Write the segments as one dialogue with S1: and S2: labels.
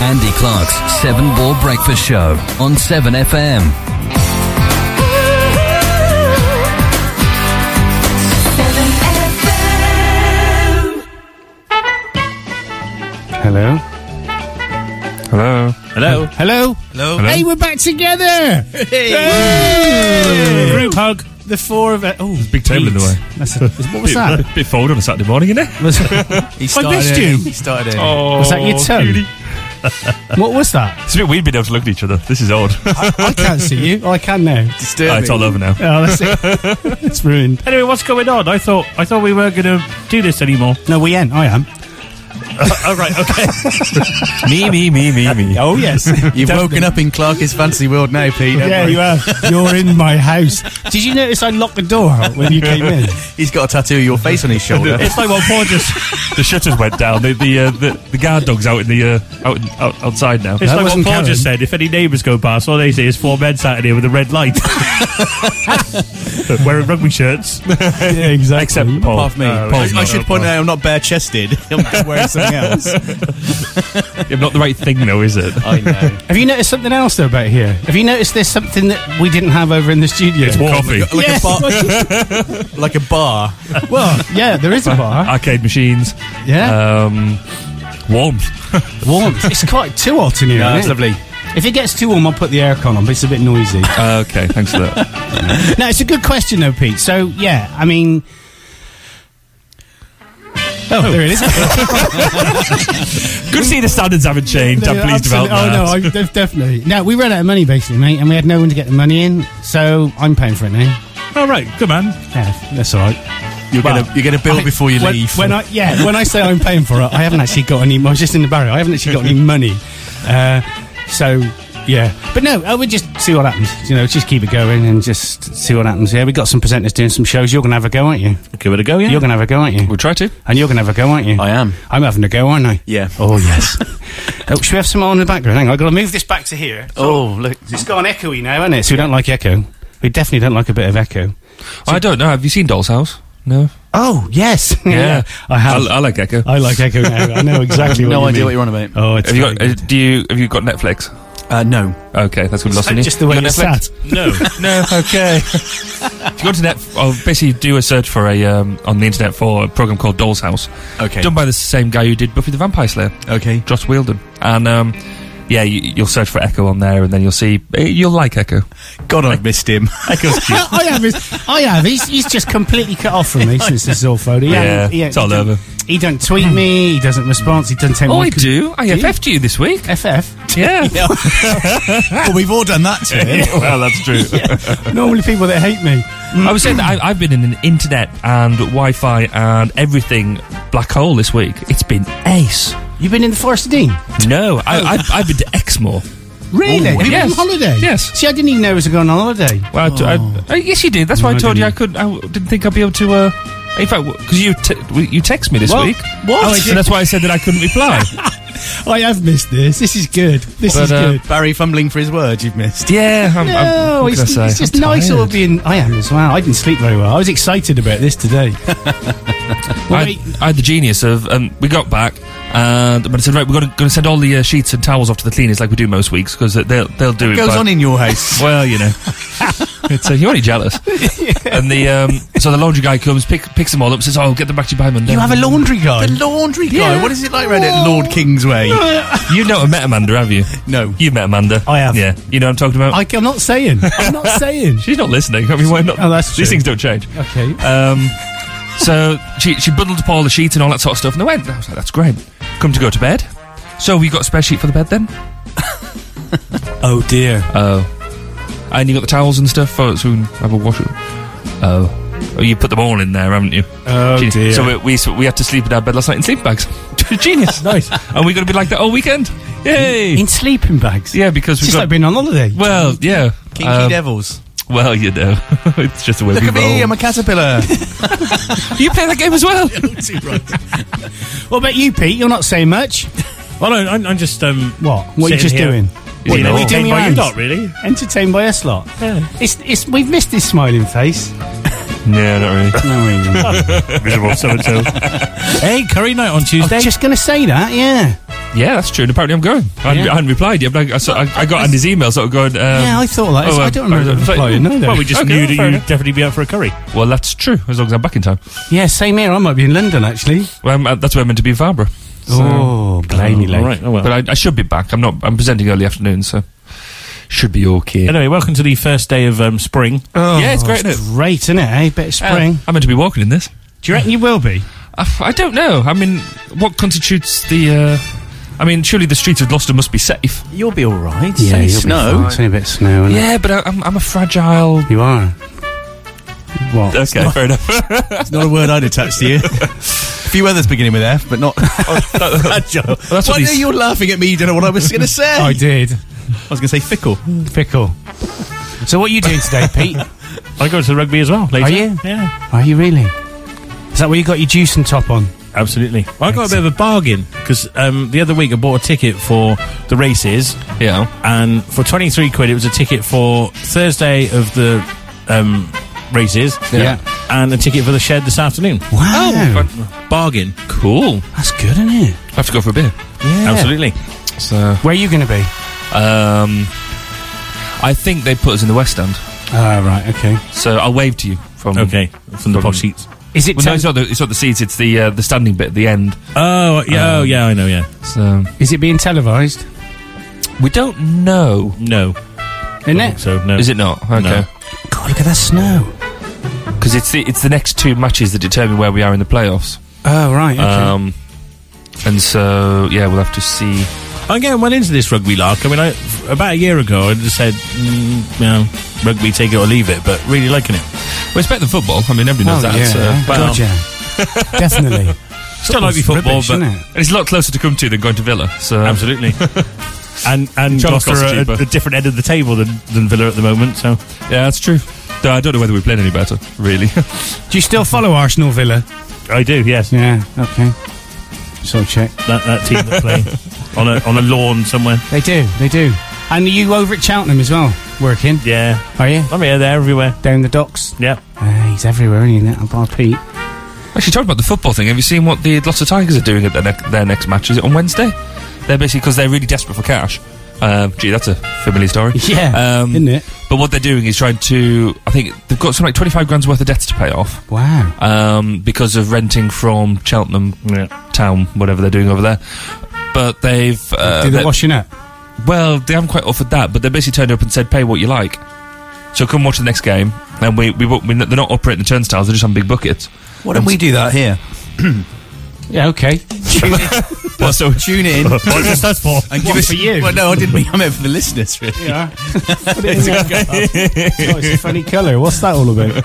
S1: Andy Clark's Seven Ball Breakfast Show on 7FM.
S2: Hello. Hello.
S3: Hello.
S4: Hello.
S3: Hello.
S4: Hey, we're back together.
S3: Oh. Hey.
S4: Hey.
S3: Group hug.
S4: The four of it. Oh, there's a
S3: big table in the way.
S4: That's a, what was
S3: bit,
S4: that?
S3: Bit folded on a Saturday morning, isn't it?
S4: Was-
S3: He
S4: missed you.
S3: He started. early.
S2: Oh,
S4: Was that your toe?
S2: cutie.
S4: what was that?
S3: It's a bit weird being able to look at each other. This is odd.
S4: I can't see you. Oh, I can now.
S3: Ah, it's all over now.
S4: Oh, that's it. it's ruined.
S5: Anyway, what's going on? I thought I thought we weren't going to do this anymore.
S4: No, we ain't. I am.
S3: oh, right, okay. me, me, me, me, me.
S4: Oh, yes.
S6: You've woken up in Clark's fantasy world now, Pete.
S4: yeah, you are. You're in my house. Did you notice I locked the door when you came in?
S6: He's got a tattoo of your face on his shoulder.
S3: It's like one Paul just the shutters went down. The the, uh, the the guard dog's out in the uh, out, out outside now.
S5: It's
S4: That
S5: like what
S4: wasn't
S5: Paul
S4: Karen.
S5: just said. If any neighbours go past, all they see is four men sat in here with a red light, wearing rugby shirts.
S4: Yeah, exactly.
S3: Except Paul.
S6: Apart from me.
S3: Uh,
S6: I,
S3: Paul's
S6: Oh, I
S3: not-
S6: should point out I'm not bare chested. I'm just wearing something else.
S3: Yeah, not the right thing though, is it?
S6: I know.
S4: Have you noticed something else though about here? Have you noticed there's something that we didn't have over in the studio?
S3: It's coffee,
S6: Like,
S4: Yes.
S6: a bar, like a bar.
S4: well, yeah, there is a bar.
S3: arcade machines,
S4: Yeah,
S3: um, warmth.
S4: warmth. It's quite too hot in here.
S6: No,
S4: isn't
S6: it's
S4: it?
S6: lovely.
S4: If it gets too warm, I'll put the aircon on, but it's a bit noisy.
S3: Uh, okay, thanks for that.
S4: no, it's a good question though, Pete. So yeah, I mean. Oh, there it is.
S3: Good to see the standards haven't changed.
S4: No,
S3: I'm pleased
S4: absolutely-
S3: about that.
S4: Oh no, I, def- definitely. No, we ran out of money basically, mate, and we had no one to get the money in, so I'm paying for it now.
S5: all right, good man.
S4: Yeah, that's all right.
S6: You're
S4: Well,
S6: gonna you're gonna build before you
S4: when,
S6: leave.
S4: When I yeah, when I say I'm paying for it, I haven't actually got any. I was just in the barrier. I haven't actually got any money. Uh, so yeah, but no, I would just see what happens. You know, just keep it going and just see what happens. Yeah, we got some presenters doing some shows. You're gonna have a go, aren't you?
S3: Give it a go, yeah.
S4: You're gonna have a go, aren't you?
S3: we'll try to.
S4: And you're gonna have a go, aren't you?
S6: I am.
S4: I'm having a go, aren't I?
S6: Yeah.
S4: Oh yes. oh, should we have someone in the background? Hang on, I've got to move this back to here.
S6: Oh look.
S4: It's gone echoey now, isn't it? So we don't like echo. We definitely don't like a bit of echo.
S3: I don't know. Have you seen Doll's House? No.
S4: Oh yes, I have.
S3: I, I like Echo.
S4: I like Echo now. I know exactly what
S6: No
S4: you
S6: idea
S4: mean.
S6: what you're on about.
S4: Oh, it's
S3: have you
S4: very
S3: got? Uh,
S4: good.
S3: do you have you got Netflix?
S6: Uh, no.
S3: Okay, that's good. Lost in you.
S4: just the way
S3: You
S4: you
S3: got Netflix?
S4: sat.
S5: No,
S3: No, okay. if you go to net, I'll basically do a search for a um, on the internet for a program called Doll's House,
S6: Okay.
S3: done by the same guy who did Buffy the Vampire Slayer,
S6: Okay.
S3: Joss Whedon, and um, yeah, you, you'll search for Echo on there, and then you'll see eh, you'll like Echo.
S6: God, I've missed him.
S4: I have. His, I have. He's, he's just completely cut off from me since this is all photo. He
S3: Yeah,
S4: hasn't- he-
S3: it's all
S4: he don't-
S3: over.
S4: He don't tweet me. He doesn't respond. He doesn't take
S3: Oh,
S4: my
S3: I
S4: con-
S3: do. I
S4: you?
S3: FF'd you this week.
S4: FF.
S3: Yeah.
S6: well, we've all done that to him.
S3: well, that's true.
S4: uh, Normally people that hate me.
S3: I was saying that I, I've been in an internet and Wi-Fi and everything black hole this week. It's been ace.
S4: You've been in the Forest of Dean. Oh.
S3: No, I, I've, I've been to Exmoor.
S4: Really?
S3: Oh,
S4: Have you been
S3: yes.
S4: on holiday?
S3: Yes.
S4: See, I didn't even know I was going on holiday. Oh.
S3: Well, I t- I- uh, yes, you did. That's why
S4: No,
S3: I
S4: I
S3: told you I
S4: didn't.
S3: couldn't. I w- didn't think I'd be able to. Uh, in fact, because you te- w- you text me this
S4: What?
S3: week.
S4: What?
S3: Oh, and that's why I said that I couldn't reply.
S4: I have missed this. This is good. This
S3: But,
S4: is
S3: uh,
S4: good.
S6: Barry fumbling for his words. You've missed.
S3: yeah. I'm, I'm,
S4: No,
S3: what can I
S4: it's,
S3: say?
S4: it's just
S3: I'm
S4: nice all
S3: tired.
S4: being. I am as well. I didn't sleep very well. I was excited about this today.
S3: I, I had the genius of um, we got back and but I said right we're going to send all the uh, sheets and towels off to the cleaners like we do most weeks because they'll they'll do it.
S6: Goes
S3: by-
S6: on in your house.
S3: Well, you know, it's, uh, you're only jealous. And the um, so the laundry guy comes, pick, picks them all up, says, "Oh, I'll get them back to you by Monday."
S4: you have a laundry guy.
S6: The laundry guy. What is it like round at Lord Kingsway?
S3: You know, met Amanda, have you?
S6: No.
S3: You've met Amanda.
S4: I have.
S3: Yeah, you know what I'm talking about.
S4: I, am not saying. I'm not saying.
S3: She's not listening. I mean, why not?
S4: Oh, that's
S3: These
S4: true.
S3: things don't change.
S4: Okay.
S3: Um, so she she bundled up all the sheets and all that sort of stuff, and I went. I was like, "That's great." Come to go to bed. So have you got a spare sheet for the bed then?
S4: Oh dear.
S3: Oh, and you got the towels and stuff for so we can have a wash. Oh. Oh, you put them all in there, haven't you?
S4: Oh
S3: Genius.
S4: dear.
S3: So we, we so we had to sleep in our bed last night in sleep bags. Genius, nice. And we're going to be like that all weekend. Yay!
S4: in sleeping bags.
S3: yeah, because
S4: It's
S3: we've
S4: just
S3: got.
S4: like being on holiday.
S3: well, yeah.
S6: Kinky
S3: um,
S6: devils.
S3: well, you know, it's just the way we
S6: Look at me.
S3: roll.
S6: I'm a caterpillar.
S3: you play that game as well.
S4: What about you, Pete? You're not saying much.
S5: well, no, I'm, I'm just um,
S4: What? What are you
S5: Sitting
S4: just
S5: here.
S4: doing?
S3: You
S5: you know,
S3: know.
S4: we do-
S5: entertained by you
S4: hands?
S5: lot, really.
S4: Entertained by us lot. It's, it's, we've missed his smiling face.
S3: No, not really.
S4: No, we haven't.
S5: Miserable so and so.
S4: hey, curry night on Tuesday. I was just going to say that, yeah.
S3: Yeah, that's true. And apparently, I'm going. I, hadn't,
S4: Yeah.
S3: I hadn't replied yet, but I, I, saw- I, I got Andy's email, so I'm going. Um,
S4: yeah, I thought that.
S3: oh,
S4: I
S3: uh,
S4: don't remember
S3: sorry.
S4: replying. No,
S5: Well, we just
S3: Okay,
S5: knew
S3: well,
S5: that
S3: fair
S5: you'd
S3: enough.
S5: definitely be out for a curry.
S3: Well, that's true. As long as I'm back in time.
S4: yeah, same here. I might be in London actually.
S3: Well, I'm, uh, that's where I'm meant to be in Farnborough.
S4: oh, blimey,
S5: All
S4: like.
S5: right. Oh well.
S3: But I, I should be back. I'm not. I'm presenting early afternoon, so should be okay.
S5: anyway, welcome to the first day of um, spring.
S4: Oh,
S3: Yeah, it's great,
S4: It's
S3: isn't
S4: great, isn't it? Eh? Bit of
S3: Uh,
S4: spring.
S3: I'm meant to be walking in this.
S4: Do you reckon you will be?
S3: I, I don't know. I mean, what constitutes the? Uh, I mean, surely the streets of Gloucester must be safe.
S6: You'll be all right.
S4: you'll
S6: Say
S4: be fine.
S6: snow.
S4: It's only a bit of snow, isn't
S3: Yeah, but I, I'm, I'm a fragile.
S4: it? You are. What?
S3: Okay, fair enough.
S6: It's not a word I'd attach to you. A few others beginning with F, but not.
S3: Oh,
S6: Fragile.
S3: what
S6: Why
S3: he's-
S6: are you laughing at me? You don't know what I was going to say.
S4: I did.
S6: I was going to say fickle.
S4: Fickle. So what are you doing today, Pete?
S5: I go to the rugby as well. Later.
S4: Are you?
S5: Yeah,
S4: Are you really? Is that where you got your juice and top on?
S5: absolutely. I got a bit of a bargain because um, the other week I bought a ticket for the races,
S3: yeah.
S5: and for twenty three quid it was a ticket for Thursday of the um, races,
S4: Yeah.
S5: and a ticket for the shed this afternoon.
S4: Wow. Oh.
S5: Bargain.
S3: Cool.
S4: That's good, isn't it?
S3: I have to go for a beer.
S4: Yeah.
S5: Absolutely.
S3: So,
S4: Where are you going to be?
S3: um, I think they put us in the West End.
S4: Ah, right, okay.
S3: So I'll wave to you from.
S5: Okay. From the posh seats.
S4: Is it
S3: Well, no,
S4: ten-
S3: it's not the it's not the seats. It's the uh, the standing bit at the end.
S5: Oh yeah, oh yeah, I know. Yeah,
S3: Um, So
S4: is it being televised?
S3: we don't know.
S5: no,
S4: Isn't it?
S5: so no.
S3: Is it not? Okay.
S4: God, look at that snow.
S3: Because it's the it's the next two matches that determine where we are in the playoffs.
S4: Oh, right, okay.
S3: Um, and so yeah, we'll have to see.
S5: I again went into this rugby lark. I mean, I, f- about a year ago, I just said, mm, you know, rugby, take it or leave it, but really liking it.
S3: Well, it's better than football. I mean, everybody knows that. uh, So, um, well,
S4: God, Oh, yeah. Definitely.
S5: Still like me
S4: Football's
S5: football,
S4: rubbish,
S5: but
S4: isn't it?
S3: and it's a lot closer to come to than going to Villa. So
S5: absolutely. and and
S3: John
S5: Gloucester
S3: costs
S5: are at
S3: cheaper.
S5: a different end of the table than, than Villa at the moment. So
S3: yeah, that's true. Though I don't know whether we're playing any better, really.
S4: Do you still follow Arsenal Villa?
S5: I do, yes.
S4: Yeah, okay. So check.
S5: That, that team that play on a on a lawn somewhere.
S4: They do, they do. And are you over at Cheltenham as well, working?
S5: Yeah,
S4: Are you?
S5: I'm here, there, everywhere.
S4: Down the docks?
S5: Yeah.
S4: Uh, he's everywhere, isn't he? That bar Pete.
S3: Actually, talking about the football thing, have you seen what the Gloucester Tigers are doing at their, ne- their next match? Is it on Wednesday? They're basically because they're really desperate for cash. Um, gee, that's a familiar story.
S4: Yeah,
S3: Um,
S4: isn't it?
S3: But what they're doing is trying to. I think they've got something like 25 grand's worth of debts to pay off
S4: Wow.
S3: um, because of renting from Cheltenham
S5: Yeah.
S3: Town, whatever they're doing over there. But they've. Uh,
S4: do
S3: they-
S4: the washing up.
S3: well, they haven't quite offered that, but they basically turned up and said, pay what you like. So come watch the next game. And we, we, won't- we they're not operating the turnstiles, they're just on big buckets.
S6: Why don't we do that here?
S4: Yeah, okay.
S3: Well, so
S6: Tune in and
S5: What is that for?
S6: give us.
S4: for you?
S6: Well, no, I didn't mean. I meant for the listeners. Really.
S4: Yeah. it's a funny colour. What's that all about?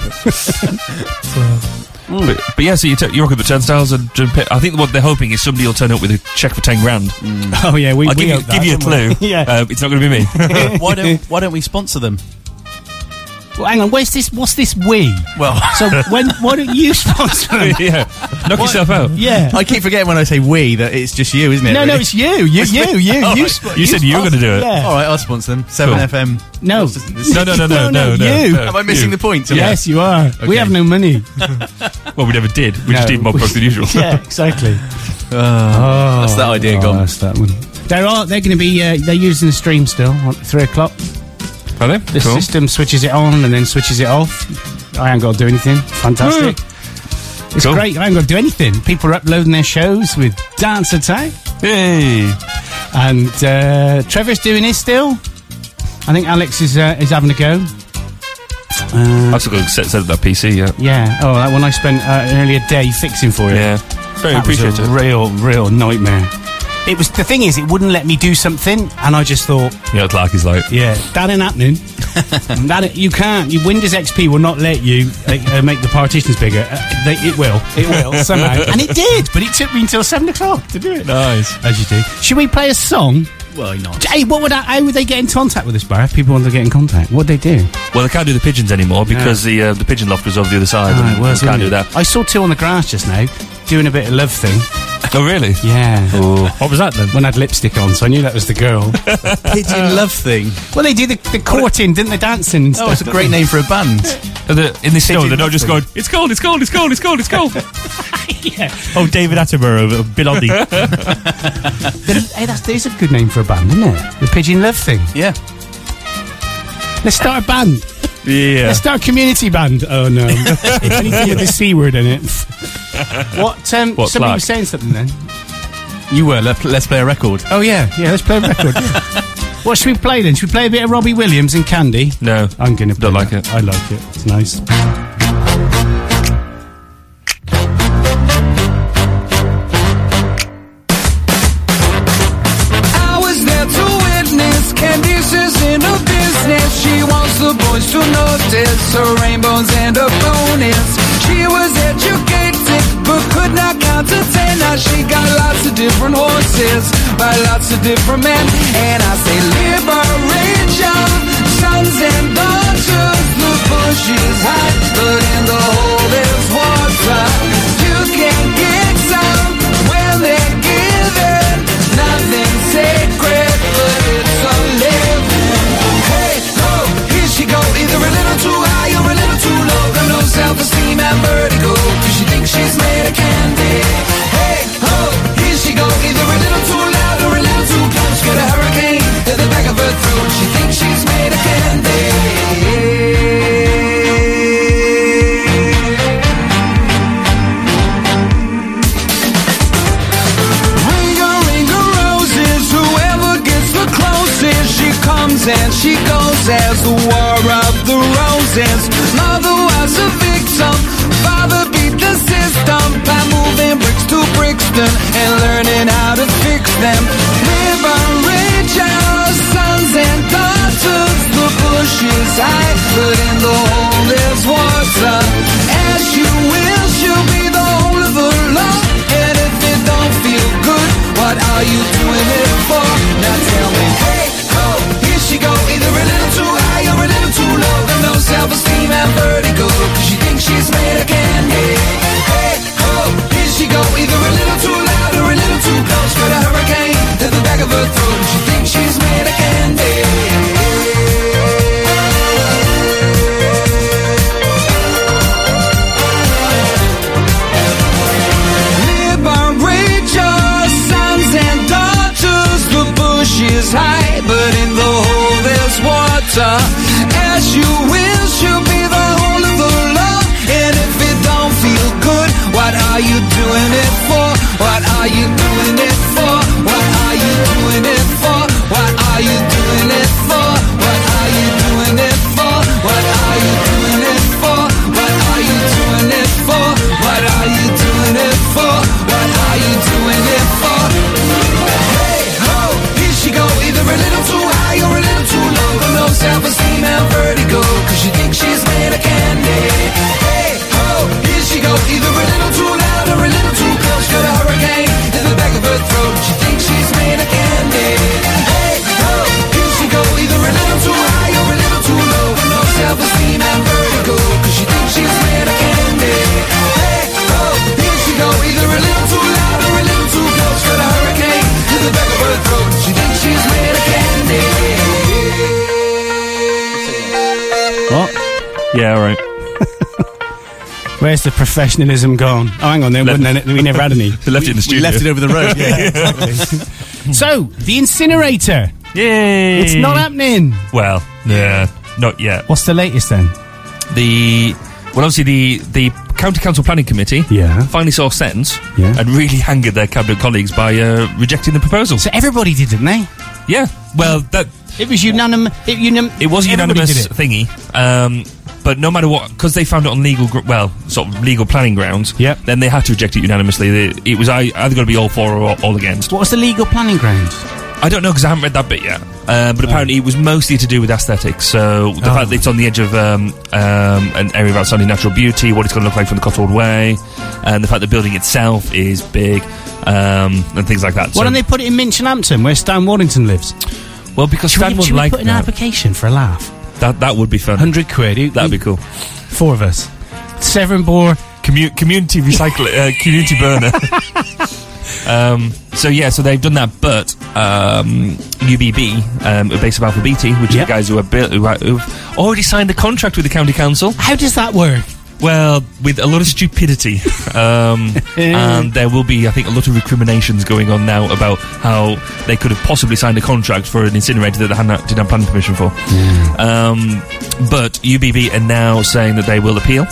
S6: Hmm.
S3: But, but yeah, so you, t- you rock at the turnstiles and jump it. I think what they're hoping is somebody will turn up with a check for ten grand.
S6: Hmm.
S4: Oh, yeah, we
S3: I'll give
S4: we
S3: you,
S4: hope
S3: give
S4: that,
S3: you a
S4: don't we?
S3: clue.
S4: yeah.
S3: Uh, it's not going to be me.
S6: why don't Why don't we sponsor them?
S4: Well, hang on, where's this? What's this we?
S6: Well,
S4: So when? Why don't you sponsor him?
S3: yeah, knock yourself out.
S4: Yeah.
S6: I keep forgetting when I say we that it's just you, isn't it?
S4: no, no,
S6: really?
S4: it's you. You,
S6: It's
S4: you,
S6: me.
S4: you,
S6: Oh,
S4: you.
S6: right.
S4: sp-
S3: You said you were going to do it.
S4: Yeah.
S6: All right, I'll sponsor them. Seven
S3: Cool.
S6: FM.
S4: No.
S3: No, no, no, no, no, no.
S4: you.
S6: Am I missing the point? Am I-
S4: Yes, you are. We have no money.
S3: the? Well, we never did. We just
S4: No.
S3: did more broke than usual.
S4: yeah, exactly.
S6: Oh, that's that idea gone.
S4: that's that one. There are. They're going to be. Uh, they're using the stream still. At three o'clock.
S3: Are they?
S4: The
S3: Cool.
S4: system switches it on and then switches it off. I ain't got to do anything. Fantastic. It's
S3: Hmm. Cool.
S4: great. I ain't got to do anything. People are uploading their shows with Dance Attack.
S3: Hey.
S4: And uh, Trevor's doing his still. I think Alex is uh, is having a go. Uh,
S3: I've still got to set, set up that PC. Yeah.
S4: yeah. Oh, that one I spent uh, an earlier day fixing for you.
S3: Yeah. Very
S4: That was a
S3: appreciative.
S4: real, real nightmare. It was the thing is, it wouldn't let me do something, and I just thought,
S3: You know, Clark is like.
S4: yeah, that ain't happening. that ain't- you can't. You, Windows XP will not let you uh, uh, make the partitions bigger. Uh, they, it will. It will somehow, and it did. But it took me until seven o'clock to do it.
S3: Nice.
S4: As you do. Should we play a song?
S6: Why not?
S4: Hey, what would I, how would they get in contact with us, Bar? If people want to get in contact, what'd they do?
S3: Well, they can't do the pigeons anymore because the uh, the pigeon loft was over the other side.
S4: Ah,
S3: and we can't do that.
S4: I saw two on the grass just now doing a bit of love thing.
S3: Oh, really?
S4: Yeah.
S5: What was that then?
S4: When I had lipstick on, so I knew that was the girl.
S6: Pigeon love thing.
S4: well, they did the, the courting, didn't they? Dancing and
S6: Oh,
S4: stuff.
S6: it's a great name for a band.
S3: Are they- in the snow,
S6: Pigeon
S3: they're not
S6: loft
S3: just
S6: thing.
S3: going. It's cold. It's cold. It's cold. It's cold. It's cold.
S4: yeah.
S5: Oh, David Attenborough, uh, Bilondi.
S4: The- hey, that's, there's a good name for a band, isn't it? The Pigeon Love thing.
S6: Yeah.
S4: Let's start a band.
S5: yeah.
S4: Let's start a community band. Oh no, anything with the c word in it. What? Um,
S3: What,
S4: somebody
S3: Clark?
S4: was saying something then.
S6: You were. Let's, let's play a record.
S4: Oh yeah, yeah. Let's play a record. yeah. What should we play then? Should we play a bit of Robbie Williams and Candy?
S3: No.
S4: I'm gonna play
S3: Don't like
S4: that.
S3: it.
S4: I like it. It's nice.
S7: I was there to witness Candice is in her business. She wants the boys to notice her rainbows and her bonus. She was educated but could not count to ten. Now she got lots of different horses by lots of different men. And I say liberation, sons and daughters. The bush is hot, but in the hole there's water. You can get some when they're given. Nothing sacred, but it's a living. Hey, ho, here she go. Either a little too high or a little too low. Got no self-esteem and vertigo. 'cause she thinks she's made of candy. Hey, ho, here she go. Either a little too loud or a little too close. Got a hurricane at the back of her throat. She thinks she's made of candy. Ring a ring of roses, whoever gets the closest, she comes and she goes as the war of the roses. Mother was a victim, father beat the system by moving bricks to Brixton and learning how to fix them. Liberate your sons and daughters, the bush is high, but in the hole is water. As you will, she'll be the whole of her love. And if it don't feel good, what are you doing it for? Now tell me, hey, ho, here she go. Either a little too high or a little too low. Got no self-esteem and vertigo. 'cause She thinks she's made of candy. Hey, ho, here she go. Either a little too loud or a little too close. Got a hurricane at the back of her throat. She thinks she's made of candy. Liberate your sons and daughters. The bush is high, but in the hole there's water. As you will, she'll be the whole of the love. And if it don't feel good, what are you doing it for? What are you doing it for? What are you doing it for? What are you doing it for? What are you doing it for? What are you doing it for? What are you doing it for? What are you doing it for? What are you doing it for? Hey ho, here she go. Either a little too high or a little too low. Got no self-esteem and vertigo. Cause she thinks she's made of candy. Hey ho, here she go. Either a little too loud or a little too close. Got a hurricane in the back of her throat. She thinks she's made of candy. Hey ho, here she go. Either a little too high or a little too low. Got no self-esteem and vertigo. Cause she thinks she's made of candy. Hey ho, here she go. Either a little too loud or a little too close. Got a hurricane to the back of her throat. She thinks she's made of candy.
S4: What?
S3: Yeah, all right.
S4: Where's the professionalism gone? Oh, hang on, there wasn't any. We never had any.
S3: They left it in the
S6: We
S3: studio.
S6: left it over the road. Yeah.
S4: So the incinerator.
S3: Yay!
S4: It's not happening.
S3: Well, yeah, not yet.
S4: What's the latest then?
S3: The well, obviously the the county council planning committee
S4: Yeah.
S3: finally saw sense
S4: Yeah.
S3: and really angered their cabinet colleagues by uh, rejecting the proposal.
S4: So everybody did, didn't they?
S3: Yeah, well, that
S4: It was unanimous. It, unim-
S3: it was a
S4: everybody
S3: unanimous
S4: did it.
S3: thingy. Um, but no matter what, because they found it on legal, gr- well, sort of legal planning grounds.
S4: Yep.
S3: Then they had to reject it unanimously. They, it was ei- either going to be all for or all against.
S4: What was the legal planning grounds?
S3: I don't know because I haven't read that bit yet. Uh, but apparently, it was mostly to do with aesthetics. So the
S4: Oh.
S3: fact that it's on the edge of um, um, an area of outstanding natural beauty, what it's going to look like from the Cotswold Way, and the fact the building itself is big um, and things like that.
S4: Why don't they put it in Minchinhampton, where Stan Waddington lives?
S3: Well, because
S4: Should,
S3: Stan
S4: we,
S3: would
S4: should we
S3: like
S4: put an
S3: that.
S4: application for a laugh?
S3: that. That would be fun.
S4: Hundred quid. Who-
S3: That'd be cool.
S4: Four of us. Severn Bore.
S3: Commu- community recycle, uh, community burner. um, so yeah, so they've done that, but um, UBB, um, are based of Alpha BT, which
S4: Yep.
S3: are the guys who are built, who are, who've already signed the contract with the county council.
S4: How does that work?
S3: Well, with a lot of stupidity, um, and there will be, I think, a lot of recriminations going on now about how they could have possibly signed a contract for an incinerator that they hadn't, didn't have planning permission for. Um, but UBB are now saying that they will appeal.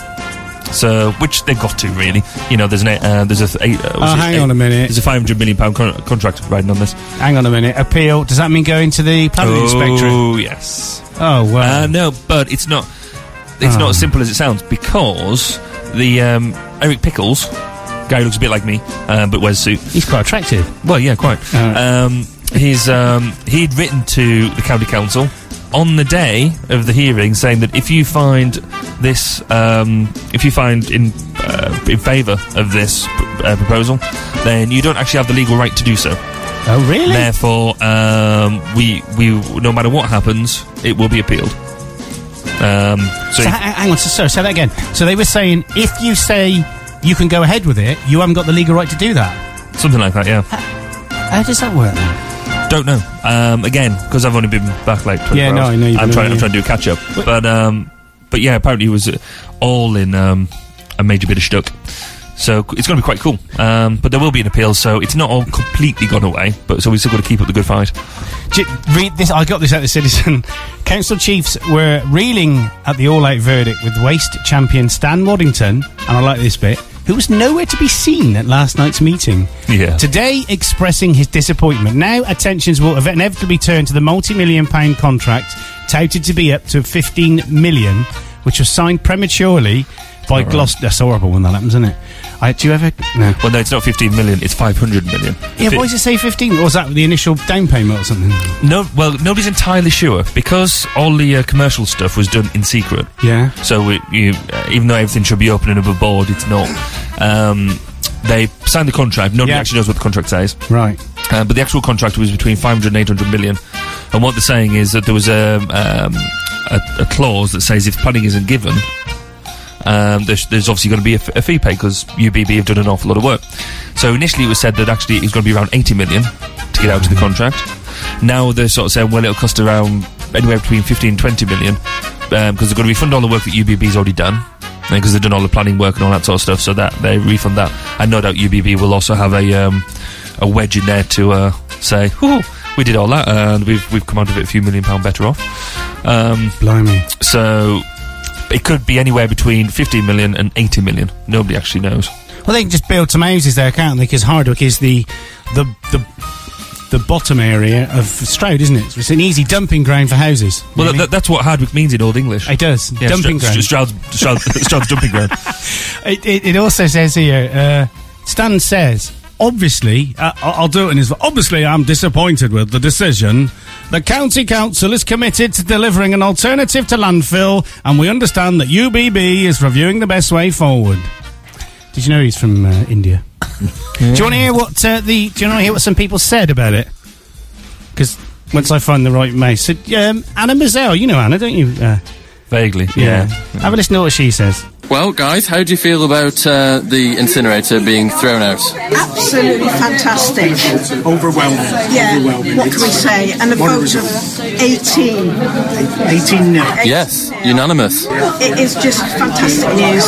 S3: So, which they've got to really, you know, there's an eight- uh, there's a th- eight, uh, was
S4: Oh,
S3: it
S4: hang
S3: eight-
S4: on a minute.
S3: there's a five hundred million pound con- contract riding on this.
S4: Hang on a minute. Appeal. Does that mean going to the planning inspectorate?
S3: Oh yes,
S4: Oh well.
S3: Uh, no, but it's not. It's
S4: Ah.
S3: not as simple as it sounds because the um, Eric Pickles guy looks a bit like me, uh, but wears a suit.
S4: He's quite attractive. Uh.
S3: Well, yeah, quite.
S4: Alright.
S3: Um, he's um, he'd written to the county council on the day of the hearing saying that if you find this, um, if you find in uh, in favour of this uh, proposal, then you don't actually have the legal right to do so.
S4: Oh really?
S3: Therefore, um, we we no matter what happens, it will be appealed. Um, so
S4: So, ha- hang on, so, sorry, say that again. So they were saying if you say you can go ahead with it, you haven't got the legal right to do that.
S3: something like that, yeah.
S4: How does that work? Then?
S3: Don't know. Um, again, because I've only been back like 24
S4: Yeah, no,
S3: hours.
S4: I know you've
S3: I'm
S4: been
S3: trying.
S4: away.
S3: I'm trying to do a catch up, but um, but yeah, apparently it was uh, all in um, a major bit of shtuck. So c- it's going to be quite cool. Um, but there will be an appeal, so it's not all completely gone away. But so we still got to keep up the good fight.
S4: J- read this. I got this out of the Citizen. Council chiefs were reeling at the all-out verdict with waste champion Stan Waddington, and I like this bit, who was nowhere to be seen at last night's meeting.
S3: Yeah.
S4: Today, expressing his disappointment. Now, attentions will ev- inevitably turn to the multi-million pound contract touted to be up to 15 million, which was signed prematurely by Gloucester. That's horrible when that happens, isn't it? I, do you ever? No.
S3: Well, no, it's not 15 million. It's 500 million.
S4: Yeah,
S3: Fi-
S4: why does it say 15? Or was that the initial down payment or something?
S3: No, well, nobody's entirely sure because all the uh, commercial stuff was done in secret.
S4: Yeah.
S3: So it, you, uh, even though everything should be open and above board, it's not. Um, they signed the contract. Nobody
S4: Yeah.
S3: actually knows what the contract says.
S4: Right.
S3: Uh, but the actual contract was between 500 and 800 million. And what they're saying is that there was a, um, a, a clause that says if planning isn't given, um, there's, there's obviously going to be a, f- a fee paid because UBB have done an awful lot of work. So initially it was said that actually it was going to be around 80 million to get out of the contract. Now they're sort of saying, well, it'll cost around anywhere between 15 and 20 million um, because they're going to refund all the work that UBB's already done. Because they've done all the planning work and all that sort of stuff, so that they refund that, and no doubt UBB will also have a um, a wedge in there to uh, say, "Ooh, we did all that, and we've we've come out of it a few million pound better off." Um,
S4: Blimey.
S3: so it could be anywhere between 15 million and 80 million. Nobody actually knows.
S4: Well, they can just build some houses there, can't they? Because Hardwick is the the the the bottom area of Stroud, isn't it? It's an easy dumping ground for houses.
S3: Well,
S4: really.
S3: that, that's what Hardwick means in Old English.
S4: it does
S3: Yeah,
S4: dumping
S3: Stra-
S4: ground.
S3: Stra- Stroud's, Stroud's, Stroud's dumping ground.
S4: It, it, it also says here, uh, Stan says, obviously, uh, I- I'll do it in his. Obviously, I'm disappointed with the decision. The county council is committed to delivering an alternative to landfill, and we understand that UBB is reviewing the best way forward. Did you know he's from uh, India? Do you want to hear what uh, the? Do you want to hear what some people said about it? Because once I find the right mouse, so, um, Anna Mazel, you know Anna, don't you? Uh,
S3: Vaguely, yeah.
S4: Have a listen to what she says.
S8: Well, guys, how do you feel about uh, the incinerator being thrown out?
S9: Absolutely fantastic. Overwhelming. Yeah. What can we say? And a vote of 18. 18 now.
S8: Yes, unanimous.
S9: It is just fantastic news.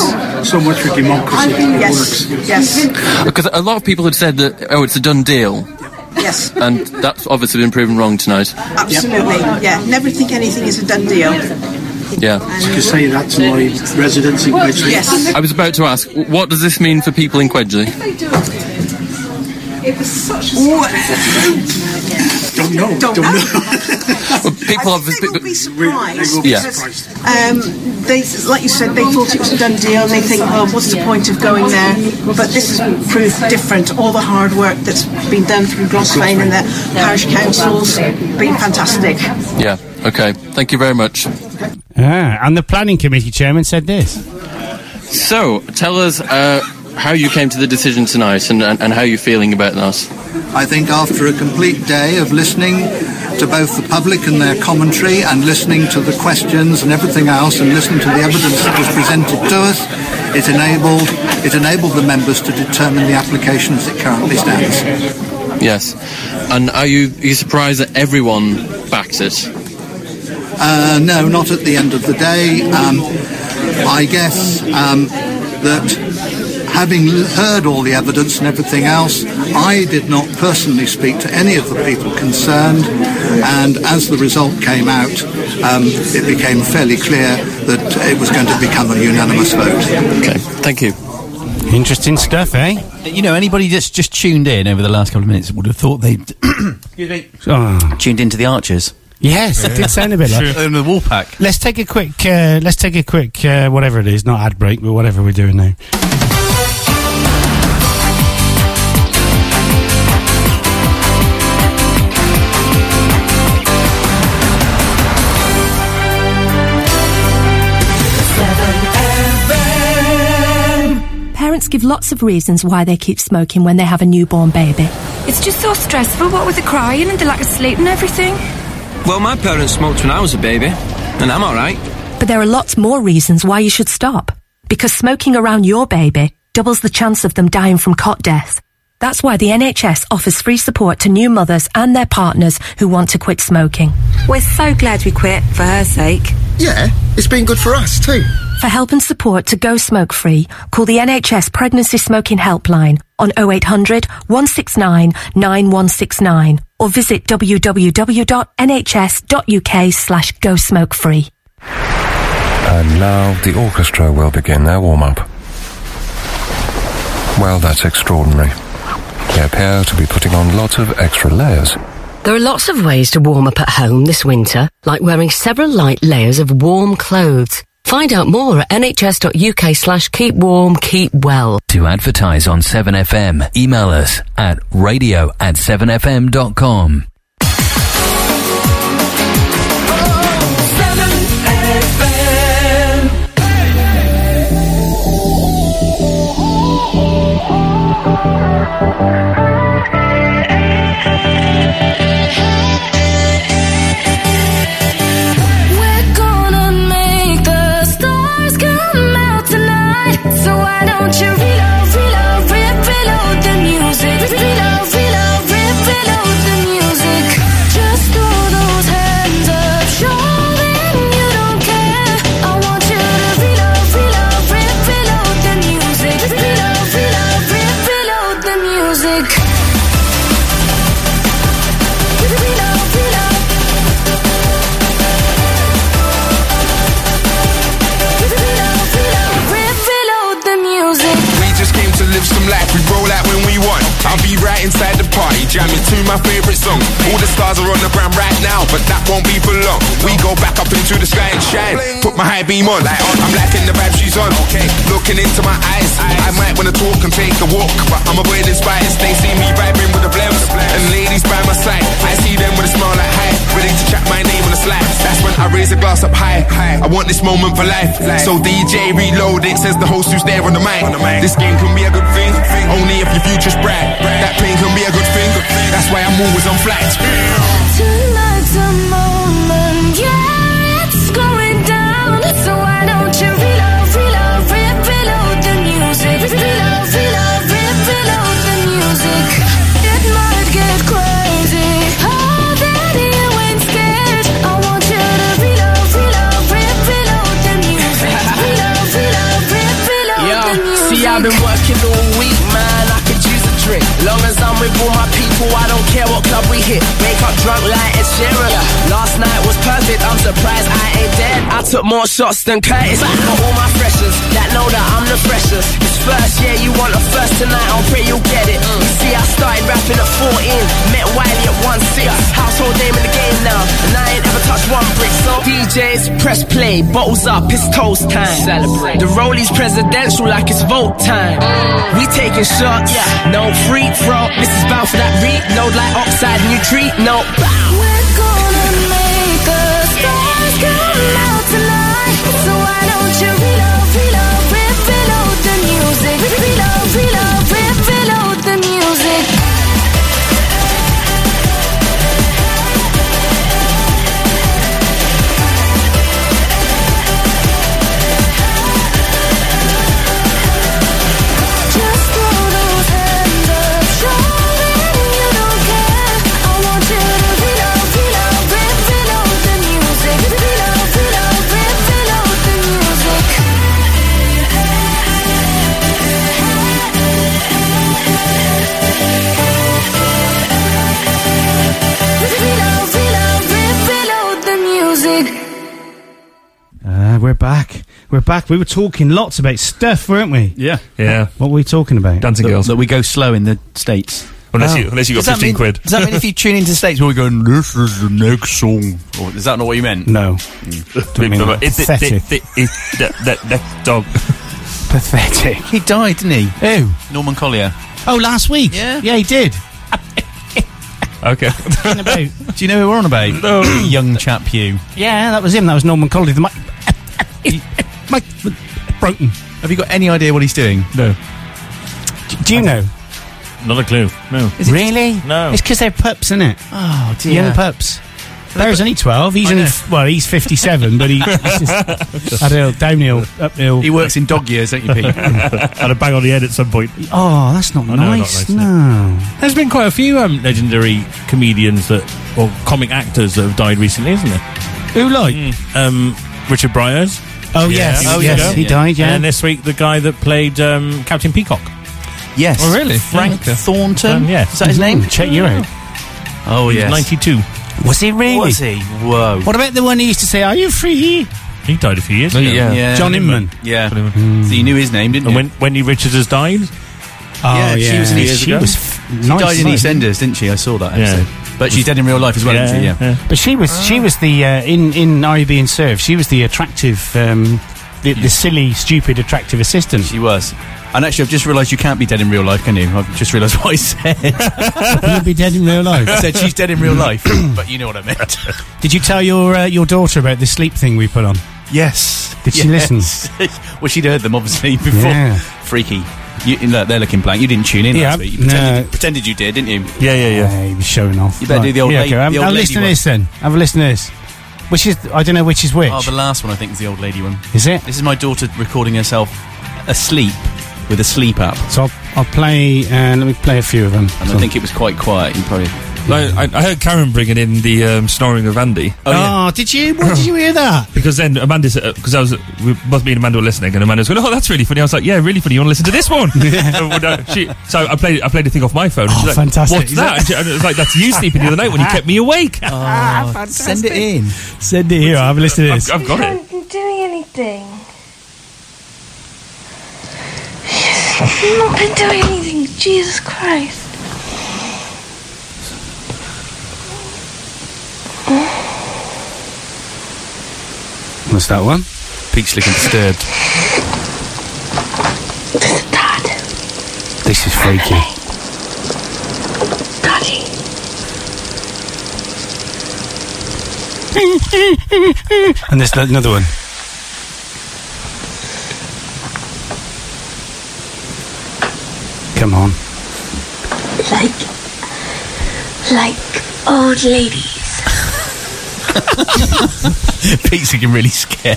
S9: So much for democracy. Yes. Yes.
S8: Because a lot of people had said that, oh, it's a done deal.
S9: Yes.
S8: And that's obviously been proven wrong tonight.
S9: Absolutely. Yeah. Never think anything is a done deal.
S8: Yeah.
S9: You could
S10: say that to my residents in Wedgwood.
S9: Yes.
S8: I was about to ask, what does this mean for people in Quedgley?
S10: Don't know.
S9: Don't know.
S8: Well, people
S9: I think they will
S8: obviously.
S9: be surprised.
S8: Yeah.
S9: because, Um, they, like you said, they thought it was a done deal. and They think, well, what's the point of going there? But this has proved different. All the hard work that's been done through Glossvane and the parish councils been fantastic.
S8: Yeah, okay. Thank you very much.
S4: Ah, and the planning committee chairman said this.
S8: So, tell us uh, how you came to the decision tonight and, and, and how you're feeling about that.
S10: I think after a complete day of listening to both the public and their commentary and listening to the questions and everything else and listening to the evidence that was presented to us, it enabled it enabled the members to determine the application as it currently stands.
S8: Yes. And are you, are you surprised that everyone backs it?
S10: Uh, no, not at the end of the day. Um, I guess um, that having l- heard all the evidence and everything else, I did not personally speak to any of the people concerned. And as the result came out, um, it became fairly clear that it was going to become a unanimous vote.
S11: Okay, thank you.
S4: Interesting stuff, eh?
S6: You know, anybody that's just tuned in over the last couple of minutes would have thought they'd Excuse me. tuned into the Archers.
S4: Ah. Yes, it did sound a bit like
S6: And the War Pack.
S4: Let's take a quick, uh, let's take a quick, uh, whatever it is, not ad break, but whatever we're doing now.
S12: Parents give lots of reasons why they keep smoking when they have a newborn baby.
S13: It's just so stressful, what with the crying and the lack of sleep and everything.
S14: Well, my parents smoked when I was a baby, and I'm alright.
S12: But there are lots more reasons why you should stop. Because smoking around your baby doubles the chance of them dying from cot death. That's why the NHS offers free support to new mothers and their partners who want to quit smoking.
S13: We're so glad we quit for her sake.
S12: Yeah, it's been good for us too. For help and support to go smoke free, call the NHS Pregnancy Smoking Helpline on 0800 169 9169 or visit www.nhs.uk slash go smoke free.
S15: And now the orchestra will begin their warm up. Well, that's extraordinary. They appear to be putting on lots of extra layers.
S16: There are lots of ways to warm up at home this winter, like wearing several light layers of warm clothes. Find out more at nhs.uk slash keep warm, keep well.
S1: To advertise on 7FM, email us at radio at 7fm.com.
S2: We're gonna make the stars come out tonight. So why don't you reload, reload, rip, reload the music? Reload, reload, rip, reload the music. Just throw those hands up, show them you don't care. I want you to reload, reload, rip, reload the music. Reload, reload, rip, reload the music. Reload, reload.
S17: We just came to live some life, we roll out when we want. I'll be right inside the party, jamming to my favorite song. All the stars are on the ground right now, but that won't be for long. We go back up into the sky and shine. Put my high beam on, like on. I'm liking the vibe she's on. Okay, looking into my eyes. I might wanna talk and take a walk, but I'm avoiding spies. They see me vibing with the blems and ladies by my side. I see them with a smile like hi, ready to chat my name on the slide. That's when I raise a glass up high. I want this moment for life. So DJ reload it, says the host who's there on the mic. This game can be a good thing, only if your future's bright. That pain can be a good thing, that's why I'm always on flights.
S2: Tonight's a moment, yeah, it's going down. So why don't you reload, reload, rip, reload the music? Reload, reload, rip, reload the music. It might get crazy. Oh, that you ain't scared. I want you to reload, reload, rip, reload the music. Reload, reload, rip, reload
S14: Yo,
S2: the music.
S14: see, I've been working all week, man. I could use a drink. Long as I'm with all my people, I don't care what club we hit. Wake up drunk like Ed Sheeran. Last night was perfect. I'm surprised I ain't dead. I took more shots than Curtis. For all my freshers that know that I'm the freshest. It's first, yeah, you want a first tonight. I'll pray you'll get it. You see, I started rapping at 14. Met Wiley at 1-6. Household name in the game now. And I ain't ever touched one brick. So DJs, press play. Bottles up. It's toast time. Celebrate. The rollies presidential like it's vote time. We taking shots. Yeah. No free throw. This is bound for that reload like upside new treat. No.
S2: We're gonna make the stars come out tonight. So why don't you reload, reload, rip, reload the music? Reload, reload, rip, reload the music. Just throw those hands up, show them you don't care. I want you to reload.
S4: Ah, we're back. We're back. We were talking lots about stuff, weren't we?
S6: Yeah.
S3: Yeah.
S4: What were we talking about? Oh.
S3: Dancing Girls.
S6: That we go slow in the States.
S3: Unless you- unless you got
S6: Does that
S3: 15
S6: mean-
S3: quid.
S6: Does that mean if you tune into the States, we're going, this is the next song? Or is that not what you meant?
S4: No.
S3: Mm.
S4: Don't mean that.
S3: It's
S4: Pathetic.
S3: that, that, that dog.
S4: Pathetic.
S6: He died, didn't he?
S4: Who?
S6: Norman Collier.
S4: Oh, last week? Yeah. Yeah, he did.
S3: Okay.
S4: Do
S6: you know who we're on about? Young chap you.
S4: Yeah, that was him. That was Norman Colley. The Mike, Mike Broken.
S6: Have you got any idea what he's doing?
S3: No.
S4: Do you know?
S5: Not a clue. No.
S4: really?
S5: No.
S4: It's because they're pups, isn't it?
S6: Oh, dear.
S4: Young pups. Bear's only 12. He's
S6: I
S4: only,
S6: know.
S4: f- well, he's 57, but he, he's just had a downhill, uphill.
S6: He works in dog years, don't you, Pete?
S5: Had a bang on the head at some point.
S4: Oh, that's not
S5: I know, not
S4: nice.
S5: nice, isn't it?
S4: no.
S5: There's been quite a few um, legendary comedians that, or comic actors that have died recently, isn't there?
S4: Who like?
S3: Hmm.
S5: Um, Richard Bryars.
S4: Oh, yes,
S5: Years ago.
S4: yes, he died, yeah.
S5: And this week, the guy that played um, Captain Peacock.
S6: Yes.
S5: Oh, really?
S6: Frank
S5: Yeah.
S6: Thornton?
S5: Um, yeah.
S6: Is that his name?
S4: Check you out.
S6: Oh,
S5: He's
S6: yes.
S5: 92.
S4: Was he really?
S6: Was he? Whoa.
S4: What about the one who used to say, Are you free?
S5: He died a few years
S6: Oh,
S5: ago.
S6: yeah. Yeah.
S4: John Inman.
S6: Yeah. So you knew his name, didn't
S5: And
S6: you?
S5: when Wendy Richards has died.
S4: Oh,
S6: yeah, she was in
S5: yeah.
S6: years
S5: She
S6: ago.
S5: was
S6: she
S5: nice
S6: died in
S5: lady.
S6: EastEnders, didn't she? I saw that
S5: Yeah.
S6: episode. But she's dead in real life as well, isn't she? Yeah.
S4: But she was she was the uh, in in Are You Being Served? She was the attractive, um, the, the silly, stupid, attractive assistant.
S6: She was. And actually, I've just realised you can't be dead in real life, can you? I've just realised what I said.
S4: You'll be dead in real life.
S6: I said she's dead in real life, but you know what I meant.
S4: Did you tell your uh, your daughter about the sleep thing we put on?
S6: Yes.
S4: Did she
S6: Yes.
S4: listen?
S6: well, she'd heard them obviously before.
S4: Yeah.
S6: Freaky. You, you look, they're looking blank. You didn't tune in
S4: Yeah,
S6: last week. You pretended,
S4: no.
S6: you pretended you did, didn't you?
S3: Yeah, yeah, yeah.
S4: he was showing off.
S6: You better do the old
S4: Here I
S6: lady-
S4: go. Have,
S6: the old
S4: have a
S6: lady
S4: listen to
S6: one.
S4: this then. Have a listen to this. Which is I don't know which is which.
S6: uh, Oh, the last one I think is the old lady one.
S4: Is it?
S6: This is my daughter recording herself asleep with a sleep app,
S4: so I'll, I'll play. Uh, let me play a few of them.
S6: and I
S4: So-
S6: think it was quite quiet. You probably.
S3: I, I heard Karen bringing in the um, snoring of Andy.
S4: Oh, did you? What did you hear that?
S3: Because then Amanda said, because I was, we both me and Amanda were listening, and Amanda was going, "Oh, that's really funny." I was like, "Yeah, really funny. You want to listen to this one?" And when I- she- so I played, I played a thing off my phone. and
S5: Oh,
S3: she's like,
S4: Oh, fantastic.
S3: What's
S4: Is
S3: Oh, that?
S4: that-
S3: And she- and it was like, "That's you sleeping the other night when you kept me awake."
S6: Oh,
S18: Oh.
S6: Send it in.
S4: Send it here. Have a listen to this.
S3: I've got it.
S2: I'm doing anything. I'm not been doing anything. Jesus Christ.
S4: What's that one?
S6: Pete's looking disturbed.
S4: This is freaky.
S2: Daddy.
S4: And there's another one. Come on.
S2: Like, like old ladies.
S6: Pete's looking really scared.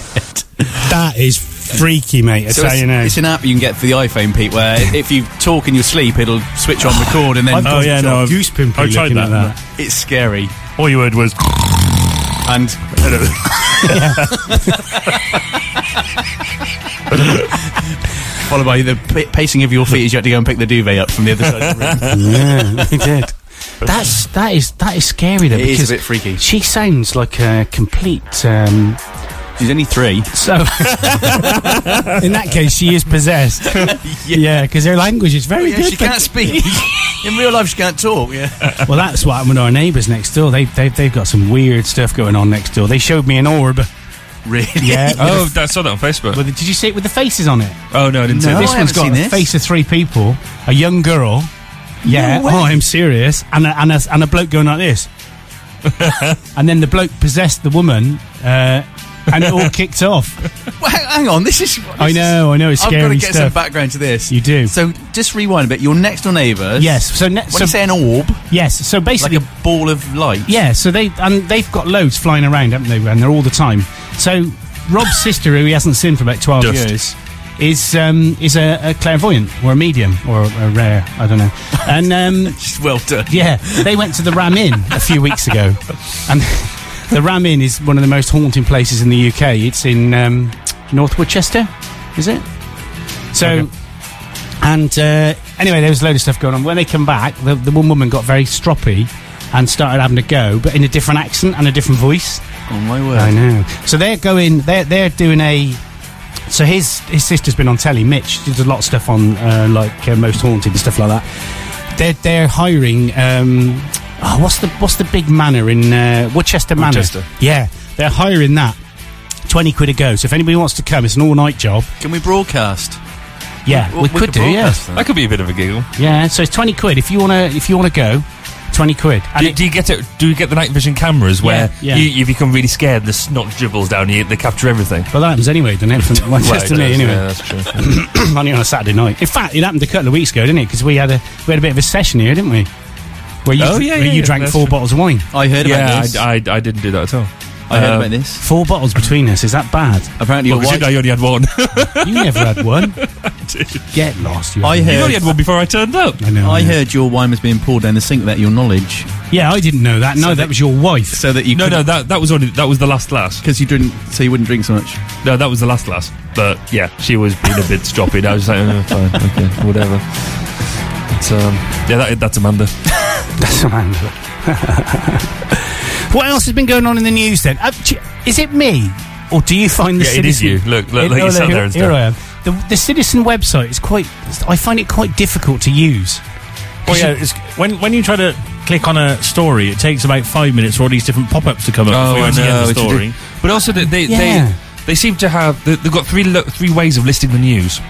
S4: That is freaky, mate. I
S6: So
S4: tell
S6: it's,
S4: you now.
S6: it's an app you can get for the iPhone, Pete, where if you talk in your sleep, it'll switch on record and then.
S4: I've got no, goose pimply
S5: I've tried
S4: looking at
S5: that.
S4: that.
S6: It's scary.
S5: All you heard was.
S6: And followed by the p- pacing of your feet as you had to go and pick the duvet up from the other side of the room.
S4: yeah, we did. That's that is that is scary though.
S6: It is a
S4: because
S6: bit freaky.
S4: She sounds like a complete. Um,
S6: She's only three.
S4: so in that case, she is possessed. yeah, because her language is very
S6: Oh, Yeah,
S4: good.
S6: she
S4: but-
S6: can't speak. In real life, she can't talk. Yeah.
S4: well, that's what happened with our neighbours next door. They, they they've got some weird stuff going on next door. They showed me an orb.
S6: Really?
S4: Yeah.
S3: Oh, I saw that on Facebook.
S4: With the- did you see it with the faces on it?
S3: Oh no, I didn't see that.
S4: this
S6: I
S4: one's
S6: haven't
S4: got
S6: seen
S4: the
S6: this.
S4: face of three people, a young girl. Yeah.
S6: way.
S4: oh, I'm serious. And a, and a, and a bloke going like this. and then the bloke possessed the woman, uh, and it all kicked off.
S6: Well, hang hang on. This is. This
S4: I know, I know, it's
S6: I've got to
S4: scary
S6: get some
S4: stuff.
S6: background to this.
S4: You do.
S6: So just rewind a bit. Your next door neighbours.
S4: Yes. So ne-
S6: When
S4: so-
S6: you say an orb,
S4: Yes. So
S6: like
S4: basically,
S6: a ball of light.
S4: yeah. So they and they've got loads flying around, haven't they? And they're all the time. So Rob's sister, who he hasn't seen for about twelve
S3: Dust.
S4: years. Is um, is a, a clairvoyant or a medium or a rare? I don't know. And um,
S6: Just well done.
S4: Yeah, they went to the Ram Inn a few weeks ago, and the Ram Inn is one of the most haunting places in the UK. It's in um, North Worcester, is it? So, and uh, anyway, there was a load of stuff going on. When they come back, the, the one woman got very stroppy, and started having a go, but in a different accent and a different voice.
S6: Oh my word!
S4: I know. So they're going. They're they're doing a. So his his sister's been on telly. Mitch did a lot of stuff on uh, like uh, Most Haunted and stuff like that. They're they're hiring. Um, oh, what's the what's the big manor in uh, Worcester Manor?
S3: Worcester.
S4: Yeah, they're hiring that. Twenty quid a go. So if anybody wants to come, it's an all night job.
S6: Can we broadcast?
S4: Yeah, we, could do. Yeah,
S3: That could be a bit of a giggle.
S4: yeah. So it's twenty quid if you wanna if you wanna go. Twenty quid. And
S3: Do, do you get it? Do you get the night vision cameras where
S4: Yeah, yeah.
S3: You, you become really scared? and The snot dribbles down you. They capture everything.
S4: Well, that happens anyway, doesn't it? From
S3: Right,
S4: Manchester
S3: it
S4: to me,
S3: does,
S4: anyway.
S3: yeah, that's true.
S4: Only on a Saturday night. In fact, it happened a couple of weeks ago, didn't it? Because we had a we had a bit of a session here, didn't we? Where you,
S3: Oh, yeah,
S4: where
S3: yeah,
S4: you
S3: yeah,
S4: drank
S3: that's
S4: four
S3: true.
S4: bottles of wine.
S6: I heard about
S3: yeah,
S6: this.
S3: I, I, I didn't do that at all.
S6: I heard
S3: Um,
S6: about this.
S4: Four bottles between us. Is that bad?
S6: Apparently,
S3: Well, 'cause you know you only had one.
S4: you never had one. Get lost. You
S6: I
S4: haven't.
S6: heard
S3: one before I turned up.
S4: I know.
S6: I heard your wine was being poured down the sink without your knowledge.
S4: Yeah, I didn't know that. No, that was your wife.
S6: So that you
S3: No, no, that that was only that was the last glass.
S6: because you didn't, so you wouldn't drink so much.
S3: No, that was the last glass. But yeah, she was being a bit stroppy. I was just like, oh, fine, okay, whatever. But, um, yeah, that, that's Amanda.
S4: that's Amanda. What else has been going on in the news then? Uh, ch- is it me, or do you find the
S3: Yeah, it is
S4: citizen?
S3: you. Look, look,
S4: It- oh,
S3: look, you
S4: no,
S3: sat
S4: here,
S3: there and
S4: here I am. The, the citizen website is quite. I find it quite difficult to use.
S5: Well, yeah, it's, when when you try to click on a story, it takes about five minutes for all these different pop-ups to
S6: Oh,
S5: come up before you actually get the story.
S3: But also, they they,
S5: Yeah.
S3: they they seem to have they, they've got three lo- three ways of listing the news: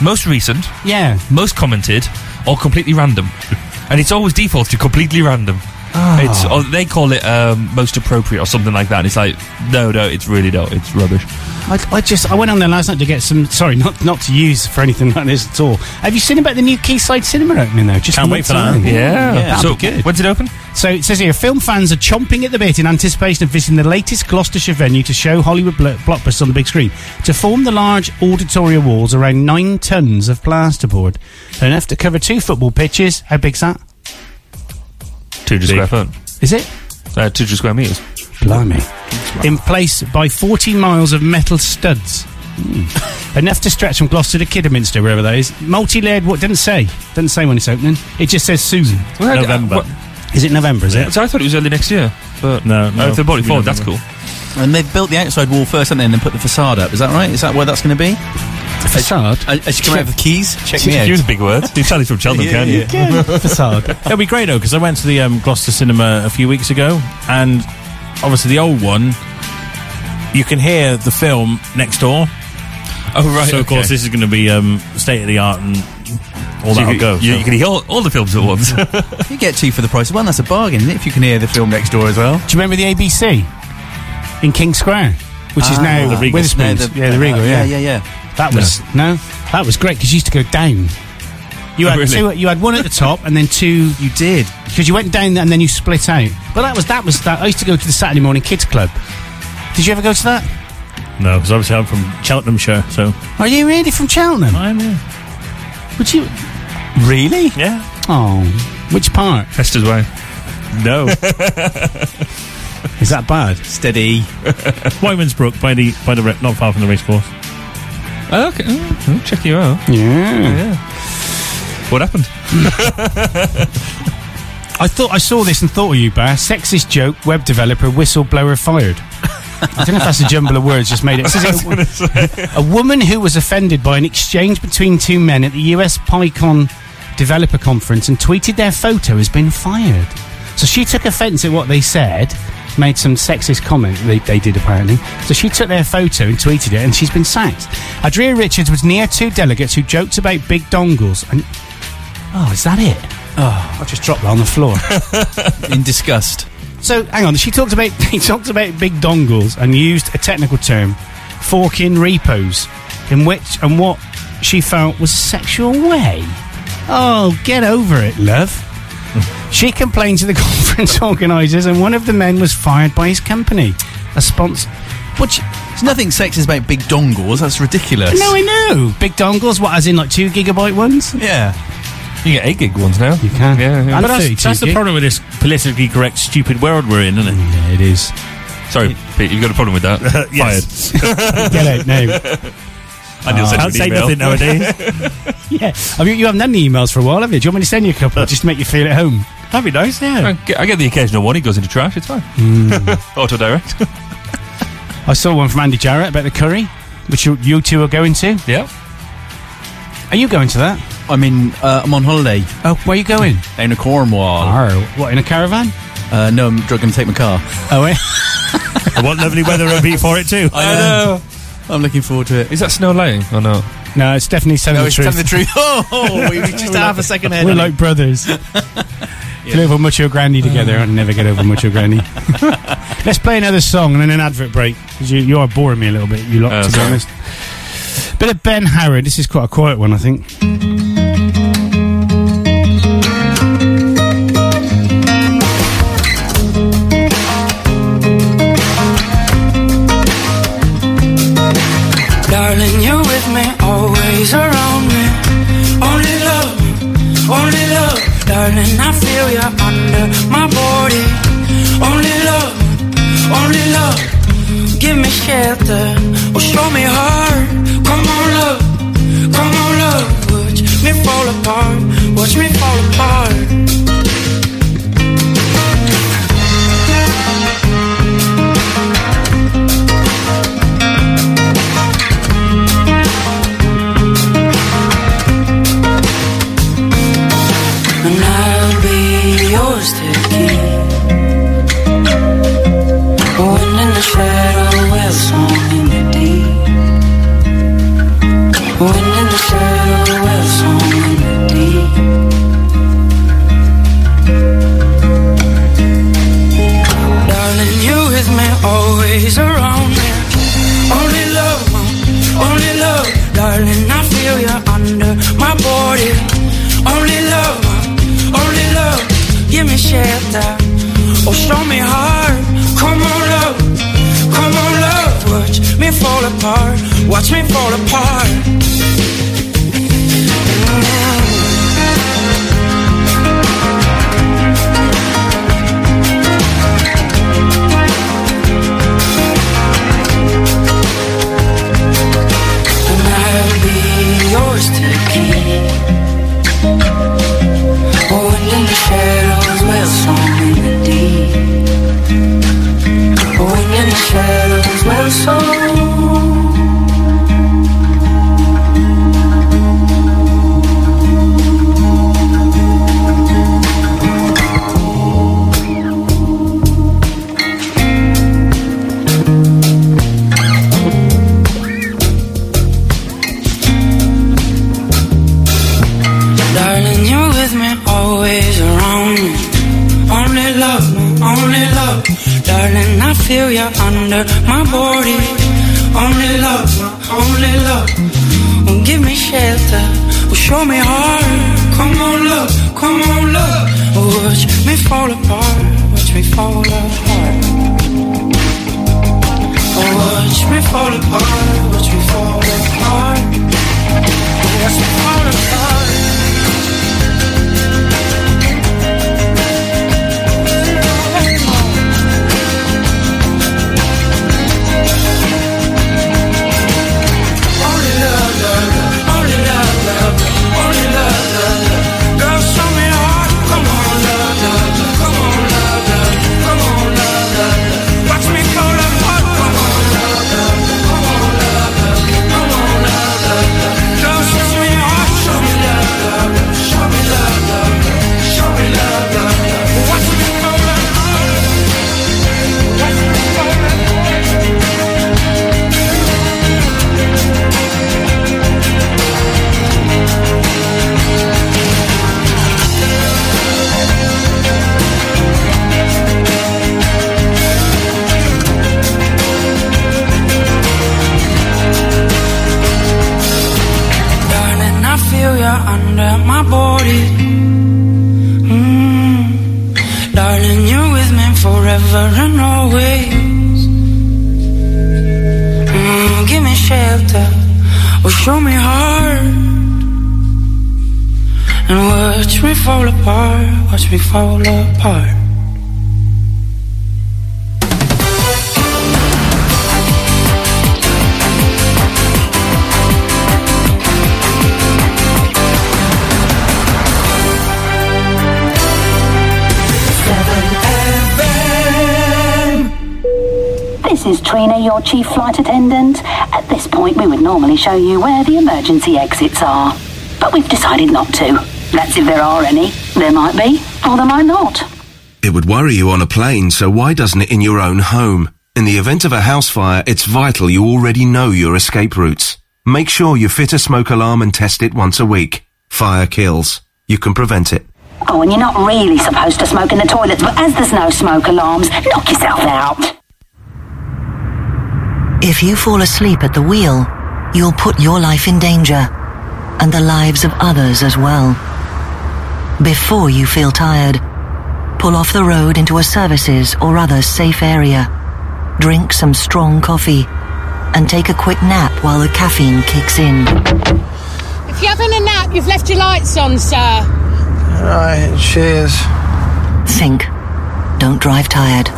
S3: most recent,
S4: yeah,
S3: most commented, or completely random. and it's always defaults to completely random.
S4: Ah.
S3: It's or they call it um, most appropriate or something like that. And it's like no, no, it's really not. It's rubbish.
S4: I, I just I went on there last night to get some. Sorry, not not to use for anything like this at all. Have you seen about the new Quayside Cinema opening though? Just
S3: Can't
S4: in
S3: wait for that.
S4: time.
S3: Yeah.
S4: that'd
S3: So,
S4: be good.
S3: when's it open?
S4: So it says here, film fans are chomping at the bit in anticipation of visiting the latest Gloucestershire venue to show Hollywood blo- blockbusters on the big screen. To form the large auditoria walls around nine tons of plasterboard, enough to cover two football pitches. How big's that?
S3: Two hundred square foot.
S4: Is it?
S3: Uh, two hundred square meters.
S4: Blimey. In place by 40 miles of metal studs. Enough to stretch from Gloucester to Kidderminster, wherever that is. Multi layered, what? Didn't say. Didn't say when it's opening. It just says Susan.
S3: Well, I- November. what-
S4: Is it November, is it?
S3: So I thought it was early next year, but
S5: no,
S3: no, Oh, if they bought it
S6: we
S3: forward,
S6: don't
S3: that's cool.
S6: remember. And they've built the outside wall first, haven't they, and then put the facade up. Is that right? Is that where that's going to be?
S4: Facade.
S6: As you come out with the keys, check me out.
S5: Use
S3: big words. You tell from Cheltenham,
S5: can you?
S4: Facade.
S5: It'll be great though because I went to the um, Gloucester Cinema a few weeks ago, and obviously the old one, you can hear the film next door.
S3: Oh right.
S5: So of course
S3: okay.
S5: this is going to be um, state of the art and all
S3: So
S5: that'll
S3: you,
S5: go.
S3: You,
S5: so.
S3: you can hear all, all the films at once.
S6: You get two for the price of one. That's a bargain, isn't it? If you can hear the film next door as well.
S4: Do you remember the ABC in King Square, which is
S6: Ah,
S4: now
S6: the Regal.
S4: Witherspoon's?
S6: No, the-
S4: yeah, the
S6: uh,
S4: Regal.
S6: yeah,
S4: Yeah,
S6: yeah, yeah.
S4: That was no. that was great because you used to go down. You had
S6: Really?
S4: two. You had one at the top, and then two. You did because you went down and then you split out. But that was that was that. I used to go to the Saturday morning kids club. Did you ever go to that?
S5: No, because obviously I'm from Cheltenhamshire, so
S4: Are you really from Cheltenham?
S5: I'm. Yeah.
S4: Would you really?
S5: Yeah.
S4: Oh, which part?
S3: Hester's Way.
S5: No.
S4: Is that bad?
S6: Steady.
S5: Wyman's Brook by the by the re- not far from the racecourse.
S3: Oh, okay, Oh, check you out.
S4: Yeah.
S3: Yeah. What happened?
S4: I thought I saw this and thought of you, Bar. Sexist joke, web developer, whistleblower fired. I don't know if that's a jumble of words just made it. It says here, a woman who was offended by an exchange between two men at the US PyCon developer conference and tweeted their photo has been fired. So she took offence at what they said, made some sexist comment they, they did apparently. So she took their photo and tweeted it, and she's been sacked. Adria Richards was near two delegates who joked about big dongles. And oh, is that it? Oh, I just dropped that on the floor
S6: in disgust.
S4: So hang on, she talked about he talked about big dongles and used a technical term, forking repos, in which and what she felt was sexual way. Oh, get over it, love. she complained to the conference organisers, and one of the men was fired by his company. A sponsor. Which
S6: There's nothing sexist about big dongles. That's ridiculous.
S4: no, I know big dongles. What as in like two gigabyte ones?
S6: Yeah.
S3: You get eight gig ones now. You
S4: can.
S3: Yeah. yeah.
S5: But that's, that's the problem with this politically correct, stupid world we're in, isn't it?
S4: Mm, Yeah, it is.
S3: Sorry, Pete. You've got a problem with that?
S5: Yes.
S3: Fired.
S4: Get out now.
S3: I didn't send you
S5: I'll
S3: an
S5: say
S3: email.
S5: nothing nowadays.
S4: Yeah, I mean, you haven't had any emails for a while, have you? Do you want me to send you a couple just to make you feel at home?
S3: That'd be nice, yeah. I get, I get the occasional one. It goes into trash. It's fine.
S4: Hmm.
S3: Auto direct.
S4: I saw one from Andy Jarrett about the curry, which you, you two are going to.
S3: Yeah.
S4: Are you going to that?
S6: I'm in. Uh, I'm on holiday.
S4: Oh, where are you going?
S6: Down to Cornwall. Oh,
S4: what in a caravan?
S6: Uh, no, I'm going to take my car.
S4: Oh, eh?
S6: what lovely weather it'll be for it too. I know.
S4: Oh.
S6: I'm looking forward to it.
S3: Is that snow laying or not?
S4: No, it's definitely telling
S6: No,
S4: the
S6: it's
S4: truth.
S6: telling the truth. Oh, we were just half a second ahead
S4: We're
S6: on
S4: like
S6: it.
S4: brothers. Can live on Mucho Grande together. I'd never get over Mucho Grande. Let's play another song and then an advert break because you, you are boring me a little bit. You lot,
S3: Oh,
S4: to be
S3: sorry.
S4: honest. Bit of Ben Harrod. This is quite a quiet one, I think.
S19: Darling, you're with me, always around me. Only love, only love. Darling, I feel you under my body. Only love, only love. Give me shelter, or show me heart. Come on, love, come on, love. Watch me fall apart, watch me fall apart. and I'll be yours to keep. When in the shadow with something to deep. When in the shadow with something to deep. Darling, you with me, always around me. Only love, only love, darling. I feel you under my body. Only love, only love, give me shelter. Oh, show me heart. Come on, love, come on, love. Watch me fall apart. Watch me fall apart. And I'll be yours to keep. When in the shadows will song in the deep. When in the shadows will song. Darling, you're with me, always around me. Only love, no, only love. Darling, I feel you under my body. Only love, no, only love. Oh, give me shelter, oh, show me heart. Come on, love, come on, love. Oh, watch me fall apart, watch me fall apart. Oh, watch me fall apart, watch me fall apart. Oh, watch me fall apart. Darling, I feel you under my body. Mm. Darling, you're with me forever and always. Mm. Give me shelter, or show me heart. And watch me fall apart, watch me fall apart.
S20: is Trina, your chief flight attendant. At this point, we would normally show you where the emergency exits are, but we've decided not to. That's if there are any. There might be, or there might not.
S21: It would worry you on a plane, so why doesn't it in your own home? In the event of a house fire, it's vital you already know your escape routes. Make sure you fit a smoke alarm and test it once a week. Fire kills. You can prevent it.
S20: Oh, and you're not really supposed to smoke in the toilets, but as there's no smoke alarms, knock yourself out.
S22: If you fall asleep at the wheel, you'll put your life in danger and the lives of others as well. Before you feel tired, pull off the road into a services or other safe area. Drink some strong coffee and take a quick nap while the caffeine kicks in.
S23: If you're having a nap, you've left your lights on, sir.
S22: Right, cheers. Think. Don't drive tired.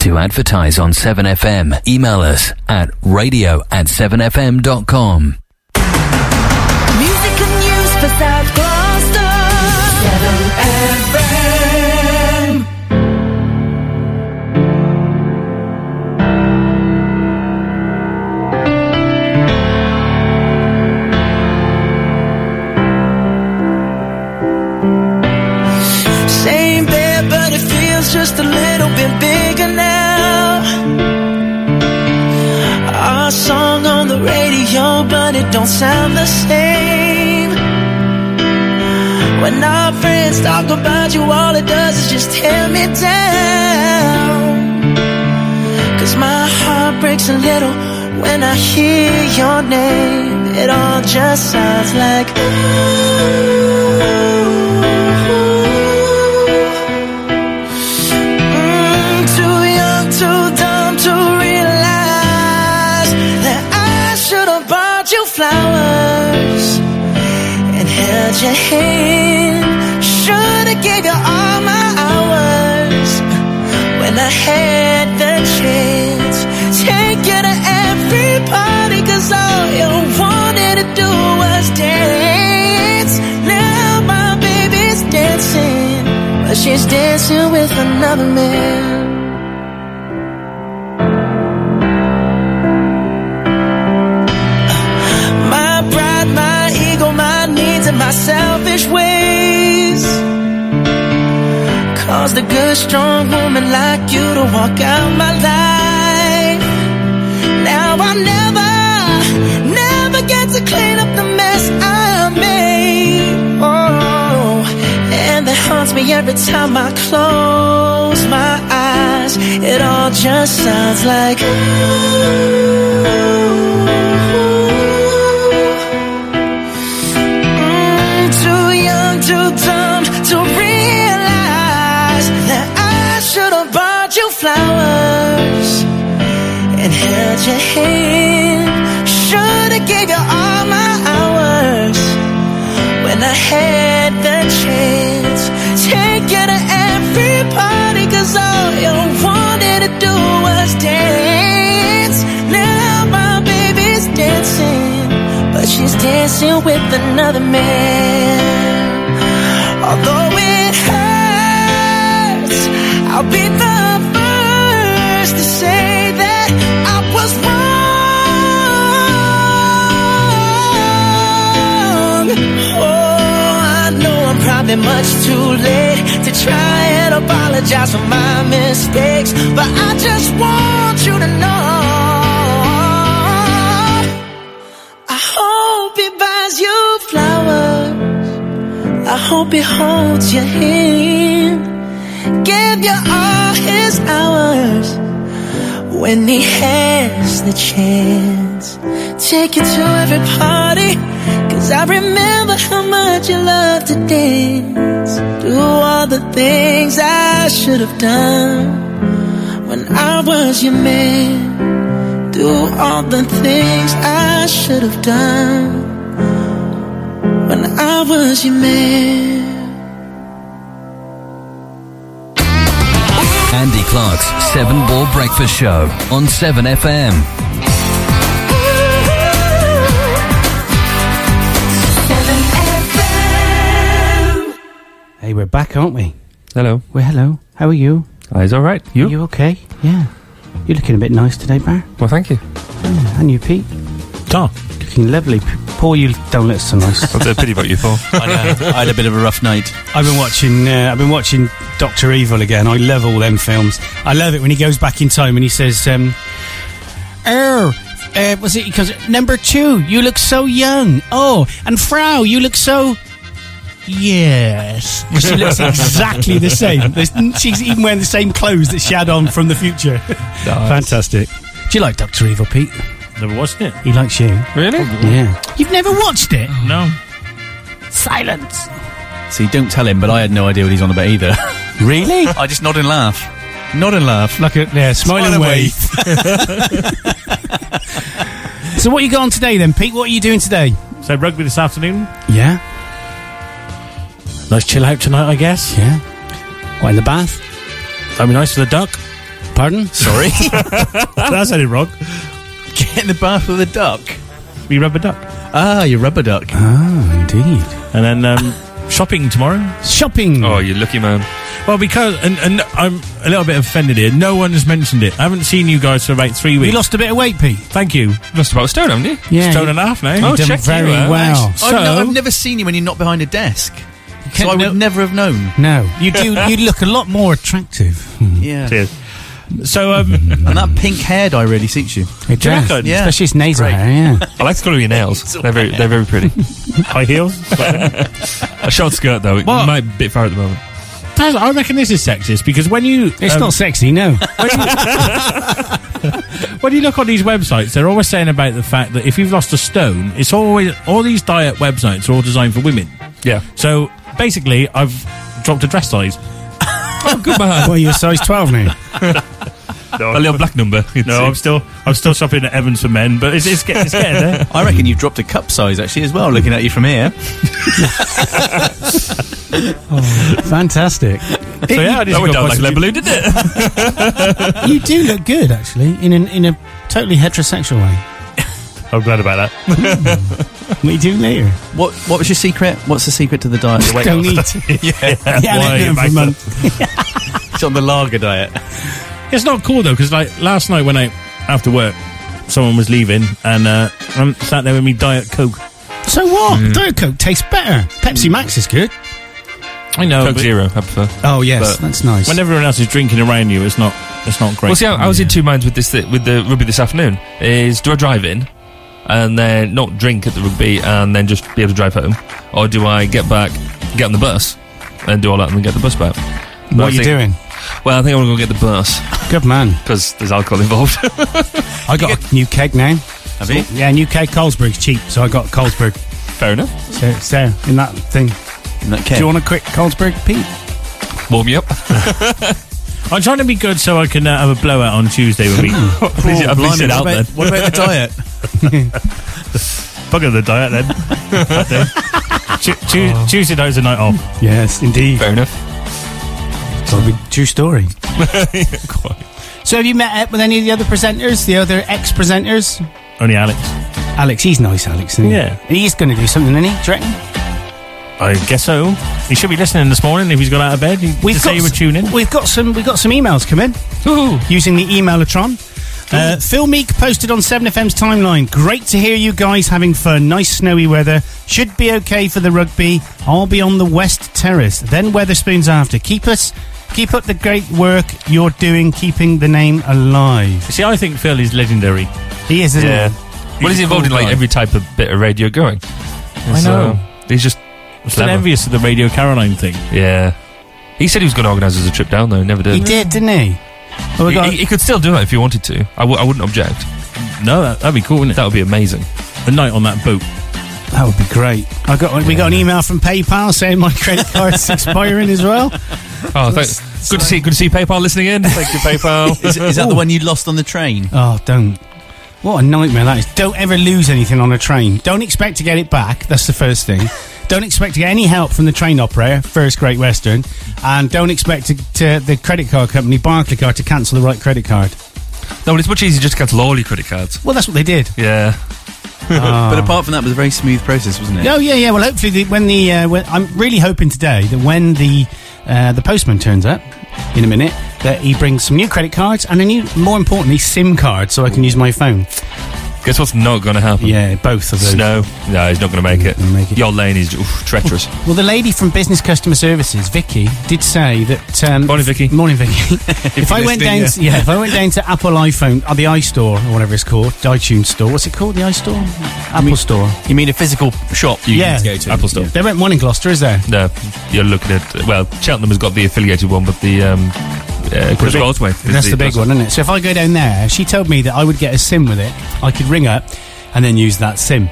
S1: To advertise on 7FM, email us at radio at 7fm.com.
S2: Music and news for South Gloucester. 7FM.
S24: Same bed, but it feels just a little bit bigger now. Our song on the radio, but it don't sound the same. When our friends talk about you, all it does is just tear me down. Cause my heart breaks a little when I hear your name. It all just sounds like. Mm, too young, too dumb to realize that I should have bought you flowers and held your hand. Should have gave you all my hours when I had the chance. Take you to every party, cause all you wanted to do was dance. Now my baby's dancing. But she's dancing with another man. My pride, my ego, my needs, and my selfish ways. Caused a good, strong woman like you to walk out my life. Now I never, never get to clean up the mess I made. Oh, and that haunts me every time I close my eyes. It all just sounds like. Mm, too young, too dumb to realize that I should have bought you flowers and held your hand. Should have gave you all my hours when I had the chance. Take you to every party, cause all you wanted to do was dance. Now my baby's dancing, but she's dancing with another man. Although it hurts, I'll be the first to say that I was wrong. Oh, I know I'm probably much too late to try and apologize for my mistakes, but I just want you to know. I hope he buys you flowers. I hope he holds your hand. Give you all his hours when he has the chance. Take you to every party, cause I remember how much you loved to dance. Do all the things I should have done when I was your man. Do all the things I should have done when I was your man.
S1: Andy Clark's Seven Ball Breakfast Show on 7FM.
S4: Hey, we're back, aren't we?
S3: Hello.
S4: Well, hello. How are you?
S3: Eyes all right. You?
S4: You okay? Yeah. You're looking a bit nice today, Bar.
S3: Well, thank you.
S4: and you, Pete.
S5: Tom.
S4: Looking lovely. P- Paul, you don't look so nice.
S3: That's a pity about you, Paul.
S6: I know. I had a bit of a rough night.
S4: I've been watching. Uh, I've been watching Doctor Evil again. I love all them films. I love it when he goes back in time and he says, um, "Er, uh, was it because number two? You look so young. Oh, and Frau, you look so." Yes, she looks exactly the same. There's, she's even wearing the same clothes that she had on from the future. Fantastic. Do you like Doctor Evil, Pete?
S5: Never watched it.
S4: He likes you.
S3: Really?
S4: Yeah. You've never watched it?
S5: No.
S4: Silence.
S6: See, don't tell him, but I had no idea what he's on about either.
S4: really?
S6: I just nod and laugh. Nod and laugh.
S4: Like a yeah, smile, and wave. so what you got on today then, Pete? What are you doing today?
S5: So rugby this afternoon.
S4: Yeah.
S5: Nice chill out tonight, I guess.
S4: Yeah. What in the bath?
S5: That'd be nice for the duck.
S4: Pardon?
S6: Sorry.
S5: that sounded wrong.
S6: Get in the bath with a duck.
S5: We rubber duck.
S6: Ah, you rubber duck.
S4: Ah, indeed.
S5: And then um, shopping tomorrow.
S4: Shopping.
S3: Oh, you lucky man.
S5: Well, because and, and I'm a little bit offended here. No one has mentioned it. I haven't seen you guys for about three weeks.
S4: You lost a bit of weight, Pete.
S5: Thank you.
S3: Lost about a stone, haven't you?
S4: Yeah.
S5: Stone
S4: you-
S5: and a half
S4: You've
S5: now.
S3: Oh,
S4: done
S3: check you
S4: very
S5: uh,
S3: out.
S4: well.
S6: I've, no, I've
S4: So-
S6: never seen you when you're not behind a desk. So
S4: can't
S6: I would
S4: know-
S6: never have known.
S4: No, you do. You look a lot more attractive.
S6: Yeah.
S5: Cheers. So um,
S6: And that pink hair dye really suits you.
S4: It
S5: you
S4: does.
S5: reckon?
S6: Yeah.
S4: Especially his nasal
S6: Great.
S4: hair. Yeah.
S3: I like the colour of your nails. They're very, they're very pretty.
S5: high heels.
S3: A short skirt though. It
S5: What?
S3: might be a bit far at the moment.
S5: I reckon this is sexist because when you
S4: It's
S5: um,
S4: not sexy, no.
S5: when you look on these websites, they're always saying about the fact that if you've lost a stone, it's always all these diet websites are all designed for women.
S3: Yeah.
S5: So basically, I've dropped a dress size.
S3: Oh, Good man.
S4: well, you're size twelve now.
S3: A little black number.
S5: No, I'm still I'm still shopping at Evans for men, but it's it's, get, it's getting there.
S6: I reckon you've dropped a cup size actually as well. Looking at you from here,
S4: Fantastic.
S5: So yeah, I just
S3: that went down
S5: got
S3: like
S5: positive-
S3: lead balloon, didn't it?
S4: you do look good, actually, in an, in a totally heterosexual way.
S5: I'm glad about that.
S4: We do later.
S6: what what was your secret? What's the secret to the diet? The weight
S4: Don't
S6: loss?
S4: eat.
S6: yeah,
S4: yeah,
S5: why,
S4: I don't know, for a
S5: mate?
S4: month.
S6: it's on the lager diet.
S5: It's not cool though, because like last night when I after work, someone was leaving, and uh, I'm sat there with me diet coke.
S4: So what? Diet Coke tastes better. Pepsi Max is good.
S5: I know.
S3: Coke
S5: but
S3: Zero, I prefer.
S4: Oh yes,
S5: But
S4: that's nice.
S5: When everyone else is drinking around you, it's not it's not great.
S3: Well, see, I, I was in two minds with this th- with the rugby this afternoon. Is do I drive in and then not drink at the rugby and then just be able to drive home, or do I get back, get on the bus, and do all that and then get the bus back? But I
S4: what are you
S3: think-
S4: doing?
S3: Well, I think I'm gonna go get the bus
S4: Good man.
S3: because there's alcohol involved.
S4: I got a new keg now.
S6: Have you?
S4: Yeah, new keg. Colesberg's cheap, so I got Colesberg.
S3: Fair enough.
S4: So, so in that thing,
S6: In that
S4: do
S6: keg.
S4: you want a quick Colesberg, Pete?
S3: Warm you up.
S5: I'm trying to be good so I can uh, have a blowout on Tuesday when we
S3: Please, I've
S6: Blimey,
S3: leased it
S6: what
S3: out
S6: about-
S3: then.
S6: What about the diet?
S5: bugger the diet then. Tu- tu- Tuesday night's a night off.
S4: Yes, indeed.
S3: Fair enough.
S4: That'll be true story. So have you met up with any of the other presenters, the other ex-presenters?
S5: Only Alex.
S4: Alex, he's nice, Alex. Isn't he?
S5: Yeah.
S4: he's going to do something, isn't he? Do you reckon?
S5: I guess so. He should be listening this morning if he's got out of bed. He, to say he would
S4: s-
S5: tune in.
S4: We've got some. We've got some emails come in using the emailatron. Uh, Phil Meek posted on 7FM's timeline. Great to hear you guys having fun. Nice snowy weather. Should be okay for the rugby. I'll be on the West Terrace. Then Weatherspoons after. Keep us, keep up the great work you're doing, keeping the name alive.
S5: See, I think Phil is legendary.
S4: He is, isn't
S3: Yeah.
S4: he?
S3: Well, he's
S5: a cool
S3: involved in like
S5: guy.
S3: every type of bit of radio going. I
S5: know.
S3: he's just
S5: I'm still
S3: clever.
S5: envious of the Radio Caroline thing.
S3: yeah. He said he was going to organise us a trip down though. Never did.
S4: He did, didn't he?
S5: Oh,
S4: Well, we
S3: He,
S4: got-
S3: he- he could still do that if he wanted to. I, w- I wouldn't object.
S5: No, that, that'd be cool, wouldn't it?
S3: That would be amazing.
S5: A night on that boat.
S4: that would be great. I got we got an email from PayPal saying my credit card's expiring as well.
S3: Oh, thanks. Good to see. Good to see PayPal listening in. Thank you, PayPal.
S6: Is, is that the one you lost on the train?
S4: Oh, don't. What a nightmare that is. Don't ever lose anything on a train. Don't expect to get it back. That's the first thing. don't expect to get any help from the train operator, First Great Western. And don't expect to, to the credit card company, Barclaycard, to cancel the right credit card.
S3: no, but it's much easier just to cancel all your credit cards.
S4: Well, that's what they did.
S3: Yeah.
S5: Ah.
S6: But apart from that, it was a very smooth process, wasn't it?
S4: Oh, yeah, yeah. Well, hopefully, the, when the. Uh, when, I'm really hoping today that when the uh, the postman turns up in a minute, that he brings some new credit cards and a new, more importantly, SIM card so I can use my phone.
S3: Guess what's not going to happen?
S4: Yeah, both of those.
S3: Snow. No, he's not going to make it. Your lane is oof, treacherous.
S4: Well, the lady from Business Customer Services, Vicky, did say that. Um, morning,
S3: Vicky.
S4: Morning, Vicky. if,
S3: you're
S4: I went down,
S3: listening,
S4: to,
S3: yeah.
S4: yeah, if I went down to Apple iPhone or the iStore or whatever it's called, the iTunes Store. What's it called? The iStore, Apple Store.
S6: You mean a physical shop you
S4: yeah,
S6: need to go to?
S3: Apple Store.
S4: There went one in Gloucester, is there?
S3: no, you're looking at. Well, Cheltenham has got the affiliated one, but the. Um, uh, Chris
S4: big-
S3: Goldsmith is
S4: That's the big one, isn't it? So if I go down there, she told me that I would get a SIM with it. I could ring up and then use that SIM.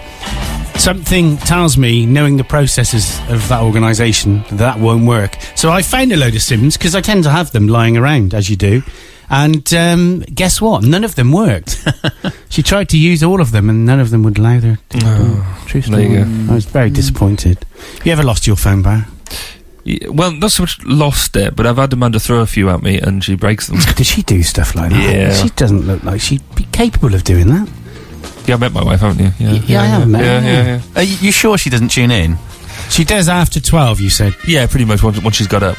S4: Something tells me, knowing the processes of that organisation, that that won't work. So I found a load of SIMs because I tend to have them lying around, as you do. And um, guess what? None of them worked. she tried to use all of them, and none of them would allow her. To True
S3: Oh, there
S4: story.
S3: you go. Mm.
S4: I was very disappointed. You ever lost your phone, Bar?
S3: Yeah, well, not so much lost it, but I've had Amanda throw a few at me and she breaks them.
S4: Did she do stuff like that?
S3: Yeah.
S4: She doesn't look like she'd be capable of doing that.
S3: Yeah, I met my wife, haven't you? Yeah,
S4: yeah, I have met
S3: Yeah,
S4: her,
S3: yeah,
S4: yeah.
S3: yeah.
S6: Are you, you sure she doesn't tune in?
S4: Oh, She does after 12, you said.
S3: Yeah, pretty much once, once she's got up.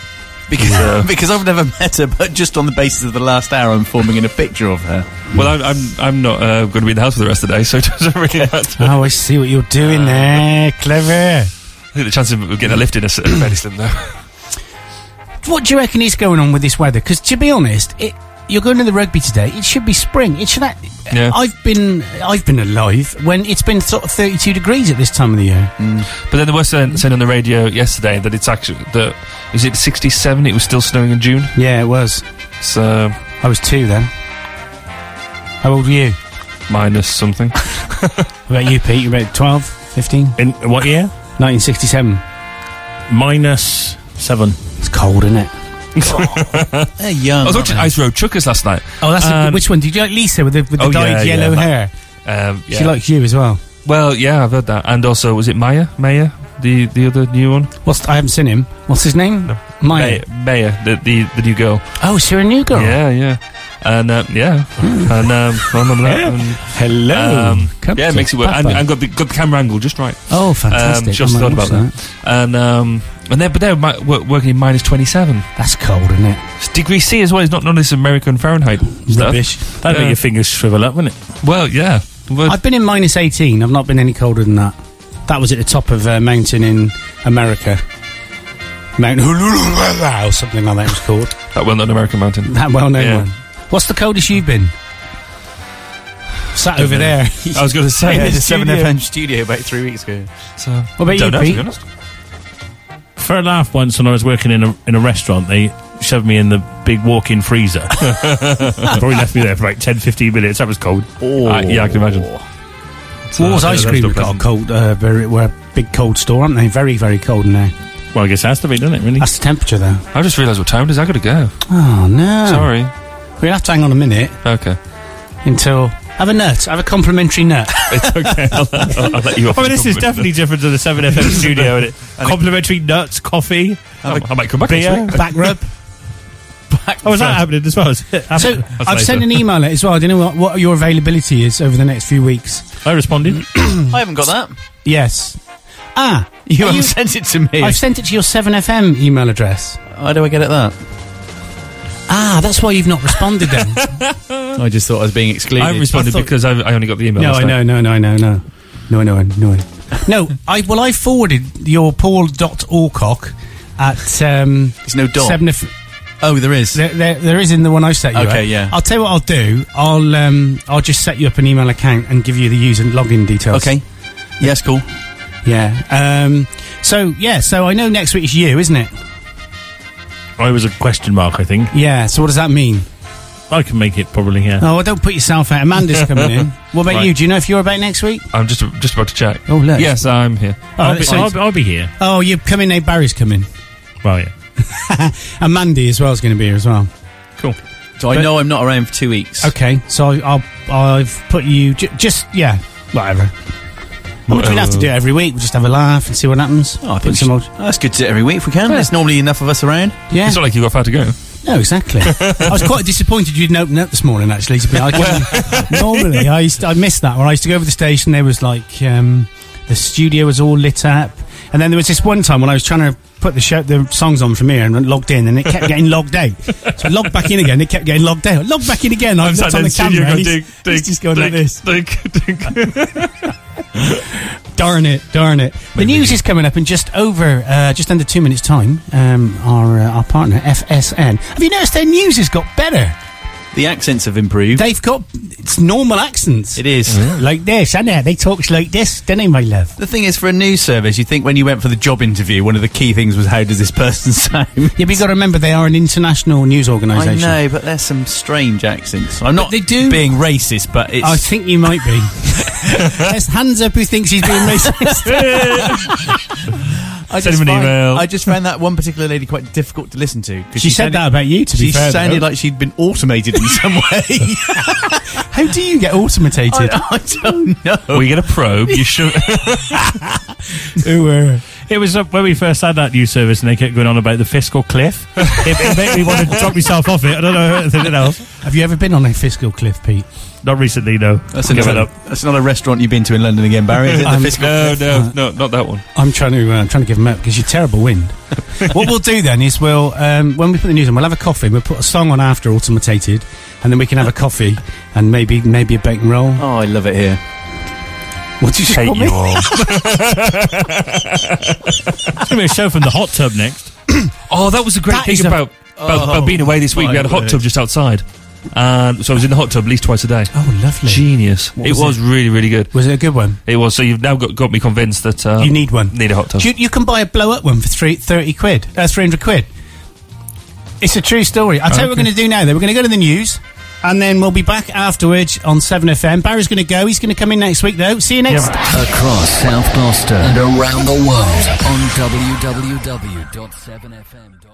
S6: Because, uh,
S3: Yeah.
S6: because I've never met her, but just on the basis of the last hour, I'm forming in a picture of her.
S3: Well, I'm I'm, I'm not uh, going to be in the house for the rest of the day, so it doesn't really Ah. matter.
S4: Oh, I see what you're doing there. Clever.
S3: I think the chances of getting a lift in are s- are fairly slim, though.
S4: What do you reckon is going on with this weather? Because to be honest, it, you're going to the rugby today. It should be spring. It should. Act,
S3: Yeah.
S4: I've been I've been alive when it's been sort of 32 degrees at this time of the year.
S3: But then they were saying, saying on the radio yesterday that it's actually that is it 67? It was still snowing in June.
S4: Yeah, it was.
S3: So
S4: I was two then. How old were you?
S3: Minus something.
S4: What about you, Pete? You're about 12, 15?
S5: In what year?
S4: 1967.
S5: Minus seven.
S4: It's cold, isn't it?
S6: They're young.
S3: I was
S6: aren't
S3: watching Ice Road Chuckers last night. Um,
S4: Oh, that's a,
S3: And-
S4: which one? Did you like Lisa with the, with the
S3: Oh, yeah,
S4: dyed
S3: yeah,
S4: yellow
S3: that-
S4: hair?
S3: Um, yeah.
S4: She likes you as well.
S3: Well, yeah, I've heard that. And also, was it Maya? Maya, the the other new one?
S4: What's I haven't seen him. What's his name? Maya.
S3: Maya, Maya the, the the new girl.
S4: Oh, she's a new girl. Hmm.
S3: Yeah, yeah. And uh, yeah, and um, I remember that. And,
S4: Hello.
S3: um,
S4: Come
S3: yeah, it
S4: to
S3: makes it work. And,
S4: Papa.
S3: and got the got the camera angle just right.
S4: Oh, fantastic.
S3: Um, she also
S4: I might
S3: thought about
S4: watch
S3: that. And um, and they but they're mi- wor- working in minus twenty seven.
S4: That's cold, isn't it?
S3: It's degree C as well. It's not none of this American Fahrenheit stuff.
S5: Rubbish. That'd make
S3: Yeah.
S5: your fingers shrivel up, wouldn't it?
S3: Well, yeah. Well,
S4: I've been in minus 18. I've not been any colder than that. That was at the top of a mountain in America. Mount Hululu, or something like that it was called.
S3: that well-known American mountain.
S4: That well known
S3: Yeah.
S4: one. What's the coldest you've been? Sat over there.
S3: I was going to say
S6: I did a
S4: studio.
S6: 7FM studio about three weeks ago.
S3: So,
S4: What
S3: don't
S4: about you,
S3: know, to
S4: Pete?
S3: be honest.
S5: For a laugh once when I was working in a, in a restaurant, they shoved me in the big walk-in freezer. Probably left me there for like 10, 15 minutes. That was cold. Oh. yeah, I can imagine.
S4: What was
S5: Uh,
S4: ice
S5: that's
S4: cream?
S5: not
S4: We've got a
S5: pleasant.
S4: cold, uh, very, we're a big cold store, aren't they? Very, very cold now.
S5: Well, I guess it has to be, doesn't it, really?
S4: That's the temperature, though.
S3: I just realised what time it is. I got to go.
S4: Oh, no.
S3: Sorry.
S4: We'll have to hang on a minute
S3: Okay.
S4: until. Have a nut. Have a complimentary nut.
S3: It's okay. I'll, I'll, I'll let you off.
S5: I mean, this is definitely different to the 7FM studio, isn't it?
S6: And it-
S5: Complimentary nuts, coffee.
S3: I might come back next
S5: beer.
S3: week.
S4: Back rub.
S5: Oh, is that happening as well? Is it
S4: So
S5: happening?
S4: I've sent an email out as well. I don't know what, what your availability is over the next few weeks.
S5: I responded.
S6: I haven't got that.
S4: Yes. Ah,
S6: You
S4: are
S6: haven't sent it to me.
S4: I've sent it to your 7FM email address.
S6: How do I get at that?
S4: Ah, that's why you've not responded then.
S6: I just thought I was being excluded.
S3: I responded because I, I only got the email.
S4: no,
S3: last
S4: I
S3: night.
S4: know, no, no, no, no. No, no, no. No, I well, I forwarded your paul.orcock at um,
S6: There's no dot.
S4: 7 F-
S6: oh, there is.
S4: There, there, there is in the one I set you.
S6: Okay,
S4: at.
S6: yeah.
S4: I'll tell you what I'll do. I'll um, I'll just set you up an email account and give you the user and login details.
S6: Okay. Yes, cool.
S4: Yeah. Um, so yeah. So I know next week is you, isn't it?
S5: I was a question mark, I think.
S4: Yeah. So what does that mean?
S5: I can make it probably, yeah.
S4: Oh, well, don't put yourself out. Amanda's coming in. What about
S3: Right.
S4: you? Do you know if you're about next week?
S3: I'm just just about to check.
S4: Oh, look.
S3: Yes, I'm here.
S5: I'll,
S4: that
S5: be,
S4: sounds-
S5: I'll, be- I'll be here.
S4: Oh, you're coming. Now Barry's coming.
S5: Well, yeah.
S4: and Mandy as well is going to be here as well.
S5: Cool.
S6: So I know I'm not around for two weeks.
S4: Okay. So I'll I've put you j- just yeah whatever. We don't have to do it every week. We'll just have a laugh and see what happens.
S6: Uh, Oh, I
S4: Put
S6: think
S4: some
S6: we
S4: old,
S6: should- that's good to do it every week if we can.
S4: Yeah.
S6: There's normally enough of us around.
S4: yeah.
S3: It's not like you've got far to go.
S4: No, exactly. I was quite disappointed you didn't open up this morning. Actually, to be I couldn't- normally I used to, I missed that. Or I used to go over the station. There was like um, the studio was all lit up, and then there was this one time when I was trying to put the show, the songs on from here and logged in, and it kept getting logged out. So I logged back in again. It kept getting logged out. Logged back in again. I
S3: I'm
S4: was
S3: sat
S4: on
S3: in the
S4: the
S3: studio
S4: camera.
S3: going,
S4: and
S3: dig,
S4: he's,
S3: dig,
S4: he's just going like
S3: dig,
S4: this.
S3: dig,
S4: Darn it! Darn it! The news is coming up in just over, uh, just under two minutes' time. Um, our uh, our partner FSN. Have you noticed their news has got better?
S6: The accents have improved.
S4: They've got it's normal accents.
S6: It is.
S4: like this, and they talks like this, don't they, my love?
S6: The thing is, for a news service, you think when you went for the job interview, one of the key things was how does this person sound?
S4: Yeah, but you got to remember they are an international news
S6: I
S4: organisation.
S6: know, but there's some strange accents. I'm not being racist, but it's.
S4: I think you might be. There's hands up who thinks he's being racist.
S6: I
S4: Send
S6: just
S4: him an
S6: find-
S4: email.
S6: I just found that one particular lady quite difficult to listen to. 'cause
S4: She said that about you, to be
S6: she
S4: fair,
S6: sounded
S4: though.
S6: like she'd been automated in some way.
S4: How do you get automated?
S6: I, I don't
S5: Oh.
S6: know.
S3: Well, you get a probe. You should.
S5: It was uh, when we first had that news service, and they kept going on about the fiscal cliff. it, it made me want to drop myself off it. I don't know anything else.
S4: Have you ever been on a fiscal cliff, Pete?
S5: Not recently, no.
S6: That's,
S5: Give it
S6: another,
S5: up.
S6: that's another restaurant you've been to in London again, Barry. Is it the
S4: Um,
S6: fiscal Uh-huh.
S4: no,
S3: no, no, not that one.
S4: I'm trying to uh, I'm trying to give them up because you're terrible wind. what we'll do then is we'll um, when we put the news on, we'll have a coffee. We'll put a song on after automated, and then we can have a coffee and maybe maybe a bacon roll.
S6: Oh, I love it here.
S4: What did you
S5: Hate
S4: call me?
S5: you all. It's gonna be a show from the hot tub next.
S3: Oh, that was a great
S5: That is
S3: thing
S5: a-
S3: about, about,
S5: Oh,
S3: about being away this week. We had a
S5: my
S3: hot tub
S5: word.
S3: just outside. And so I was in the hot tub at least twice a day.
S4: Oh, lovely.
S3: Genius.
S4: What
S3: it
S4: was
S3: was
S4: it?
S3: really, really good.
S4: Was it a good one?
S3: It was. So you've now got, got me convinced that. Um,
S4: You need one.
S3: Need a hot tub.
S4: Do You, you can buy a blow up one for three, 30 quid, uh, 300 quid. It's a true story. I'll tell you what we're
S5: Okay.
S4: going to do now, though. We're going to go to the news, and then we'll be back afterwards on 7FM. Barry's going to go. He's going to come in next week, though. See you next.
S25: Across South Gloucester and around the world on www.7fm.com.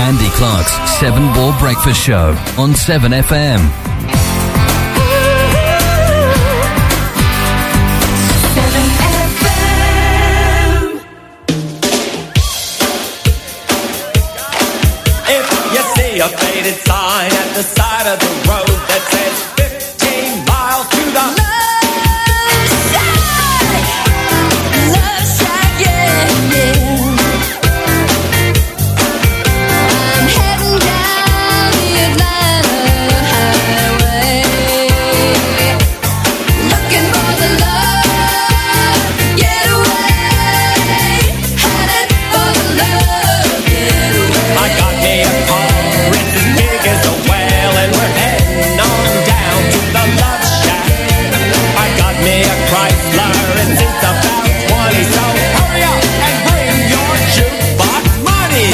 S25: Andy Clark's Seven Ball Breakfast Show on 7FM.
S2: If you see a faded sign at the side of the road that says 15 miles to the I got me a car, it's as big as a whale, and we're heading on down to the love shack. I got me a Chrysler, and it's about 20, so hurry up and bring your jukebox money.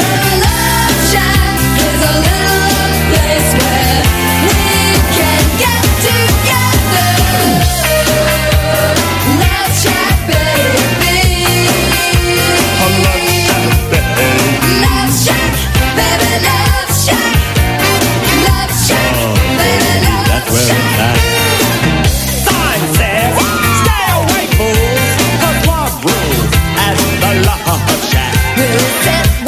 S2: Oh,
S3: Uh,
S2: Sign says, stay away, fools. The club rules at the love shack.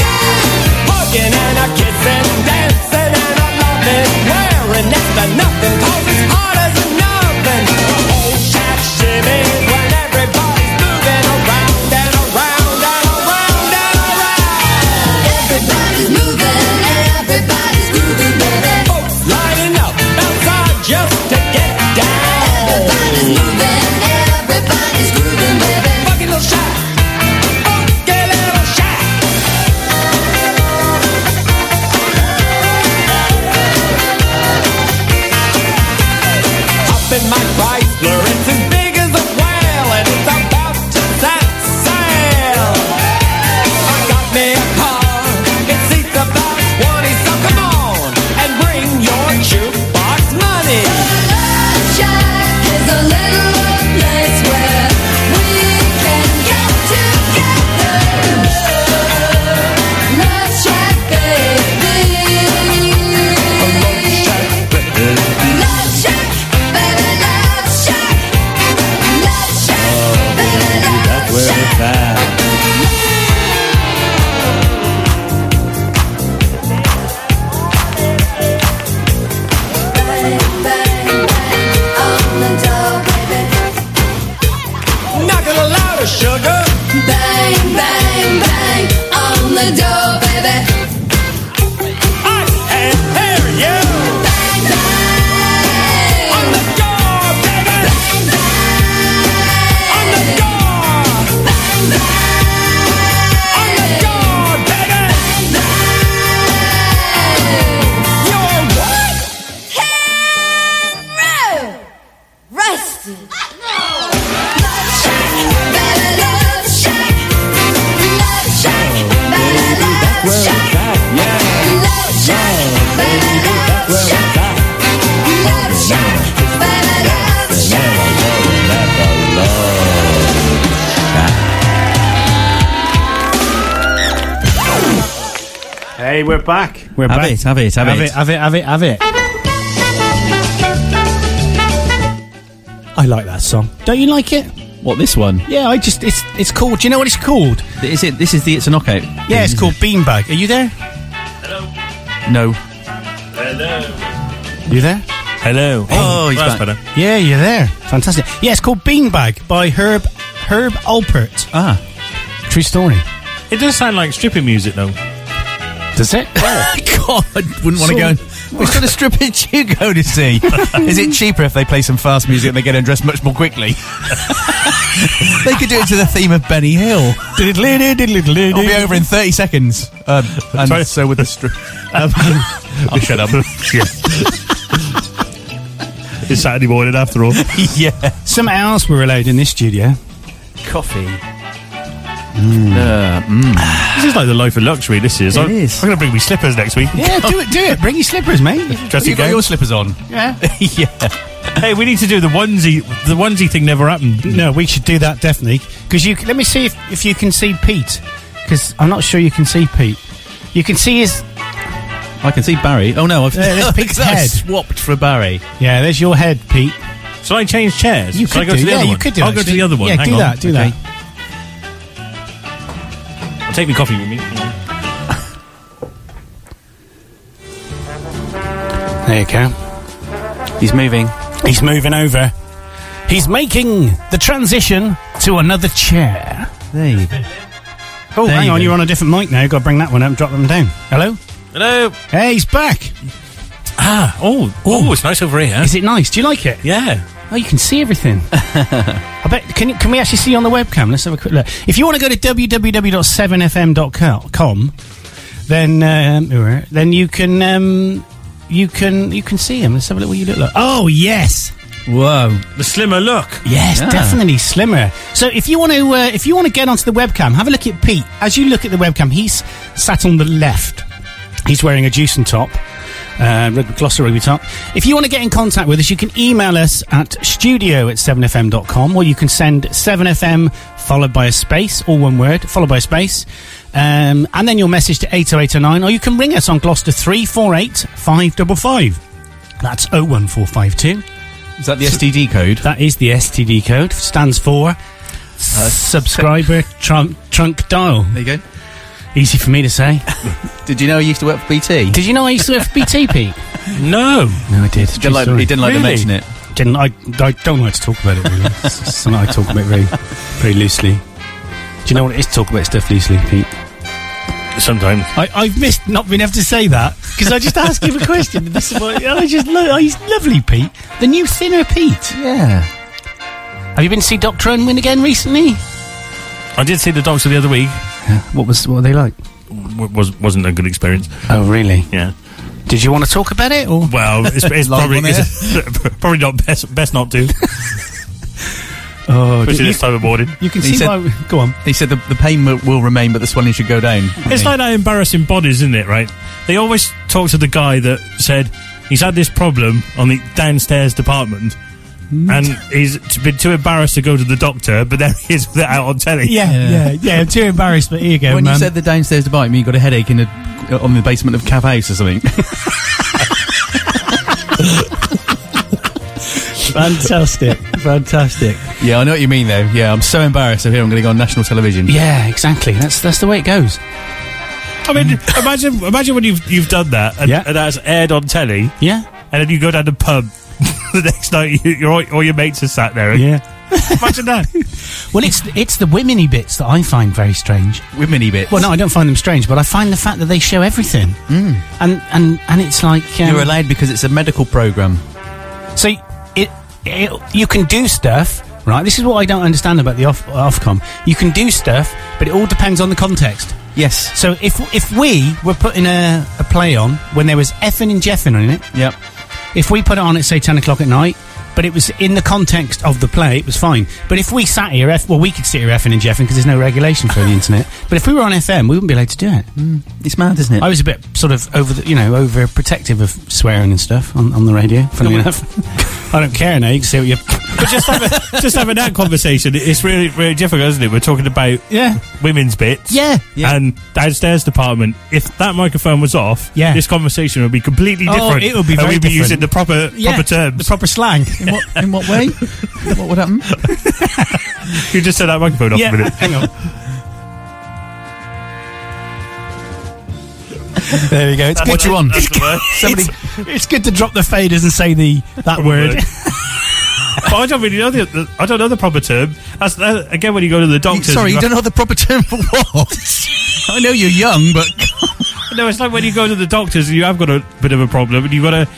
S2: Hugging and a kissing, dancing and a loving, wearing next to nothing, cause it's hard as a nothing. The whole shack shimmies when everybody's moving around and around and around and around. Everybody's moving and everybody's grooving, baby. Folks lining up outside just to get down. Everybody's moving, everybody's grooving, baby. Fucking little shack, funky little shack. up in my Chrysler. It's as big as a whale, and it's about to set sail. I got me a car. It seats about arrested. Love shack, bella love shack. Love shack, bella love shack. Love shack, bella love shack. Love shack, bella love shack.
S4: Hey, we're back. We're
S6: Have
S4: back.
S6: it, have it, have it.
S4: Have it, have it, have it. I like that song. Don't you like it?
S6: What this one?
S4: Yeah, I just it's it's called. Do you know what it's called?
S6: Is it? This is the. It's a knockout.
S4: Yeah, it's called Beanbag. Are you there?
S6: No.
S4: You there?
S5: Hello.
S4: Oh, he's
S5: that's
S4: back.
S5: better.
S4: Yeah, you're there. Fantastic. Yeah, it's called Beanbag by Herb Herb Alpert.
S6: Ah,
S4: true story.
S5: It does sound like stripping music, though.
S4: Does it?
S6: God, I wouldn't want
S5: So-
S6: to go. and- Which sort of strip did you go to see? Is it cheaper if they play some fast music and they get undressed much more quickly? they could do it to the theme of Benny Hill. It'll be over in 30 seconds. Um, and
S5: Sorry.
S6: so with the strip. Um,
S5: Oh.
S6: I'll shut up.
S5: It's Saturday morning after all.
S6: yeah.
S4: Something else we're allowed in this studio. Coffee.
S3: Mm.
S5: Uh, mm. This is like the life of luxury. This is.
S4: It
S5: I'm,
S4: is.
S5: I'm going to bring me slippers next week.
S4: Yeah, do it, do it. Bring your slippers, mate.
S5: Dressing
S4: got
S5: gown.
S4: your
S6: slippers on.
S4: Yeah.
S6: yeah.
S5: Hey, we need to do the onesie. The onesie thing never happened.
S4: Mm. No, we should do that definitely. Because you, let me see if, if you can see Pete. Because I'm not sure you can see Pete. You can see his.
S6: I can see Barry. Oh no, I've
S4: Yeah, there's Pete's
S6: I
S4: head.
S6: swapped for Barry.
S4: Yeah, there's your head, Pete.
S5: Shall I change chairs?
S4: You
S5: Shall I go
S4: could do.
S5: to the
S4: yeah,
S5: other
S4: you
S5: one?
S4: could do.
S5: I'll go to
S4: actually.
S5: the other one.
S4: Yeah,
S5: Hang
S4: do
S5: on.
S4: that. Do
S5: Okay.
S4: that.
S5: I'll take me coffee with me.
S4: There you go.
S6: He's moving.
S4: He's moving over. He's making the transition to another chair.
S6: There you
S4: Oh,
S6: There
S4: hang
S6: you
S4: on,
S6: go.
S4: you're on a different mic now. Got to bring that one up and drop them down. Hello?
S5: Hello.
S4: Hey, he's back.
S5: Ah. Oh. Oh, it's nice over here.
S4: Is it nice? Do you like it?
S5: Yeah.
S4: Oh, you can see everything. I bet. Can, you- can we actually see on the webcam? Let's have a quick look. If you want to go to www.7fm.com, then um, alright, then you can um, you can you can see him. Let's have a look what you look like. Oh yes,
S6: Whoa.
S5: The slimmer look.
S4: yes,
S5: Yeah.
S4: definitely slimmer. So if you want to uh, if you want to get onto the webcam, have a look at Pete. As you look at the webcam, he's sat on the left. He's wearing a juicing top. Uh, rugby, glossy rugby top. If you want to get in contact with us, you can email us at studio at 7fm.com or you can send 7fm followed by a space, all one word, followed by a space, um, and then your message to 80809 or you can ring us on Gloucester 348 555. That's 01452.
S6: Is that the STD code?
S4: That is the STD code. Stands for Subscriber trunk, trunk Dial.
S6: Uh, There you go.
S4: Easy for me to say.
S6: Did you know he used to work for BT?
S4: Did you know I used to have BT, Pete?
S5: No.
S4: No, I did.
S6: He didn't like, he didn't like to
S5: Really?
S6: mention it.
S4: Didn't I? I don't like to talk about it. Really, it's something I talk about very, very loosely. Do you know what it is? to Talk about stuff loosely, Pete.
S5: Sometimes.
S4: I, I've missed not being able to say that because I just asked him a question. And this is what I just lo- oh, he's lovely, Pete. The new thinner Pete.
S6: Yeah.
S4: Have you been to see Doctor Unwin again recently?
S5: I did see the doctor the other week.
S4: What was what are they like?
S5: W- was wasn't a good experience.
S4: Oh, really?
S5: Yeah.
S4: Did you want to talk about it or?
S5: Well, it's, it's
S6: Live
S5: probably
S6: on
S5: it's probably not best best not to,
S4: Oh,
S5: especially
S4: you,
S5: this time of morning.
S4: you can
S6: He
S4: see
S6: said-
S4: why. Go on.
S6: He said the, the pain will, will remain, but the swelling should go down.
S5: It's like that embarrassing bodies, isn't it? Right? They always talk to the guy that said he's had this problem on the downstairs department,
S4: Mm.
S5: and he's t- been too embarrassed to go to the doctor. But then he's out on telly.
S4: Yeah, yeah, yeah. I'm too embarrassed, but here you go,
S6: when
S4: man.
S6: you said the downstairs to bite me, you got a headache in a, on the basement of Cav House or something.
S4: fantastic, fantastic.
S6: yeah, I know what you mean though. Yeah, I'm so embarrassed. So here I'm going to go on national television.
S4: Yeah, exactly. That's that's the way it goes.
S5: I mean, imagine imagine when you've you've done that and,
S4: Mm. Yeah.
S5: and that's aired on telly,
S4: Yeah,
S5: and then you go down the pub the next night. You, you're all, all your mates are sat there.
S4: yeah.
S5: Imagine that.
S4: Well, it's it's the women-y bits that I find very strange.
S6: with mini bits.
S4: Well, no, I don't find them strange, but I find the fact that they show everything, mm. and and and it's like um,
S6: You're allowed because it's a medical program.
S4: so it, it you can do stuff. Right, this is what I don't understand about the off, Ofcom. You can do stuff, but it all depends on the context.
S6: Yes.
S4: So if if we were putting a, a play on when there was effing and jeffing on it,
S6: Yep.
S4: if we put it on at say ten o'clock at night, but it was in the context of the play, it was fine. But if we sat here, F- well, we could sit here effing and jeffing because there's no regulation for the internet. But if we were on FM, we wouldn't be allowed to do it.
S6: It's mad, isn't it?
S4: I was a bit sort of over, the, you know, over protective of swearing and stuff on, on the radio. Funny enough, I don't care now. You can say what you.
S5: But just having, just having that conversation, it's really, really difficult, isn't it? We're talking about
S4: yeah.
S5: women's bits.
S4: Yeah.
S5: And downstairs department, if that microphone was off, yeah. this conversation would be completely
S4: Oh,
S5: different.
S4: it would be
S5: And
S4: very
S5: we'd be
S4: different.
S5: using the proper
S4: Yeah,
S5: proper terms.
S4: the proper slang. In
S6: what, in what way? what would happen?
S5: you just turned that microphone off
S4: Yeah,
S5: a minute.
S4: hang on. There we go. It's
S5: That's
S4: good
S5: the-
S4: to on.
S5: that's the word.
S4: Somebody, it's, good to drop the faders and say the that word.
S5: but I don't really know the, the I don't know the proper term. That's that, again when you go to the doctor.
S6: Sorry, you don't know the proper term for what? I know you're young, but
S5: No, it's like when you go to the doctors and you have got a bit of a problem and you've got to.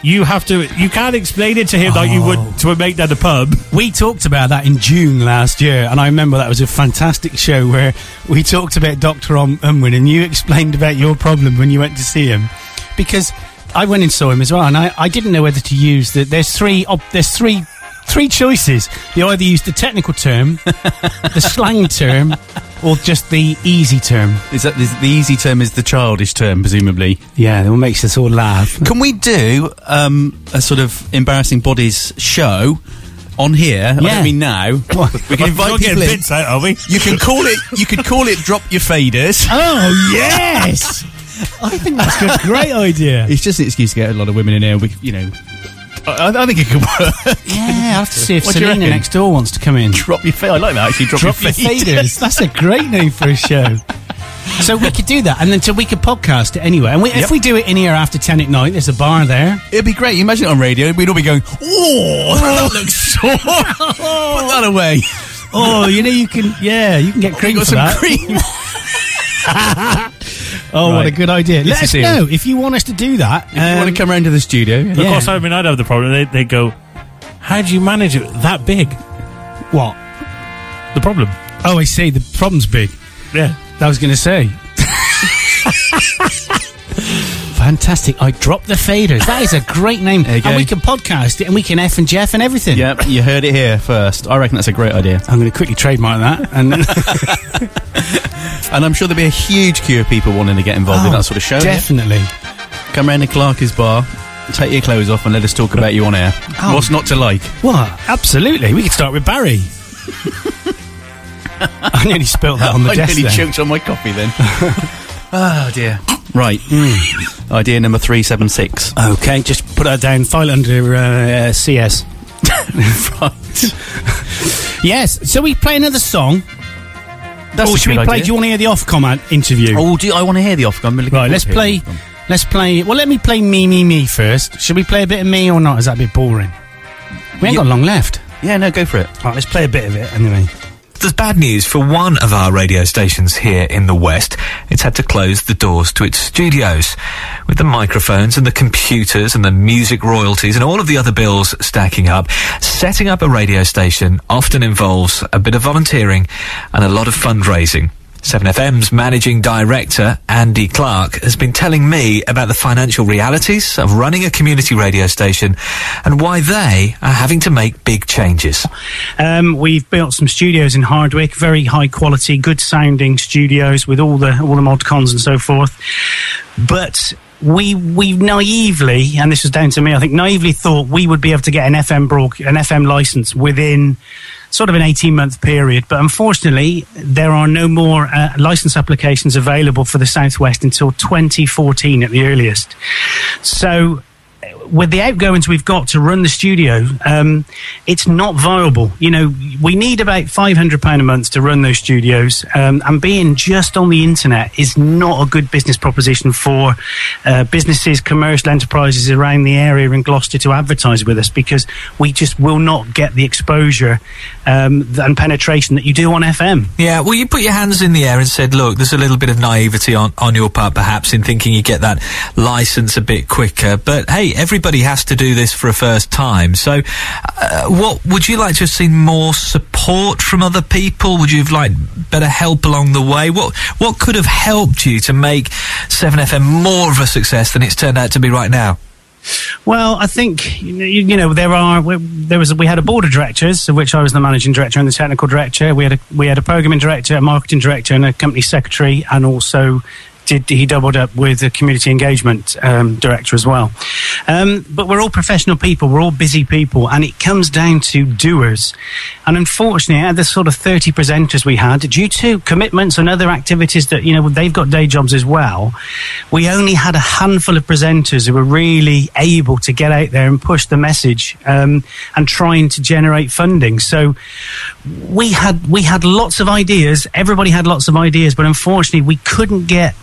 S5: You have to. You can't explain it to him like you would to a mate at a pub.
S4: Oh. We talked about that in June last year, and I remember that was a fantastic show where we talked about Dr. Om- Unwin, and you explained about your problem when you went to see him. Because I went and saw him as well, and I, I didn't know whether to use the. There's three. Op- there's three. Three choices. You either use the technical term, the slang term, or just the easy term.
S6: is that is, the easy term is the childish term, presumably?
S4: Yeah, what makes us all laugh.
S6: Can we do um, a sort of embarrassing bodies show on here? I
S5: Yeah.
S6: don't mean now. We can
S5: We're
S6: invite
S5: not getting
S6: people in.
S5: bits out, are we?
S6: You can call it. You could call it. Drop your faders.
S4: Oh yes, I think that's a great idea.
S6: It's just an excuse to get a lot of women in here. We, you know, I, I- I think it could work.
S4: Yeah, I'll have to see if
S6: What do you
S4: Selena
S6: reckon?
S4: next door wants to come in.
S6: Drop your faders. I like that actually. Drop,
S4: Drop your faders. That's a great name for a show. So we could do that, and then so we could podcast it anyway. And we, if
S6: Yep.
S4: we do it in here after ten at night, there's a bar there.
S6: It'd be great. You imagine it on radio. We'd all be going, "Oh, that looks so." Put that away. Oh,
S4: Oh, you know you can. Yeah, you can get cream
S6: got
S4: for
S6: some
S4: that.
S6: cream.
S4: Oh, what a
S6: Right.
S4: good idea!
S6: It's
S4: Let
S6: a
S4: us
S6: deal.
S4: know if you want us to do that. um,
S6: If you want to come round to the studio, yeah.
S5: Of course, I mean I'd have the problem. They they go, how do you manage it that big?
S4: What?
S5: The problem?
S4: Oh, I see. The problem's big.
S5: Yeah.
S4: I was going to say. Fantastic! I dropped the faders. That is a great name,
S6: There you
S4: and
S6: go.
S4: we can podcast it, and we can f and Jeff and everything.
S6: Yep, you heard it here first. I reckon that's a great idea.
S4: I'm going to quickly trademark that, and
S6: And I'm sure there'll be a huge queue of people wanting to get involved in
S4: Oh,
S6: that sort of show.
S4: Definitely.
S6: Come round to Clark's bar, take your clothes off, and let us talk about you on air.
S4: Oh.
S6: What's not to like?
S4: What? Absolutely. We could start with Barry. I nearly spilt that on the
S6: I
S4: desk.
S6: nearly
S4: then.
S6: choked on my coffee then. oh dear. Right. Idea number 376.
S4: Hmm. Okay, just put that down. File it under uh, uh, CS. right. yes. So we play another song.
S6: That's
S4: or
S6: a
S4: should we
S6: good
S4: play?
S6: idea.
S4: Do you want to hear the off comment interview?
S6: Oh, do you, I want to hear the off. I'm really
S4: right. Let's play. Let's play. Well, let me play me me me first. Should we play a bit of me or not? Is that a bit boring? We ain't got long left.
S6: Yeah, no, go for it.
S4: All right, let's play a bit of it anyway.
S26: There's bad news for one of our radio stations here in the West. It's had to close the doors to its studios. With the microphones and the computers and the music royalties and all of the other bills stacking up, setting up a radio station often involves a bit of volunteering and a lot of fundraising. 7FM's managing director, Andy Clark, has been telling me about the financial realities of running a community radio station and why they are having to make big changes.
S4: Um, we've built some studios in Hardwick, very high quality, good sounding studios with all the all the mod cons and so forth. But we we naively, and this was down to me, I think naively thought we would be able to get an FM broad, an FM license within sort of an 18 month period. But unfortunately, there are no more uh, license applications available for the Southwest until 2014 at the earliest. So with the outgoings we've got to run the studio, um, it's not viable. You know, we need about five hundred pound a month to run those studios, um, and being just on the internet is not a good business proposition for uh, businesses, commercial enterprises around the area in Gloucester to advertise with us because we just will not get the exposure um, and penetration that you do on FM.
S26: Yeah, well, you put your hands in the air and said, look, there's a little bit of naivety on, on your part, perhaps, in thinking you get that license a bit quicker. But hey, everybody has to do this for a first time. So, uh, what would you like to have seen more support from other people? Would you have liked better help along the way? What what could have helped you to make 7FM more of a success than it's turned out to be right now?
S4: Well, I think you know, you you know there are we- there was we had a board of directors of which I was the managing director and the technical director. We had a we had a programming director, a marketing director, and a company secretary, and also did he doubled up with a community engagement um, director as well. Um, but we're all professional people, we're all busy people, and it comes down to doers. And unfortunately, out of the sort of 30 presenters we had, due to commitments and other activities that, you know, they've got day jobs as well, we only had a handful of presenters who were really able to get out there and push the message um, and trying to generate funding. So we had we had lots of ideas. Everybody had lots of ideas, but unfortunately, we couldn't get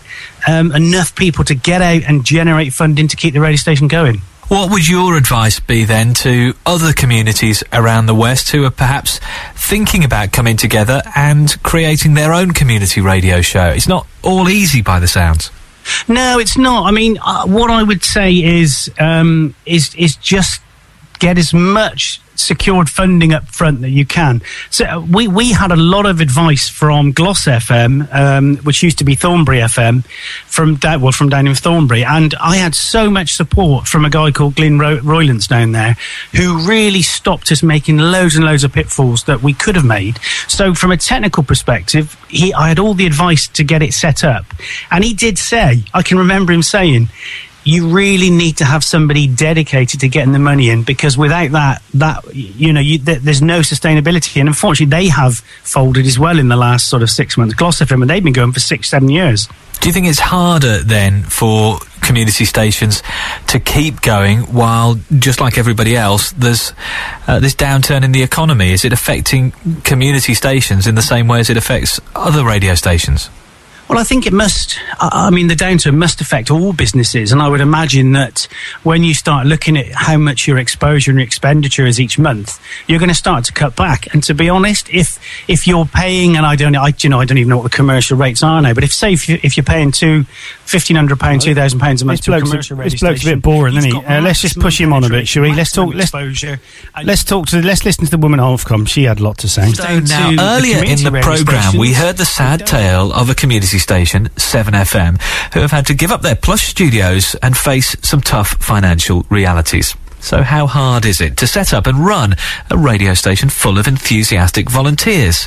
S4: um, enough people to get out and generate funding to keep the radio station going.
S26: What would your advice be then to other communities around the West who are perhaps thinking about coming together and creating their own community radio show? It's not all easy by the sounds.
S4: No, it's not. I mean, uh, what I would say is um, is is just get as much secured funding up front that you can. So uh, we we had a lot of advice from Gloss FM, um, which used to be Thornbury FM, from that well from down in Thornbury, and I had so much support from a guy called Glyn Ro- Roylance down there, who really stopped us making loads and loads of pitfalls that we could have made. So from a technical perspective, he I had all the advice to get it set up, and he did say I can remember him saying you really need to have somebody dedicated to getting the money in because without that, that you know, you, th- there's no sustainability. And unfortunately, they have folded as well in the last sort of six months. Glossifem, and they've been going for six, seven years.
S26: Do you think it's harder then for community stations to keep going while, just like everybody else, there's uh, this downturn in the economy? Is it affecting community stations in the same way as it affects other radio stations?
S4: Well, I think it must. I I mean, the downturn must affect all businesses, and I would imagine that when you start looking at how much your exposure and your expenditure is each month, you're going to start to cut back. And to be honest, if if you're paying, and I don't, I you know, I don't even know what the commercial rates are now, but if say if, you, if you're paying two fifteen hundred pound, two thousand pounds a month This to a bloke's a- commercial radio this bloke's a station, bit boring, you've isn't he? got Uh, let's just push him on a bit, shall we? Let's talk. Let's exposure. let's talk to let's listen to the woman at Ofcom. She had a lot to say.
S26: So now, earlier in the programme, we heard the sad tale of a community station, 7FM, who have had to give up their plush studios and face some tough financial realities. So, how hard is it to set up and run a radio station full of enthusiastic volunteers?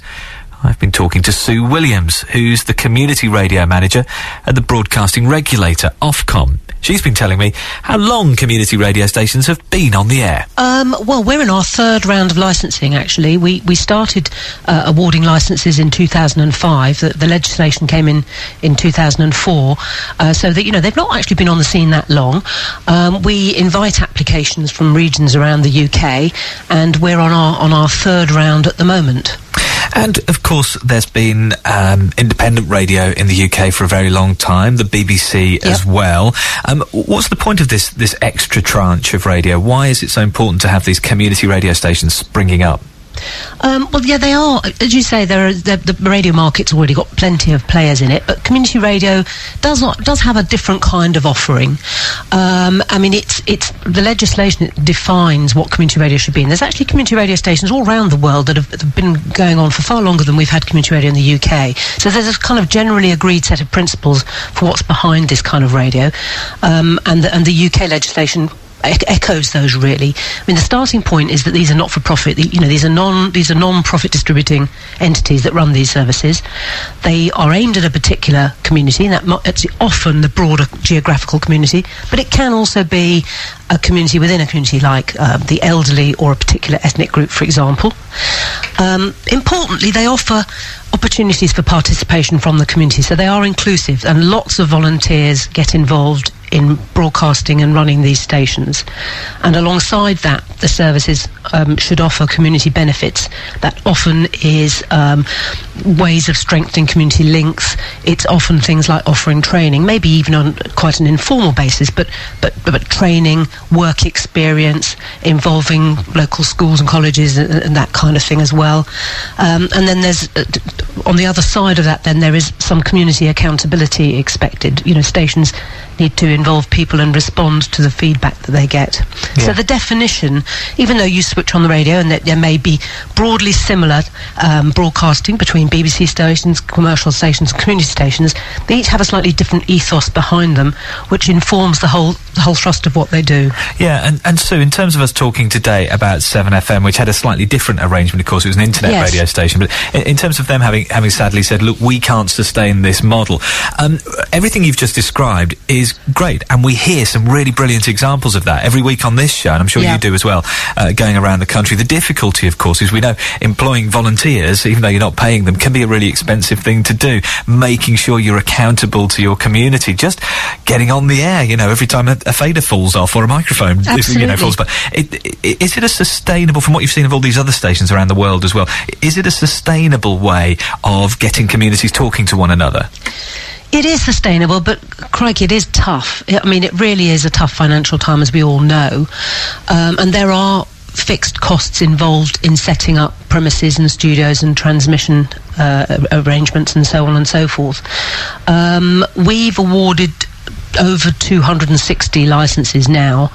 S26: I've been talking to Sue Williams, who's the community radio manager at the broadcasting regulator, Ofcom. She's been telling me how long community radio stations have been on the air.
S11: Um, well, we're in our third round of licensing, actually. We, we started uh, awarding licenses in 2005. The, the legislation came in in 2004. Uh, so that, you know, they've not actually been on the scene that long. Um, we invite applications from regions around the UK, and we're on our, on our third round at the moment.
S26: And of course, there's been um, independent radio in the UK for a very long time, the BBC as well. Um, what's the point of this this extra tranche of radio? Why is it so important to have these community radio stations springing up?
S11: Um, well, yeah, they are. As you say, there are, the, the radio market's already got plenty of players in it, but community radio does not does have a different kind of offering. Um, I mean, it's it's the legislation that defines what community radio should be, and there's actually community radio stations all around the world that have, that have been going on for far longer than we've had community radio in the UK. So there's a kind of generally agreed set of principles for what's behind this kind of radio, um, and the, and the UK legislation ec- echoes those really. I mean, the starting point is that these are not for profit. The- You know, these are non these are non-profit distributing entities that run these services. They are aimed at a particular community, and that mo- it's often the broader geographical community, but it can also be a community within a community, like uh, the elderly or a particular ethnic group, for example. Um, importantly, they offer opportunities for participation from the community, so they are inclusive, and lots of volunteers get involved in broadcasting and running these stations. And alongside that, the services um, should offer community benefits. That often is um, ways of strengthening community links. It's often things like offering training, maybe even on quite an informal basis, but but but training, work experience involving local schools and colleges and, and that kind of thing as well. Um, and then there's uh, d- d- on the other side of that, then there is some community accountability expected. You know, stations need to involve people and respond to the feedback that they get. So the definition, even though you switch on the radio and that there may be broadly similar um, broadcasting between BBC stations, commercial stations, and community stations, they each have a slightly different ethos behind them, which informs the whole the whole thrust of what they do.
S26: Yeah, and, and Sue, in terms of us talking today about 7FM, which had a slightly different arrangement, of course, it was an internet
S11: Yes.
S26: radio station, but in, in terms of them having, having sadly said, look, we can't sustain this model, um, everything you've just described is great, and we hear some really brilliant examples of that every week on this show, and I'm sure
S10: Yeah.
S26: you do as well, uh, going around the country. The difficulty, of course, is we know employing volunteers, even though you're not paying them, can be a really expensive thing to do, making sure you're accountable to your community, just getting on the air, you know, every time a, a fader falls off or a microphone if, you know,
S10: Absolutely.
S26: falls. But it, it, is it a sustainable, from what you've seen of all these other stations around the world as well, is it a sustainable way of getting communities talking to one another?
S11: It is sustainable, but crikey, it is tough. I mean, it really is a tough financial time, as we all know. Um, and there are fixed costs involved in setting up premises and studios and transmission uh, ar- arrangements and so on and so forth. Um, we've awarded over 260 licenses now.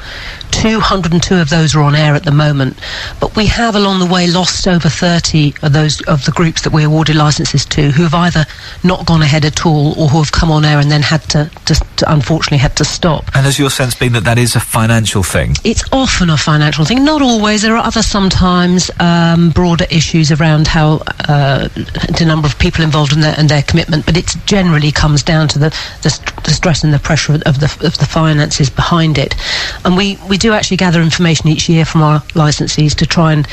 S11: 202 of those are on air at the moment, but we have along the way lost over 30 of those of the groups that we awarded licenses to who have either not gone ahead at all or who have come on air and then had to just unfortunately had to stop.
S26: And has your sense been that that is a financial thing?
S11: It's often a financial thing, not always. There are other sometimes um, broader issues around how uh, the number of people involved in their, and their commitment, but it generally comes down to the, the, st- the stress and the pressure of the, of the finances behind it. And we, we do actually gather information each year from our licensees to try and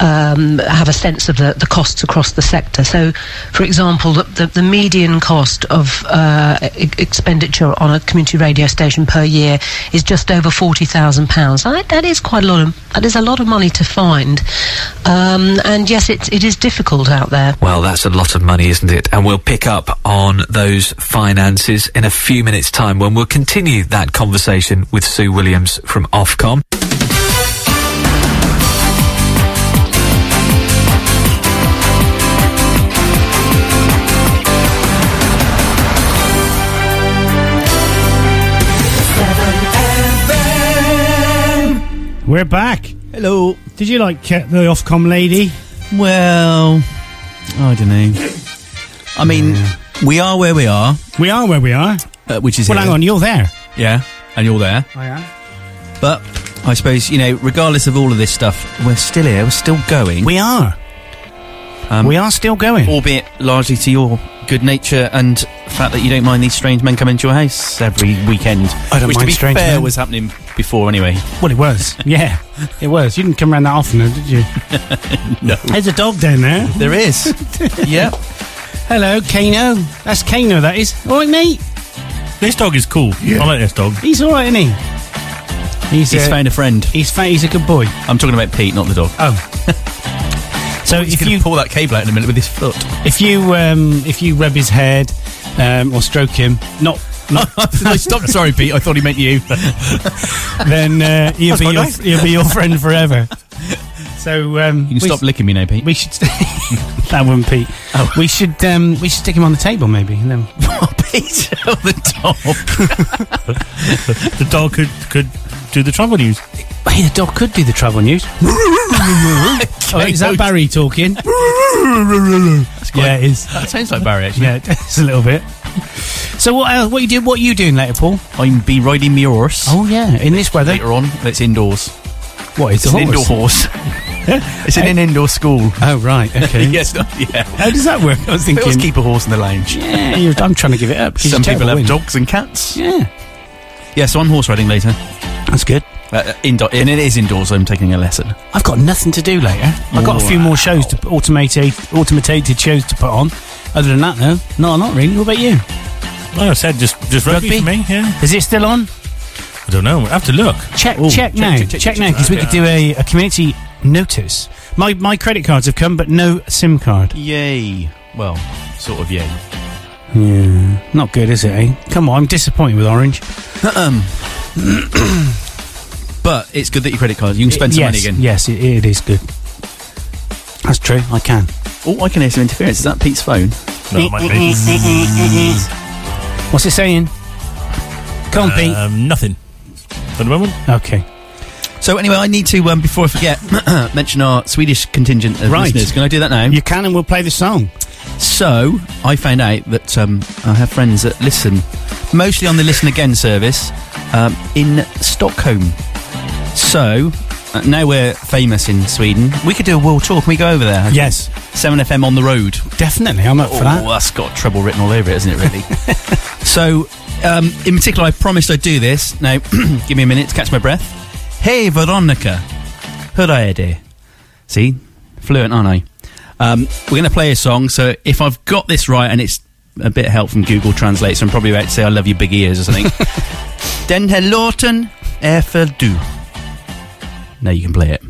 S11: um, have a sense of the, the costs across the sector. So, for example, the, the, the median cost of uh, e- expenditure on a community radio station per year is just over forty thousand pounds. That is quite a lot. Of, that is a lot of money to find. Um, and yes, it, it is difficult out there.
S26: Well, that's a lot of money, isn't it? And we'll pick up on those finances in a few minutes' time when we'll continue that conversation with Sue Williams from Ofcom.
S4: We're back. Hello. Did you like uh, the Ofcom lady?
S6: Well, I don't know. I mean, we are where we are.
S4: We are where we are.
S6: Uh, which is
S4: well,
S6: here.
S4: hang on, you're there.
S6: Yeah, and you're there.
S4: I am.
S6: But I suppose you know, regardless of all of this stuff, we're still here. We're still going. We
S4: are.
S6: Um,
S4: we are still going,
S6: albeit largely to your good nature and the fact that you don't mind these strange men coming to your house every weekend.
S4: I don't
S6: which, to
S4: mind
S6: be
S4: strange
S6: fair,
S4: men.
S6: was happening before anyway.
S4: Well, it was. yeah, it was. You didn't come around that often, though, did you?
S6: no,
S4: There's a dog down there.
S6: There is. yep.
S4: Hello, Kano. That's Kano, that is. All right, mate.
S5: This dog is cool. I like this dog.
S4: He's all right, isn't he? He's,
S6: He's
S4: uh,
S6: found a friend.
S4: He's fa- he's a good boy.
S6: I'm talking about Pete, not the dog.
S4: Oh. so
S6: he's
S4: if
S6: going
S4: you
S6: to pull that cable out in a minute with his foot.
S4: if you um, if you rub his head um, or stroke him, not. not
S6: I stopped. Sorry, Pete. I thought he meant you.
S4: then uh, he'll
S6: That's
S4: be
S6: quite
S4: your,
S6: nice.
S4: he'll be your friend forever. So um,
S6: You can stop licking me now, Pete. Oh.
S4: We should that one, Pete. We should um, we should stick him on the table maybe. and Then
S6: Pete on the top.
S5: the dog could could do the travel news.
S4: Hey, the dog could do the travel news. oh, is that Barry talking? yeah, it is.
S6: That sounds like Barry, actually.
S4: Yeah, it's a little bit. So what else, what you do what are you doing later, Paul?
S6: I'm be riding my horse.
S4: Oh yeah, in this weather.
S6: Later on, it's indoors.
S4: What is
S6: It's an indoor horse. it's in an indoor school.
S4: Oh right, okay.
S6: yes, no, yeah.
S4: How does that work? I was
S6: They
S4: thinking.
S6: always keep a horse in the lounge.
S4: Yeah, you're, I'm trying to give it up. 'cause
S6: Some
S4: you're
S6: people have
S4: terrible, aren't you?
S6: dogs and cats.
S4: Yeah.
S6: Yeah, so I'm horse riding later.
S4: That's good.
S6: Uh, uh, indoor, and it is indoors. I'm taking a lesson.
S4: I've got nothing to do later. I've got a few more shows to automated automated shows to put on. Other than that, though, no, not really. What about you?
S5: Like I said, just just rugby, for me. Yeah,
S4: is it still on?
S5: I don't know. I have to look.
S4: Check,
S5: Ooh,
S4: check, now, check, now, because we could do a, a community notice. My my credit cards have come, but no SIM card.
S6: Yay! Well, sort of yay.
S4: Yeah, not good, is it? Eh? Come on, I'm disappointed with Orange.
S6: Um, but it's good that your credit card. You can spend some
S4: yes,
S6: money again.
S4: Yes, it, it is good. That's true. I can.
S6: Oh, I can hear some interference. Is that Pete's phone?
S5: No, it might be.
S4: What's it saying? Come on, Pete.
S5: Um, nothing at the moment.
S4: Okay.
S6: So anyway, I need to um, before I forget mention our Swedish contingent of
S4: Right.
S6: listeners. Can I do that now?
S4: You can, and we'll play the song.
S6: So I found out that um, I have friends that listen, mostly on the Listen Again service, um, in Stockholm. So uh, now we're famous in Sweden. We could do a world tour. Can we go over there?
S4: Yes.
S6: Seven FM on the road.
S4: Definitely, I'm up for that.
S6: Oh, that's got trouble written all over it, isn't it? Really. so, um, in particular, I promised I'd do this. Now, give me a minute to catch my breath. Hey, Veronica. Hur är det? See, fluent, aren't I? Um, we're going to play a song. So if I've got this right, and it's a bit of help from Google Translate, so I'm probably about to say "I love your big ears" or something. Den här låten är för du. Now you can play it.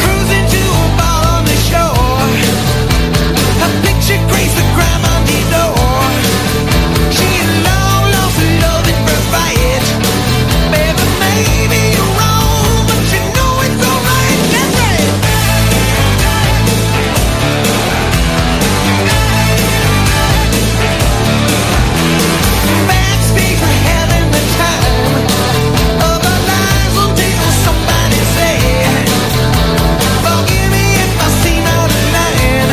S2: Cruising to a bar on the shore. I picture Grace the grandma door. She long, long for love and provide. Baby, maybe you're wrong, but you know it's alright. That's right. Backspace for having the time of our lives. One day will somebody say. Forgive me if I seem out of line.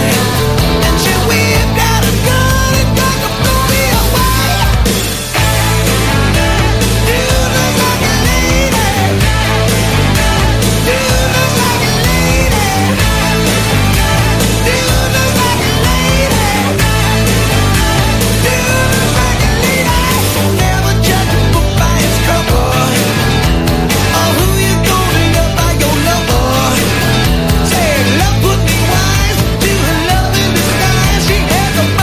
S2: And she whipped out a gun and tried to blow me away. You look like a lady. You look like a lady. You look like a lady. You look like a lady. Never judge a book by its cover, or who you gonna love by your lover.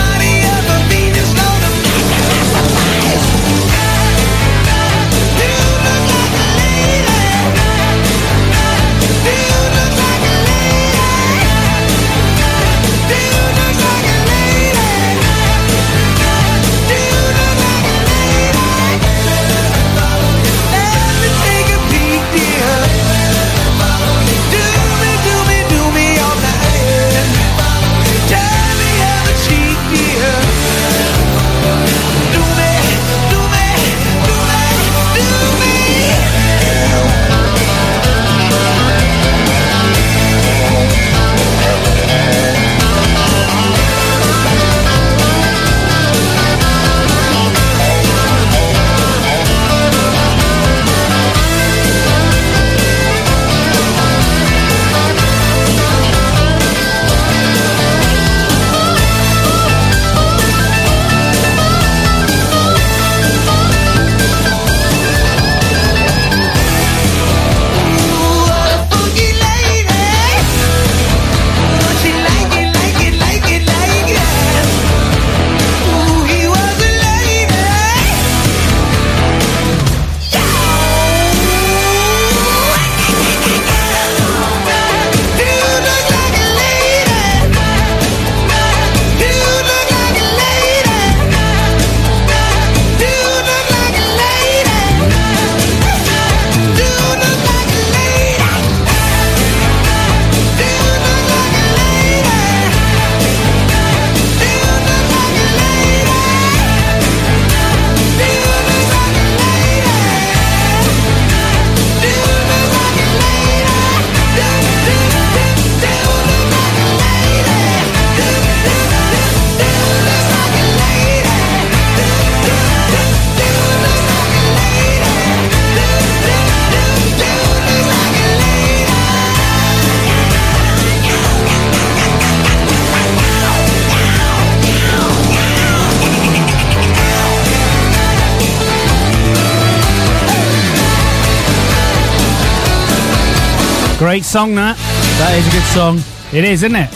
S4: Great song, that. That is a good song. It is, isn't it?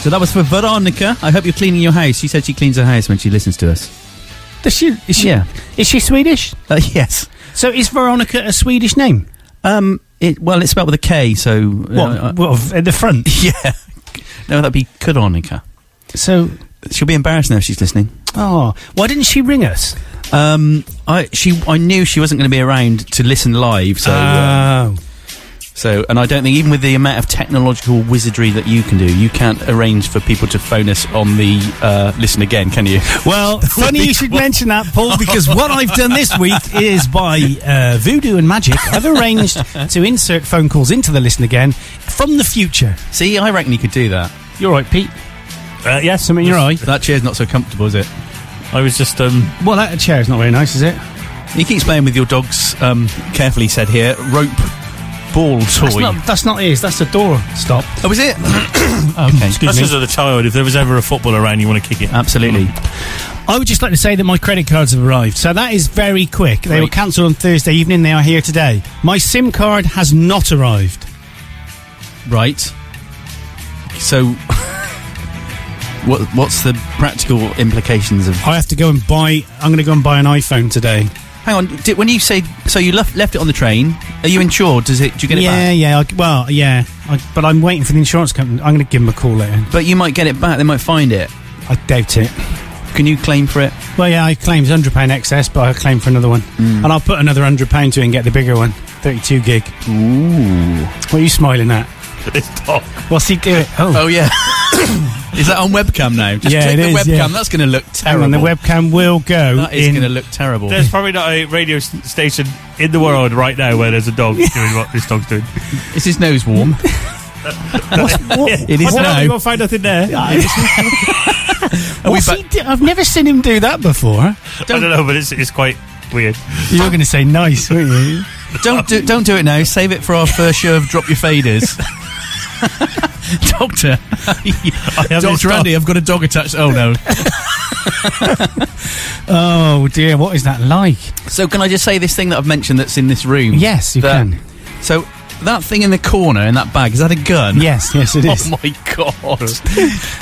S6: So that was for Veronica. I hope you're cleaning your house. She said she cleans her house when she listens to us.
S4: Does she? Is she?
S6: Yeah.
S4: Is she Swedish?
S6: Uh, yes.
S4: So is Veronica a Swedish name?
S6: Um, It, well, it's spelled with a K, so.
S4: What,
S6: what at the front? Yeah. No, that'd be Kuronika.
S4: So.
S6: She'll be embarrassed now if she's listening.
S4: Oh, why didn't she ring us?
S6: Um, I she I knew she wasn't going to be around to listen live. So,
S4: Oh.
S6: uh, so and I don't think even with the amount of technological wizardry that you can do, you can't arrange for people to phone us on the uh, listen again, can you?
S4: Well, funny you should mention that, Paul, because what I've done this week is by uh, voodoo and magic, I've arranged to insert phone calls into the listen again from the future.
S6: See, I reckon you could do that.
S4: You're right, Pete.
S6: Uh, yes,
S4: I mean you're right.
S6: That chair's not so comfortable, is it?
S5: I was just um.
S4: Well, that chair's not very nice, is it?
S6: He keeps playing with your dog's um, carefully said here rope ball toy.
S4: That's not, that's not his. That's the door stop. Um,
S6: Oh, is it?
S4: okay.
S5: That's as a child. If there was ever a football around, you want to kick it.
S6: Absolutely.
S4: I would just like to say that my credit cards have arrived. So that is very quick. They were cancelled on Thursday evening. They are here today. My SIM card has not arrived.
S6: Right. So, what what's the practical implications of?
S4: I have to go and buy. I'm going to go and buy an iPhone today.
S6: Hang on. Did, when you say so, you left left it on the train. Are you insured? Does it? Do you get it
S4: yeah,
S6: back?
S4: yeah. I, well, yeah. I, but I'm waiting for the insurance company. I'm going to give them a call later.
S6: But you might get it back. They might find it.
S4: I doubt it.
S6: Can you claim for it?
S4: Well, yeah, I claimed hundred pound excess, but I claim for another one,
S6: Mm.
S4: and I'll put another hundred pound to it and get the bigger one, thirty-two gig.
S6: Ooh.
S4: What are you smiling at?
S5: It's dog.
S4: What's he doing? Oh,
S6: oh yeah. is that on webcam now? Just
S4: Yeah,
S6: check
S4: it
S6: the
S4: is,
S6: webcam.
S4: yeah.
S6: That's going to look
S4: Hang
S6: terrible.
S4: on, the webcam will go.
S6: that is
S4: in-
S6: going to look terrible.
S5: There's probably not a radio s- station in the world right now where there's a dog doing what this dog's doing.
S6: Is his nose warm? It is now.
S5: You'll find nothing there.
S4: What's he do- I've never seen him do that before.
S5: I don't know, but it's, it's quite weird.
S4: You were going to say nice, weren't you?
S6: don't do don't do it now. Save it for our first show of Drop Your Faders. Doctor,
S4: this
S6: Doctor
S4: dog.
S6: Andy, I've got a dog attached. Oh no!
S4: Oh dear, what is that like?
S6: So can I just say this thing that I've mentioned that's in this room?
S4: Yes, you
S6: That-
S4: can.
S6: So that thing in the corner in that bag is that a gun?
S4: Yes, yes, it is.
S6: Oh my god!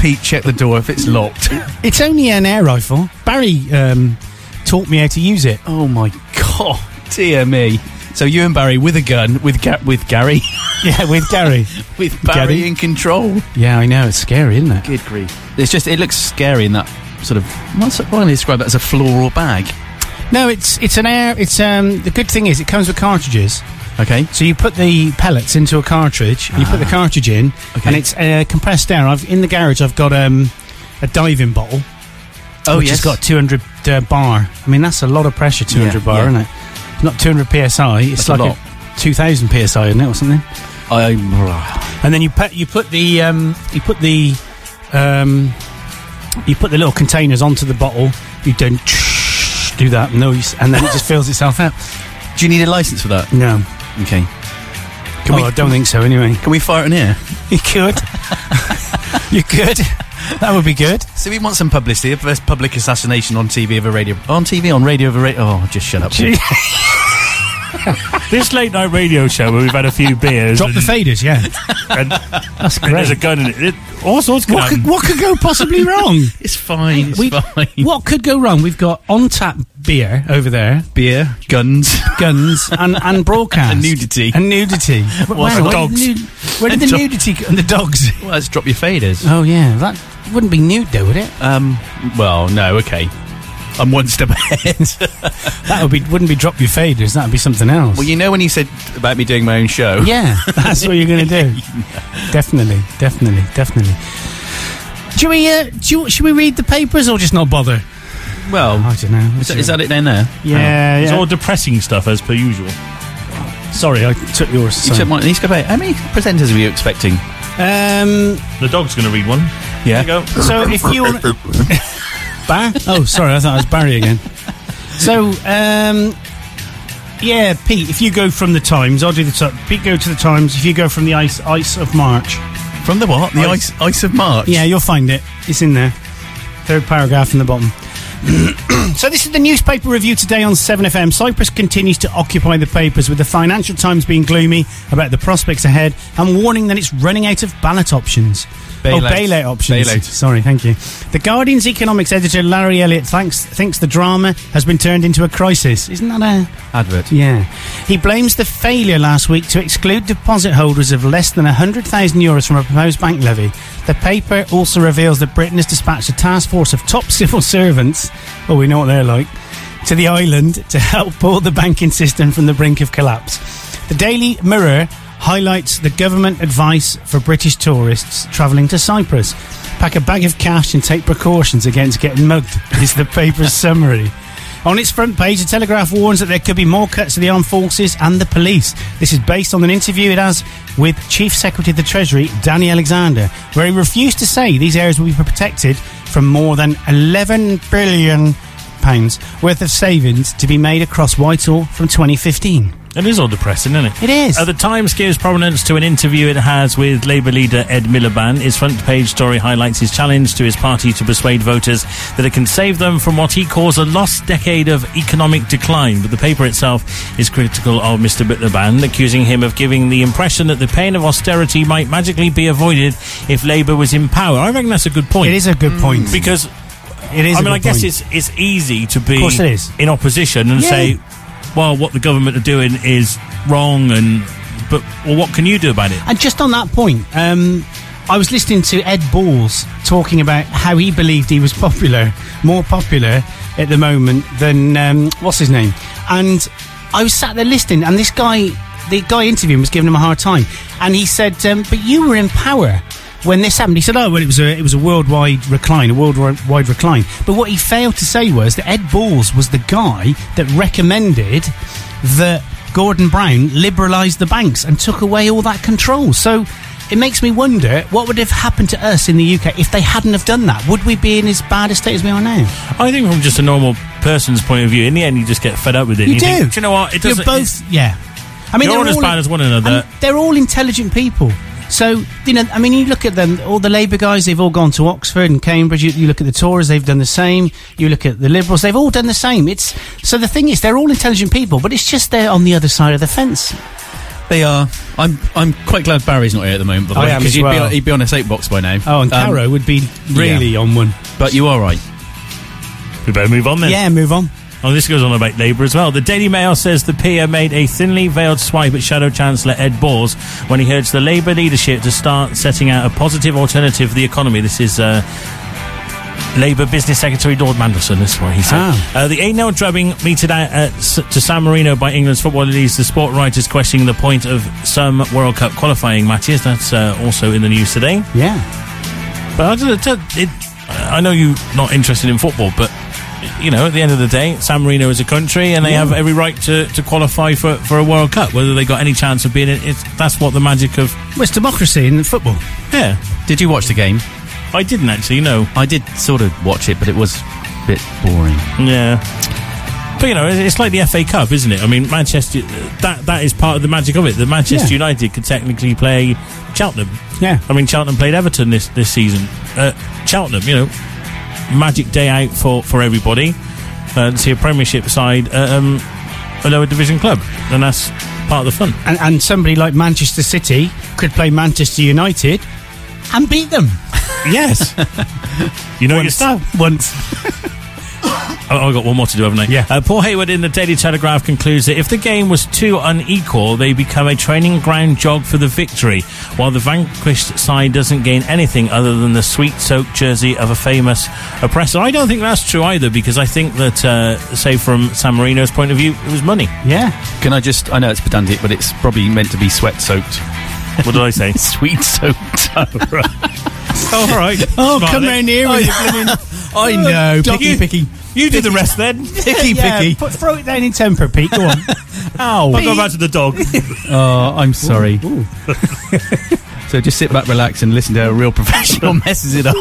S6: Pete, check the door if it's locked.
S4: It's only an air rifle. Barry um, taught me how to use it.
S6: Oh my god, dear me! So you and Barry with a gun with Ga- with Gary
S4: Yeah, with Gary.
S6: with Barry
S4: Gary?
S6: in control.
S4: Yeah, I know. It's scary, isn't it?
S6: Good grief! It's just it looks scary in that sort of. What's it, why do they describe that as a floral bag?
S4: No, it's it's an air. It's um. The good thing is it comes with cartridges.
S6: Okay. Ah.
S4: So you put the pellets into a cartridge. You put the cartridge in, and it's uh, compressed air. I've in the garage. I've got um a diving bottle.
S6: Oh,
S4: which
S6: yes.
S4: has got 200 uh, bar. I mean, that's a lot of pressure. 200
S6: Yeah,
S4: bar,
S6: yeah.
S4: isn't it? It's Not 200 psi. It's
S6: That's a
S4: like
S6: lot.
S4: 2,000 psi, isn't it, or something?
S6: I
S4: And then you put you put the um, you put the um, you put the little containers onto the bottle. You don't do that noise, and then it just fills itself up.
S6: do you need a license for that?
S4: No,
S6: Okay.
S4: oh, I don't think so. Anyway,
S6: Can we fire it in here?
S4: you could, you could. That would be good.
S6: So we want some publicity. The first public assassination on TV of a radio on TV on radio of a radio. Oh, just shut up.
S4: Gee.
S5: This late night radio show where we've had a few beers.
S4: Drop
S5: and,
S4: the faders, yeah.
S5: and,
S4: That's
S5: and there's a
S4: great.
S5: gun in it. it all sorts can
S4: What could,
S5: happen.
S4: what could go possibly wrong?
S6: It's fine. It's
S4: We-
S6: fine.
S4: what could go wrong? We've got on tap beer over there,
S6: Beer, guns,
S4: guns, and and broadcast
S6: and nudity.
S4: and nudity.
S6: What's
S4: Wow,
S6: the
S4: where did
S6: dogs?
S4: nu- Where did
S6: And
S4: the
S6: dog-
S4: nudity go- and the dogs?
S6: well, let's drop your faders.
S4: Oh yeah, that wouldn't be nude though, would it?
S6: Um. Well, no. Okay. I'm one step ahead.
S4: That would be wouldn't be drop your faders. That'd be something else.
S6: well, you know when you said about me doing my own show.
S4: yeah, that's what you're gonna do. definitely, definitely, definitely. Do we? Uh, do you, should we read the papers or just not bother?
S6: Well,
S4: I don't know.
S6: is that, is that it down there?
S4: Yeah,
S5: It's
S4: yeah.
S5: all depressing stuff as per usual.
S4: Sorry, I took yours.
S6: You took mine. These go back. How many presenters were you expecting?
S4: um.
S5: The dog's going to read one.
S6: Yeah.
S5: There you go.
S4: So if you want Bar? Oh, sorry, I thought it was Barry again. So, um, yeah, Pete, if you go from the Times, I'll do the top. Pete, go to the Times. If you go from the ice, ice of March.
S6: From the what? The ice,
S4: Ice.
S6: ice of March.
S4: Yeah, you'll find it. It's in there. Third paragraph in the bottom. So this is the newspaper review today on 7FM. Cyprus continues to occupy the papers with the Financial Times being gloomy about the prospects ahead and warning that it's running out of ballot options. Oh,
S10: Bailout.
S4: bailout options.
S10: Bailout.
S4: Sorry, thank you. The Guardian's economics editor Larry Elliott thanks, thinks the drama has been turned into a crisis. Isn't that a
S10: Advert.
S4: yeah. He blames the failure last week to exclude deposit holders of less than 100,000 euros from a proposed bank levy. The paper also reveals that Britain has dispatched a task force of top civil servants, well, we know what they're like, to the island to help pull the banking system from the brink of collapse. The Daily Mirror highlights the government advice for British tourists travelling to Cyprus. Pack a bag of cash and take precautions against getting mugged, is the paper's summary. On its front page, the Telegraph warns that there could be more cuts to the armed forces and the police. This is based on an interview it has with Chief Secretary of the Treasury, Danny Alexander, where he refused to say these areas will be protected from more than 11 billion pounds worth of savings to be made across Whitehall from 2015.
S5: It is all depressing, isn't it?
S4: It is.
S5: Uh, the Times gives prominence to an interview it has with Labour leader Ed Miliband. His front page story highlights his challenge to his party to persuade voters that it can save them from what he calls a lost decade of economic decline. But the paper itself is critical of Mr. Miliband, accusing him of giving the impression that the pain of austerity might magically be avoided if Labour was in power. I reckon that's a good point. It
S4: is a good point
S5: because
S4: it is.
S5: I
S4: a
S5: mean,
S4: good
S5: I guess
S4: point.
S5: it's it's easy to be
S4: Of course it is.
S5: in opposition and
S4: Yeah.
S5: say, well, what the government are doing is wrong, and but well, what can you do about it?
S4: And just on that point, um, I was listening to Ed Balls talking about how he believed he was popular, more popular at the moment than um, what's his name. And I was sat there listening, and this guy, the guy interviewing, was giving him a hard time, and he said, um, "But you were in power." When this happened, he said, "Oh, well, it was a it was a worldwide recline, a worldwide recline." But what he failed to say was that Ed Balls was the guy that recommended that Gordon Brown liberalised the banks and took away all that control. So it makes me wonder what would have happened to us in the UK if they hadn't have done that. Would we be in as bad a state as we are now?
S5: I think from just a normal person's point of view, in the end, you just get fed up with it.
S4: You
S5: and
S4: do.
S5: Think, do you know what? It
S4: You're
S5: doesn't.
S4: both-
S5: it's-
S4: yeah. I mean,
S5: You're
S4: they're
S5: all as
S4: all
S5: bad
S4: in-
S5: as one another.
S4: And they're all intelligent people. So, you know, I mean, you look at them, all the Labour guys, they've all gone to Oxford and Cambridge. You, you look at the Tories, they've done the same. You look at the Liberals, they've all done the same. It's So the thing is, they're all intelligent people, but it's just they're on the other side of the fence.
S10: They are. I'm. I'm quite glad Barry's not here at the moment, by the
S4: I
S10: way,
S4: am as
S10: because he'd,
S4: well.
S10: be, he'd be on a soapbox by now. Um,
S4: Oh, and Caro would be really on one.
S10: But you are right.
S5: We better move on then.
S4: Yeah, move on.
S5: Oh, this goes on about Labour as well. The Daily Mail says the PM made a thinly veiled swipe at Shadow Chancellor Ed Balls when he urged the Labour leadership to start setting out a positive alternative for the economy. This is uh, Labour Business Secretary Lord Mandelson. This is what he said.
S4: Ah.
S5: Uh, the 8 0 drubbing meted out at, S- to San Marino by England's football leagues. The sport writers questioning the point of some World Cup qualifying matches. That's uh, also in the news today.
S4: Yeah.
S5: But I, don't, know, it, I know you're not interested in football, but you know, at the end of the day, San Marino is a country, and they have every right to, to qualify for, for a World Cup. Whether they got any chance of being in it, that's what the magic of
S4: Well, it's democracy in football.
S5: yeah.
S10: Did you watch the game?
S5: I didn't actually. No,
S10: I did sort of watch it, but it was a bit boring.
S5: Yeah. But you know, it- it's like the FA Cup, isn't it? I mean, Manchester that that is part of the magic of it. The Manchester
S4: Yeah.
S5: United could technically play Cheltenham.
S4: Yeah.
S5: I mean, Cheltenham played Everton this this season. Uh, Cheltenham, you know, magic day out for for everybody. Uh, to see a Premiership side, uh, um, a lower division club, and Oh, that's part of the fun.
S4: And, and somebody like Manchester City could play Manchester United and beat them.
S5: Yes. You know your stuff.
S4: Once.
S5: Oh, I've got one more to do, haven't I? Yeah. Uh, Paul Hayward in the Daily Telegraph concludes that if the game was too unequal, they become a training ground jog for the victory, while the vanquished side doesn't gain anything other than the sweet soaked jersey of a famous oppressor. I don't think that's true either, because I think that, uh, say, from San Marino's point of view, it was money.
S4: Yeah.
S10: Can I just? I know it's pedantic, but it's probably meant to be sweat soaked.
S5: What did I say?
S10: Sweet soaked.
S5: Oh, all right.
S4: Oh,
S5: Smart
S4: come
S5: then.
S4: round here.
S5: Oh,
S4: with
S5: yeah.
S4: your
S10: I
S4: blooming-
S10: know,
S4: Dog-
S10: picky, picky.
S5: You do the rest then.
S10: Picky,
S4: Yeah,
S10: picky.
S4: put- throw it down in temper, Pete. Go on. Ow.
S5: I'll go back to the dog.
S10: Oh, I'm sorry. so just sit back, relax, and listen to a real professional messes it up.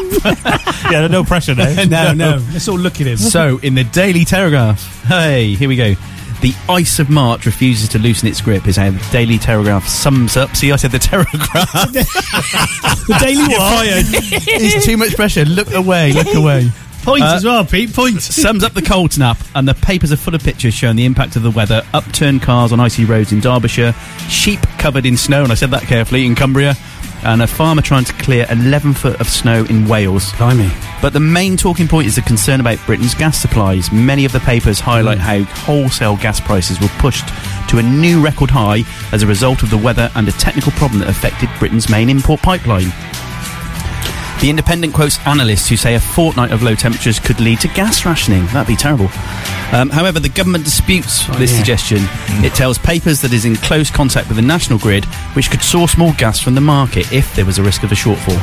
S5: yeah, no pressure there.
S4: no, no. Let's all look at him.
S10: So, in the Daily Telegraph, hey, here we go. The ice of March refuses to loosen its grip, is how the Daily Telegraph sums up. See, I said the Telegraph.
S4: the Daily
S5: Wire.
S10: It's too much pressure. Look away, look away.
S4: Points as well, Pete. Points.
S6: Uh, sums up the cold snap, and the papers are full of pictures showing the impact of the weather: upturned cars on icy roads in Derbyshire, sheep covered in snow, and I said that carefully in Cumbria, and a farmer trying to clear 11 foot of snow in Wales. Blimey! But the main talking point is the concern about Britain's gas supplies. Many of the papers highlight how wholesale gas prices were pushed to a new record high as a result of the weather and a technical problem that affected Britain's main import pipeline. The Independent quotes analysts who say a fortnight of low temperatures could lead to gas rationing. That'd be terrible. Um, however, the government disputes this
S26: yeah.
S6: suggestion. It tells papers that it is in close contact with the national grid, which could source more gas from the market if there was a risk of a shortfall.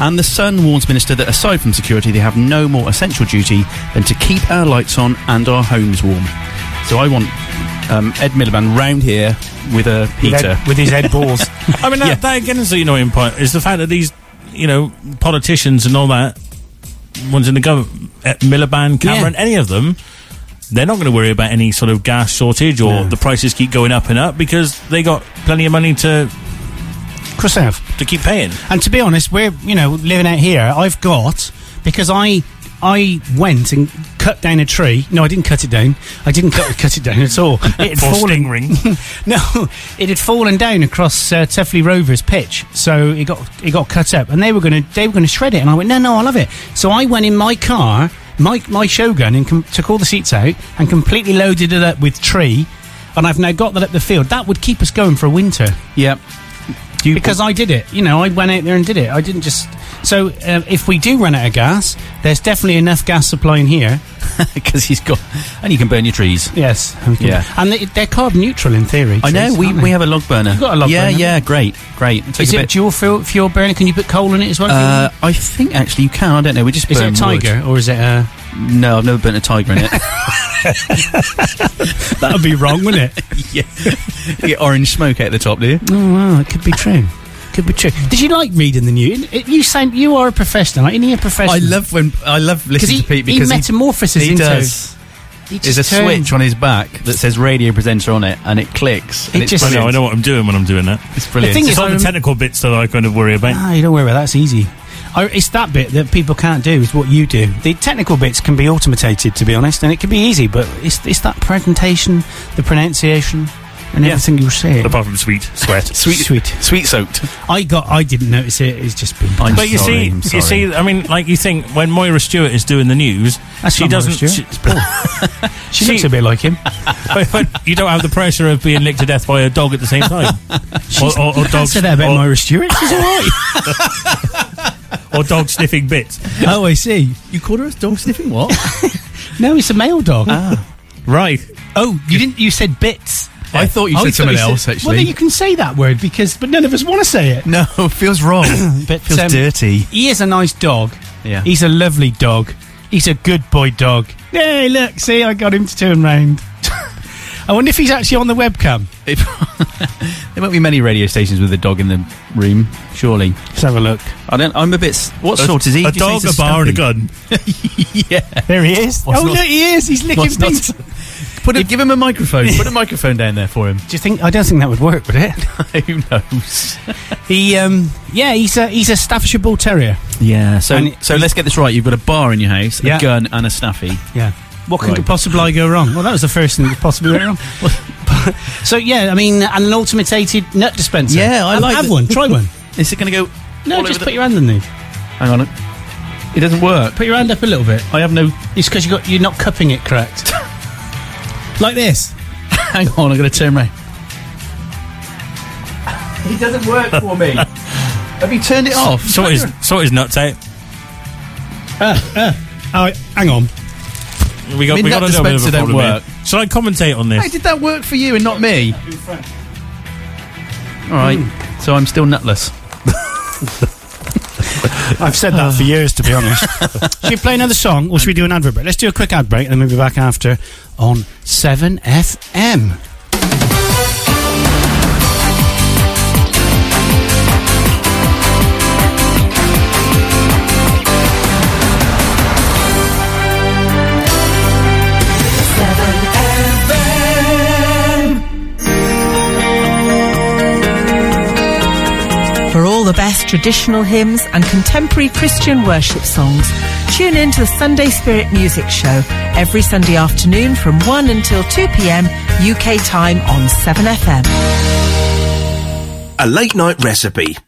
S6: And the Sun warns Minister that aside from security, they have no more essential duty than to keep our lights on and our homes warm. So I want um, Ed Miliband round here with a heater.
S5: balls. I mean, that, that again is the annoying point is the fact that these, you know, politicians and all that, ones in the government, Miliband, Cameron, any of them, they're not going to worry about any sort of gas shortage or the prices keep going up and up because they got plenty of money to
S4: Of course I have.
S5: to keep paying.
S4: And to be honest, we're you know living out here. I've got because I I went and cut down a tree. No, I didn't cut it down. I didn't cut cut it down at all. It had
S5: For
S4: fallen.
S5: ring.
S4: no, it had fallen down across uh, Tefley Rovers pitch, so it got it got cut up, and they were going to they were going to shred it, and I went no no I love it. So I went in my car, my my Shogun, and com- took all the seats out and completely loaded it up with tree, and I've now got that up the field. That would keep us going for a winter.
S6: Yep.
S4: because I did it. You know, I went out there and did it. I didn't just. So uh, if we do run out of gas, there's definitely enough gas supply in here.
S6: Because he's got. And you can burn your trees.
S4: Yes.
S6: Yeah.
S4: And they, they're carbon neutral in theory.
S6: I know,
S4: trees,
S6: we,
S4: aren't they?
S6: we have a log burner.
S4: You've got a log
S6: yeah,
S4: burner.
S6: Yeah, great, great. It took
S4: Is
S6: a
S4: it
S6: bit-
S4: dual fuel, fuel burner? Can you put coal in it as well?
S6: Uh, I think actually you can. I don't know. We just
S4: Is it a
S6: burn
S4: tiger,
S6: wood.
S4: or is it a?
S6: No, I've never burnt a tiger in it.
S4: that would be wrong, wouldn't it?
S6: yeah, you get orange smoke out the top, do you?
S4: Oh wow, it could be true. Could be true. Did you like reading the news? It- You sound you are a professional. Like, isn't he a professional?
S6: I love when I love
S4: 'Cause
S6: listening
S4: he-
S6: to Pete because
S4: he metamorphoses
S6: he
S4: into.
S6: does.
S4: he
S6: There's a
S4: just turns.
S6: switch on his back that says radio presenter on it, and it clicks. and
S4: It
S6: it's
S4: just- I know,
S6: brilliant.
S4: I know
S5: what I'm doing when I'm doing that.
S6: It's brilliant.
S4: The thing
S5: It's
S4: is,
S5: all
S4: I
S5: the
S4: rem-
S5: technical bits that I kind of worry about.
S4: Ah, you don't worry about that. It's easy. I, it's that bit that people can't do is what you do. The technical bits can be automated, to be honest, and it can be easy. But it's it's that presentation, the pronunciation, and everything you say.
S5: Apart from sweet sweat,
S4: Sweet, sweet,
S6: sweet soaked.
S4: I got. I didn't notice it. It's just been.
S5: but you see, you see, I mean, like you think when Moira Stewart is doing the news,
S4: That's
S5: she
S4: not Moira
S5: doesn't. she-
S4: Stewart, it's Paul. She looks a bit like him.
S5: but, but you don't have the pressure of being licked to death by a dog at the same time,
S4: She's- you can't say that about Moira Stewart. She's all right.
S5: or dog sniffing bits.
S4: oh, I see.
S6: You called her a dog sniffing what?
S4: no, it's a male dog.
S6: Ah.
S5: Right.
S4: Oh, you didn't. You said bits.
S6: I thought you
S4: Oh,
S6: said something
S4: you
S6: else,
S4: Well,
S6: actually.
S4: no, you can say that word because, but none of us want to say it.
S6: No, it feels wrong.
S4: but um,
S6: Feels dirty.
S4: He is a nice dog.
S6: Yeah.
S4: he's a lovely dog. He's a good boy dog. Hey, look, see, I got him to turn round. I wonder if he's actually on the webcam.
S6: There won't be many radio stations with a dog in the room, surely.
S4: Let's have a look.
S6: I don't. I'm a bit. s- What
S5: A-
S6: sort is he?
S5: a
S6: Do you say
S5: dog,
S6: he's
S5: a bar and a
S6: scampi? yeah,
S4: there he is.
S6: What's
S4: oh,
S6: not-
S4: look, he is. He's licking
S6: what's not-
S4: things.
S6: Put a, give him a microphone. Put a microphone down there for him.
S4: Do you think? I don't think that would work, would it?
S6: Who knows?
S4: he, um, yeah, he's a he's a Staffordshire Bull Terrier.
S6: Yeah. So
S4: And it-
S6: so let's get this right. You've got a bar in your house,
S4: Yeah.
S6: a gun, and a snaffy.
S4: Yeah. What could
S6: Right.
S4: possibly go wrong? Well, that was the first thing that could possibly went wrong. But- so yeah, I mean, and an automated nut dispenser.
S6: Yeah, I
S4: have,
S6: like
S4: have
S6: that.
S4: one. Try one.
S6: Is it going to go?
S4: No,
S6: all
S4: just
S6: over
S4: put your hand underneath.
S6: Hang on. It doesn't work.
S4: Put your hand up a little bit.
S6: I have no.
S4: It's because you got you're not cupping it correct. like this.
S6: Hang on. I'm going to turn round. It doesn't work for me. Have you turned it off?
S5: Sort his sort his nuts out.
S6: Uh,
S4: Oh, hang on.
S5: We got
S6: I mean,
S5: we got
S6: nut
S5: a little bit of a
S6: dispenser don't
S5: problem here.
S6: work.
S5: Shall I commentate on
S6: Hey,
S5: this?
S6: did that work for you and not me? All right.
S4: Hmm.
S6: So I'm still nutless.
S4: I've said that for years, to be honest. should we play another song, or should we do an ad break? Let's do a quick ad break, and then we'll be back after on Seven FM.
S11: For all the best
S12: traditional hymns, and contemporary Christian worship songs. Tune in to the Sunday Spirit Music Show every Sunday afternoon from 1 until 2 pm UK time on 7FM.
S21: A late night recipe.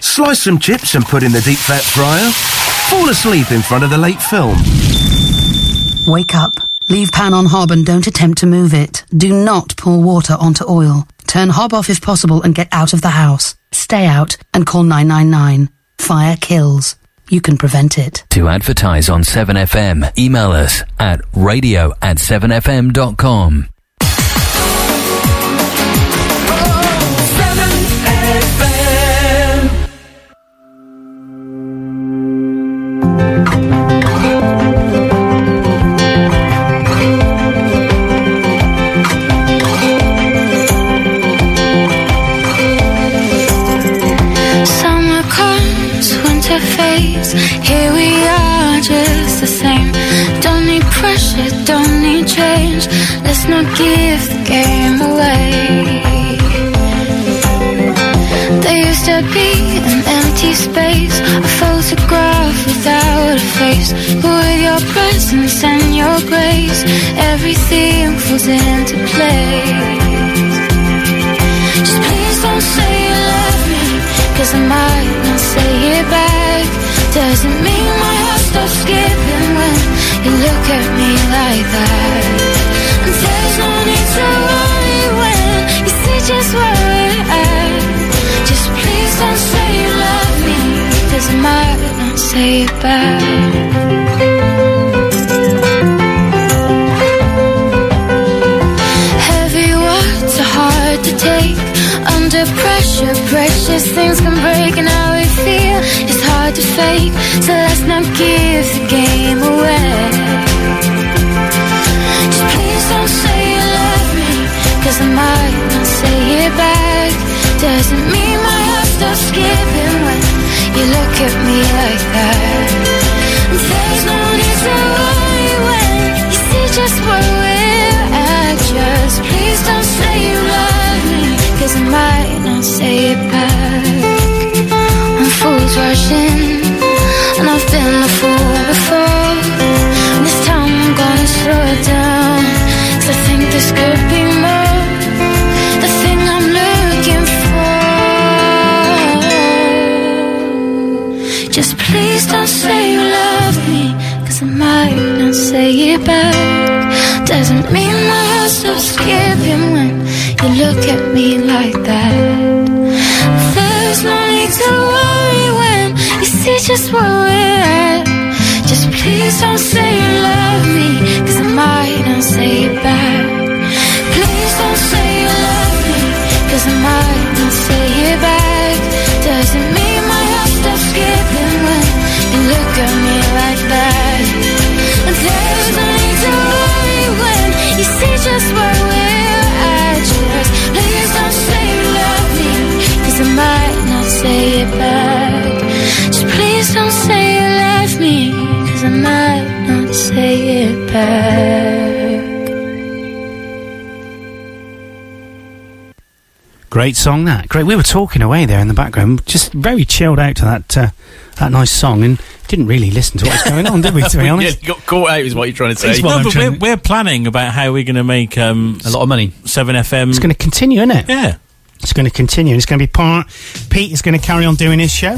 S21: Slice some chips and put in the deep fat fryer. Fall asleep in front of the late film.
S13: Wake up. Leave pan on hob and don't attempt to move it. Do not pour water onto oil. Turn hob off if possible and get out of the house. Stay out and call 999. Fire kills. You can prevent it.
S1: To advertise on 7FM, email us at radio at 7fm.com.
S27: Summer comes, winter fades. Here we are, just the same. Don't need pressure, don't need change. Let's not give the game away. There used to be an empty space, a photograph without a face. But with your presence and your grace, everything falls into place. Just please don't say you love me Cause I might not say it back Doesn't mean my heart stops skipping When you look at me like that And there's no need to worry when You see just where we're at Just please don't say you love me Cause I might not say it back Heavy words are hard to take under pressure. Precious things can break, and how we feel is hard to fake. So let's not give the game away. Just please don't say you love me, cause I might not say it back. Doesn't mean my heart stops skipping when you look at me like that. And there's no need to worry when you see just where we're at. Just please don't say you love me, cause I might not say it back. When fools rush in, and I've been a fool before. This time I'm gonna slow it down, cause I think this could be more. The thing I'm looking for. Just please don't say you love me, cause I might not say it back. Doesn't mean my heart stops skipping when you look at me like that. There's no need to worry when you see just where we're at. Just please don't say you love me, cause I might not say it back. Please don't say you love me, cause I might not say it back. Doesn't mean my heart stops skipping when you look at me like that. And there's no need to worry when you see just where we're at. Just please don't say you love me, cause I might not say it back. Just please don't say you love me, cause I might not say it back.
S4: Great song that. Great. We were talking away there in the background, just very chilled out to that uh, that nice song, and didn't really listen to what was going on, did we? To be honest,
S6: Yeah, got caught out is what you're trying to
S4: what
S6: say.
S5: no,
S4: I'm
S5: but
S4: trying
S5: we're, we're planning about how we're going to make um, a lot of money. Seven FM.
S4: it's going to continue, isn't it?
S5: Yeah.
S4: It's going to continue. It's going to be part. Pete is going to carry on doing his show.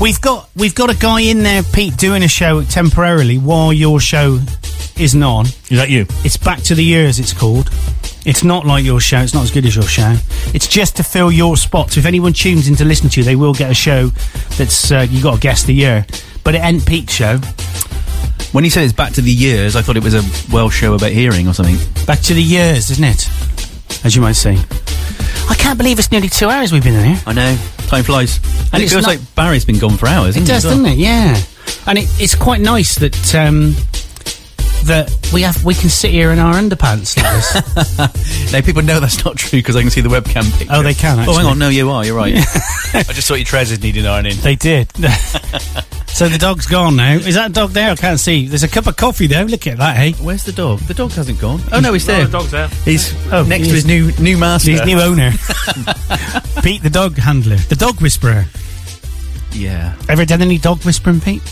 S4: We've got we've got a guy in there, Pete, doing a show temporarily while your show isn't on. Is
S5: that you?
S4: It's back to the years. It's called. It's not like your show. It's not as good as your show. It's just to fill your spots. If anyone tunes in to listen to you, they will get a show that's uh, you got to guess the year. But it ain't Pete's show.
S10: When he said it's back to the years, I thought it was a Welsh show about hearing or something.
S4: Back to the years, isn't it? As you might say. I can't believe it's nearly two hours we've been in here.
S10: I know. Time flies. And,
S4: And
S10: it
S4: it's
S10: feels
S4: not-
S10: like Barry's been gone for hours,
S4: It
S10: isn't
S4: does,
S10: as well?
S4: doesn't it? Yeah, and it, it's quite nice that um, that we have we can sit here in our underpants. Like this.
S10: no, people know that's not true because I can see the webcam picture.
S4: Oh, they can,
S10: Oh, hang
S4: actually.
S10: on. No, you are. You're right. I just thought your trousers needed ironing.
S4: they did. so the dog's gone now. Is that dog there? I can't see. There's a cup of coffee though. Look at that, hey.
S10: Where's the dog? The dog hasn't gone. Oh no, he's
S4: No,
S10: there.
S4: the dog's there.
S10: He's
S4: Oh,
S10: next
S4: he
S10: to
S4: is.
S10: his new new master.
S4: His new owner, Pete the dog handler, the dog whisperer.
S6: Yeah.
S4: Ever done any dog whispering, Pete?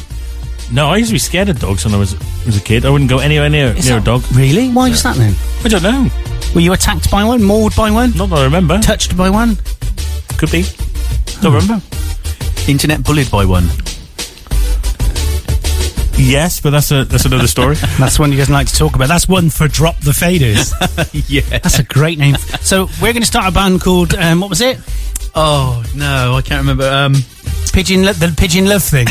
S28: No, I used to be scared of dogs when I was was a kid. I wouldn't go anywhere near
S4: Is
S28: near
S4: that-
S28: a dog.
S4: Really? Why is that then?
S28: I don't know.
S4: Were you attacked by one, mauled by one?
S28: Not that I remember.
S4: Touched by one?
S28: Could be. Don't remember.
S6: Internet bullied by one.
S5: Yes, but that's a that's another story.
S4: That's one he doesn't like to talk about. That's one for Drop the Faders.
S6: yeah.
S4: That's a great name. So we're going to start a band called um, what was it?
S6: Oh no, I can't remember. Um,
S4: pigeon, lo- the pigeon love thing.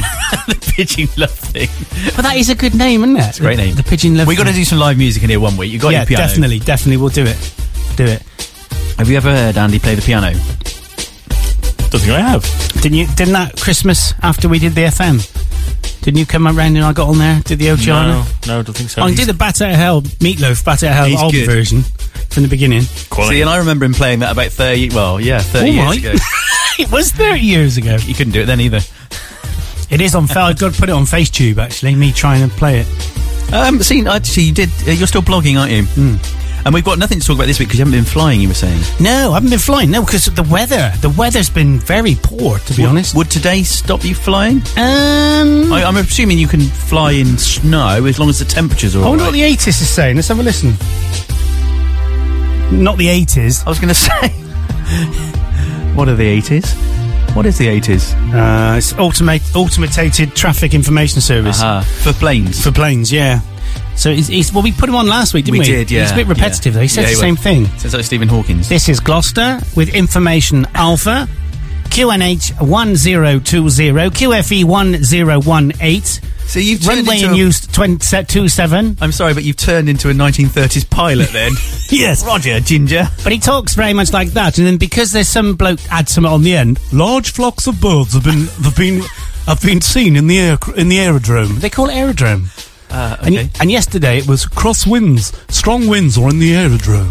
S6: the pigeon love thing.
S4: But that is a good name, isn't it?
S6: It's a great name.
S4: The pigeon love.
S6: We got to
S4: Thing.
S6: do some live music in here one week. You got
S4: yeah,
S6: your piano.
S4: definitely, definitely, we'll do it. Do it.
S6: Have you ever heard Andy play the piano?
S28: Don't think I have.
S4: Didn't you? Didn't that Christmas after we did the FM? Didn't you come around and I got on there, did the Oceana?
S28: No, no, I don't think so.
S4: I Oh, did the Bat Out of Hell meatloaf, Bat Out of Hell
S6: He's
S4: old
S6: good.
S4: version from the beginning.
S6: See, and I remember him playing that about thirty. Well, yeah, thirty
S4: All
S6: years
S4: right.
S6: ago.
S4: it was thirty years ago.
S6: You couldn't do it then either.
S4: It is on. fa- I've got to put it on FaceTube actually. Me trying to play it.
S6: Um, see, actually, you did. Uh, you're still blogging, aren't you?
S4: Hmm.
S6: Mm. And we've got nothing to talk about this week because you haven't been flying. You were saying.
S4: No, I haven't been flying. No, because the weather. The weather's been very poor, to be
S6: Would-
S4: honest.
S6: Would today stop you flying?
S4: Um,
S6: I, I'm assuming you can fly in snow as long as the temperatures are.
S4: I
S6: all
S4: wonder
S6: right.
S4: what the 80s is saying. Let's have a listen. Not the 80s.
S6: I was going to say. What are the eighties? What is the eighties?
S4: Uh, it's automate, automated traffic information service
S6: Uh-huh. for planes.
S4: For planes, yeah. So it's, it's well, we put him on last week, didn't we?
S6: did. Yeah,
S4: He's a bit repetitive
S6: yeah.
S4: though. He says
S6: Yeah,
S4: the
S6: was.
S4: same thing.
S6: Sounds like Stephen Hawking.
S4: This is Gloucester with information alpha. QNH 1020, QFE 1018.
S6: So you've turned
S4: Runway
S6: into
S4: in
S6: a-
S4: use 27.
S6: I'm sorry, but you've turned into a 1930s pilot then.
S4: yes.
S6: Roger, Ginger.
S4: But he talks very much like that, and then because there's some bloke adds some on the end, large flocks of birds have been have been have been seen in the air, in the aerodrome. They call it aerodrome.
S6: Uh,
S4: And, y- and yesterday it was cross winds, strong winds are in the aerodrome.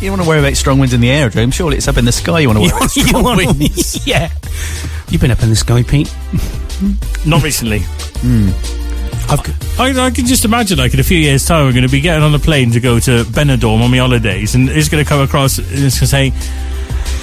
S6: You don't want to worry about strong winds in the aerodrome. Surely it's up in the sky you want to worry about
S4: You
S6: strong
S4: wanna-
S6: winds.
S4: yeah. You've been up in the sky, Pete.
S5: Not recently.
S4: I've g-
S5: I, I can just imagine, like, in a few years' time, we're going to be getting on a plane to go to Benidorm on my holidays, and it's going to come across, and it's going to say,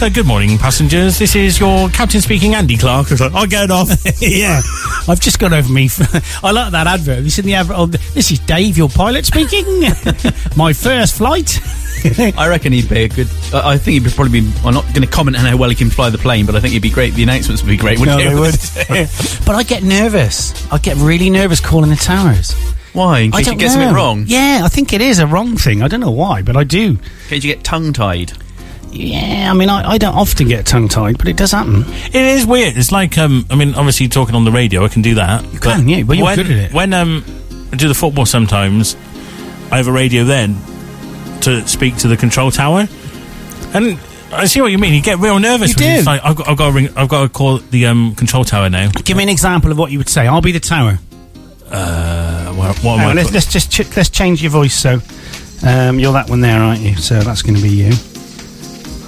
S5: uh, Good morning, passengers. This is your captain speaking, Andy Clark. It's like, I'll get off.
S4: yeah, I've just got over me. I like that advert. Have you seen the advert? on the- this is Dave, your pilot speaking. My first flight.
S6: I reckon he'd be a good. I I think he'd probably be. I'm not going to comment on how well he can fly the plane, but I think he'd be great. The announcements would be great, wouldn't
S4: No,
S6: they?
S4: they would. but I get nervous. I get really nervous calling the towers.
S6: Why? In
S4: I
S6: case you
S4: don't
S6: get
S4: know.
S6: something wrong.
S4: Yeah, I think it is a wrong thing. I don't know why, but I do.
S6: In case you get tongue tied.
S4: Yeah, I mean, I, I don't often get tongue tied, but it does happen.
S5: It is weird. It's like, um, I mean, obviously talking on the radio, I can do that. You
S4: can, yeah, but you're
S5: when,
S4: good at it.
S5: When um, I do the football sometimes, I have a radio then to speak to the control tower, and I see what you mean. You get real nervous.
S4: You
S5: when
S4: do.
S5: It's like, I've got, I've got to ring. I've got to call the um, control tower now.
S4: Give me an example of what you would say. I'll be the tower.
S5: Uh, what, what am
S4: Hang
S5: I?
S4: on, let's, let's just ch- let's change your voice. So, um, you're that one there, aren't you? So that's going to be you.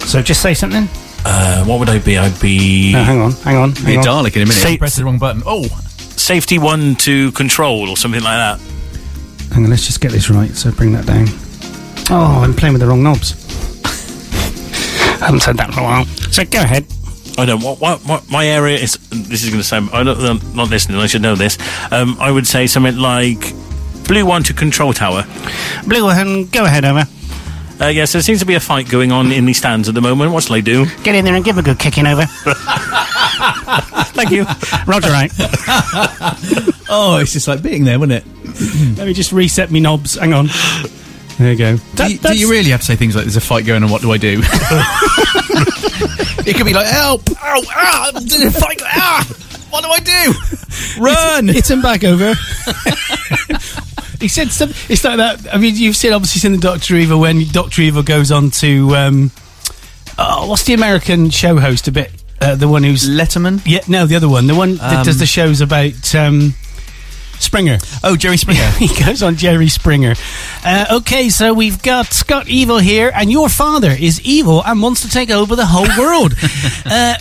S4: So just say something.
S5: uh, what would I be? I'd be
S4: No, hang on, hang on. Hang
S6: Be a
S4: on.
S6: Dalek in a minute.
S5: Say-
S6: Press the wrong button. Oh,
S5: safety one to control or something like that.
S4: Hang on, let's just get this right. So bring that down. Oh, I'm playing with the wrong knobs. I haven't said that for a while. So go ahead.
S5: I don't. What, what, what my area is. This is going to sound. I don't, I'm not listening. I should know this. Um, I would say something like blue one to control tower.
S4: Blue one, go ahead over.
S5: Uh, yeah, so there seems to be a fight going on in the stands at the moment. What shall I do?
S4: Get in there and give a good kicking over.
S5: Thank you.
S4: Roger, right.
S6: oh, it's just like being there, wasn't it?
S4: Let me just reset me knobs. Hang on. There you go. That-
S6: do, you, do you really have to say things like "There's a fight going on. What do I do?" it could be like "Help! Ow! Ah! There's a fight! Ah! What do I do? Run!"
S4: Hit him back over. he said something. It's like that. I mean, you've seen obviously seen the Doctor Evil when Doctor Evil goes on to um, oh, what's the American show host a bit? Uh, the one who's
S6: Letterman.
S4: yeah, no, the other one, the one that does
S6: Um,
S4: the shows about um, Springer.
S6: Oh, Jerry Springer.
S4: he goes on Jerry Springer. Uh, okay, so we've got Scott Evil here, and your father is evil and wants to take over the whole world. uh,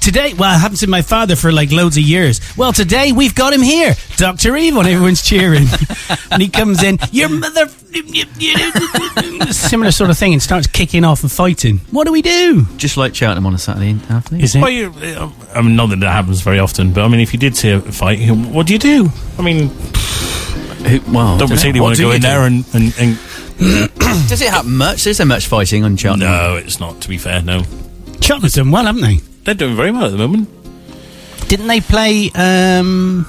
S4: Today, well, I haven't seen my father for like loads of years. Well, today we've got him here, Doctor Evil, and everyone's cheering. and he comes in, your mother, similar sort of thing, and starts kicking off and fighting. What do we do?
S6: Just like Cheltenham on a Saturday afternoon.
S4: Is it?
S5: Well, you, I mean, not that that happens very often, but I mean, if you did see a fight, you- what do you do? I mean,
S6: well,
S5: don't particularly want to go in there and, and, and
S6: Does it happen much? Is there much fighting on Cheltenham?
S5: No, it's not. To be fair, no.
S4: Cheltenham's done well, haven't they?
S5: They're doing very well at the moment.
S4: Didn't they play? Um,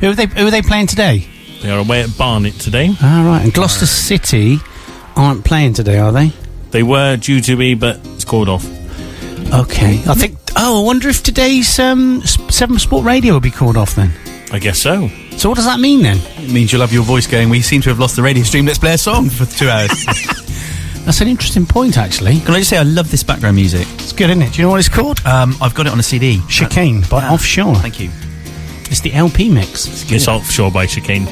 S4: who are they? Who are they playing today?
S5: They are away at Barnet today.
S4: All right, and Gloucester City aren't playing today, are they?
S5: They were due to be, but it's called off.
S4: Okay, I think. Oh, I wonder if today's um, S- Seven Sport Radio will be called off then.
S5: I guess so.
S4: So what does that mean then?
S6: It means you'll have your voice going. We seem to have lost the radio stream. Let's play a song for two hours.
S4: That's an interesting point, actually.
S6: Can I just say I love this background music?
S4: It's good, isn't it? Do you know what it's called?
S6: Um, I've got it on a CD.
S4: Chicane by Offshore.
S6: Thank you.
S4: It's the LP mix. It's,
S5: It's offshore by chicane.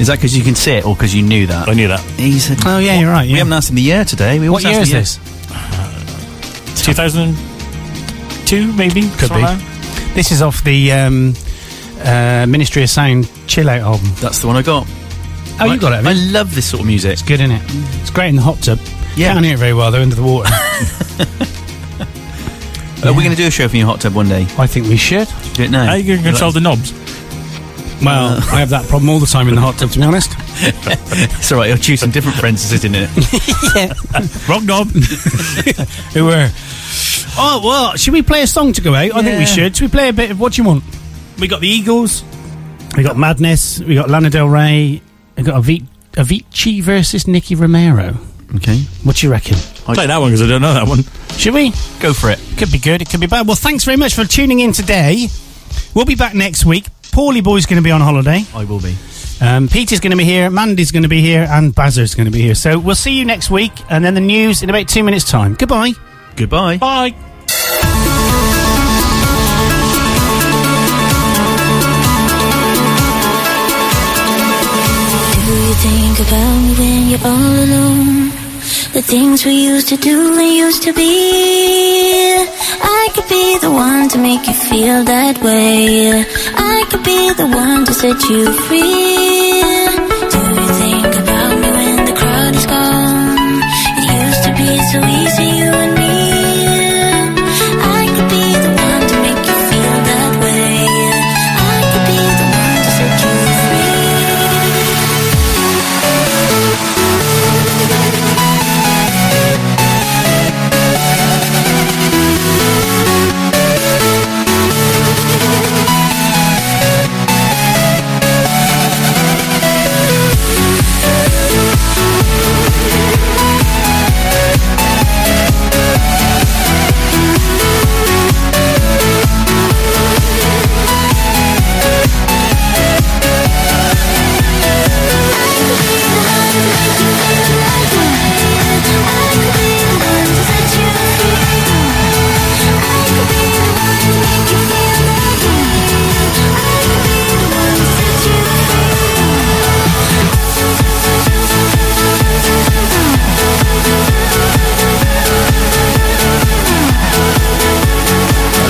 S6: Is that because you can see it or because you knew that? I
S5: knew that.
S6: He's a,
S4: oh yeah, you're right.
S6: We haven't asked him the year today. We
S4: What
S6: always ask
S4: year
S6: the
S4: is this?
S5: Uh, 2002, maybe?
S4: Could
S5: something
S4: be.
S5: like that.
S4: This is off the um, uh, Ministry of Sound Chill Out album.
S6: That's the one I got.
S4: Oh, you got it.
S6: I love this sort of music. It's
S4: good, isn't it? It's great in the hot tub.
S6: Yeah.
S4: Can't hear it very well. They're under the water.
S6: Are we going to do a show from your hot tub one day?
S4: I think we should.
S6: Do it now.
S4: How you gonna control the
S5: knobs?
S4: Well, I have that problem all the time in the hot tub, to be honest.
S6: it's all right. You'll choose some different friends to sit in it.
S4: yeah.
S6: Wrong knob.
S4: Who were? Oh well, should we play a song to go out? I think we
S6: Yeah.
S4: should. Should we play a bit of what do you want? We got the Eagles. We got Madness. We got Lana Del Rey. We got Avi- Avicii versus Nicky Romero.
S6: Okay.
S4: What do you reckon?
S5: Play that one because I don't know that one.
S4: Should we?
S6: Go for it.
S4: Could be good. It could be bad. Well, thanks very much for tuning in today. We'll be back next week. Paulie Boy's going to be on holiday.
S6: I will be.
S4: Um, Peter's going to be here. Mandy's going to be here, and Bazzer's going to be here. So we'll see you next week, and then the news in about two minutes' time. Goodbye.
S6: Goodbye.
S4: Bye.
S18: Do you think about me when you're all alone? The things we used to do and used to be. I could be the one to make you feel that way. I could be the one to set you free. Do you think about me when the crowd is gone? It used to be so easy, you and me. I could be the one to make you feel that way. I could be the one to set you free.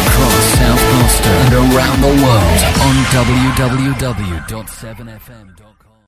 S25: Across South Gloucester and around the world on www.7fm.com.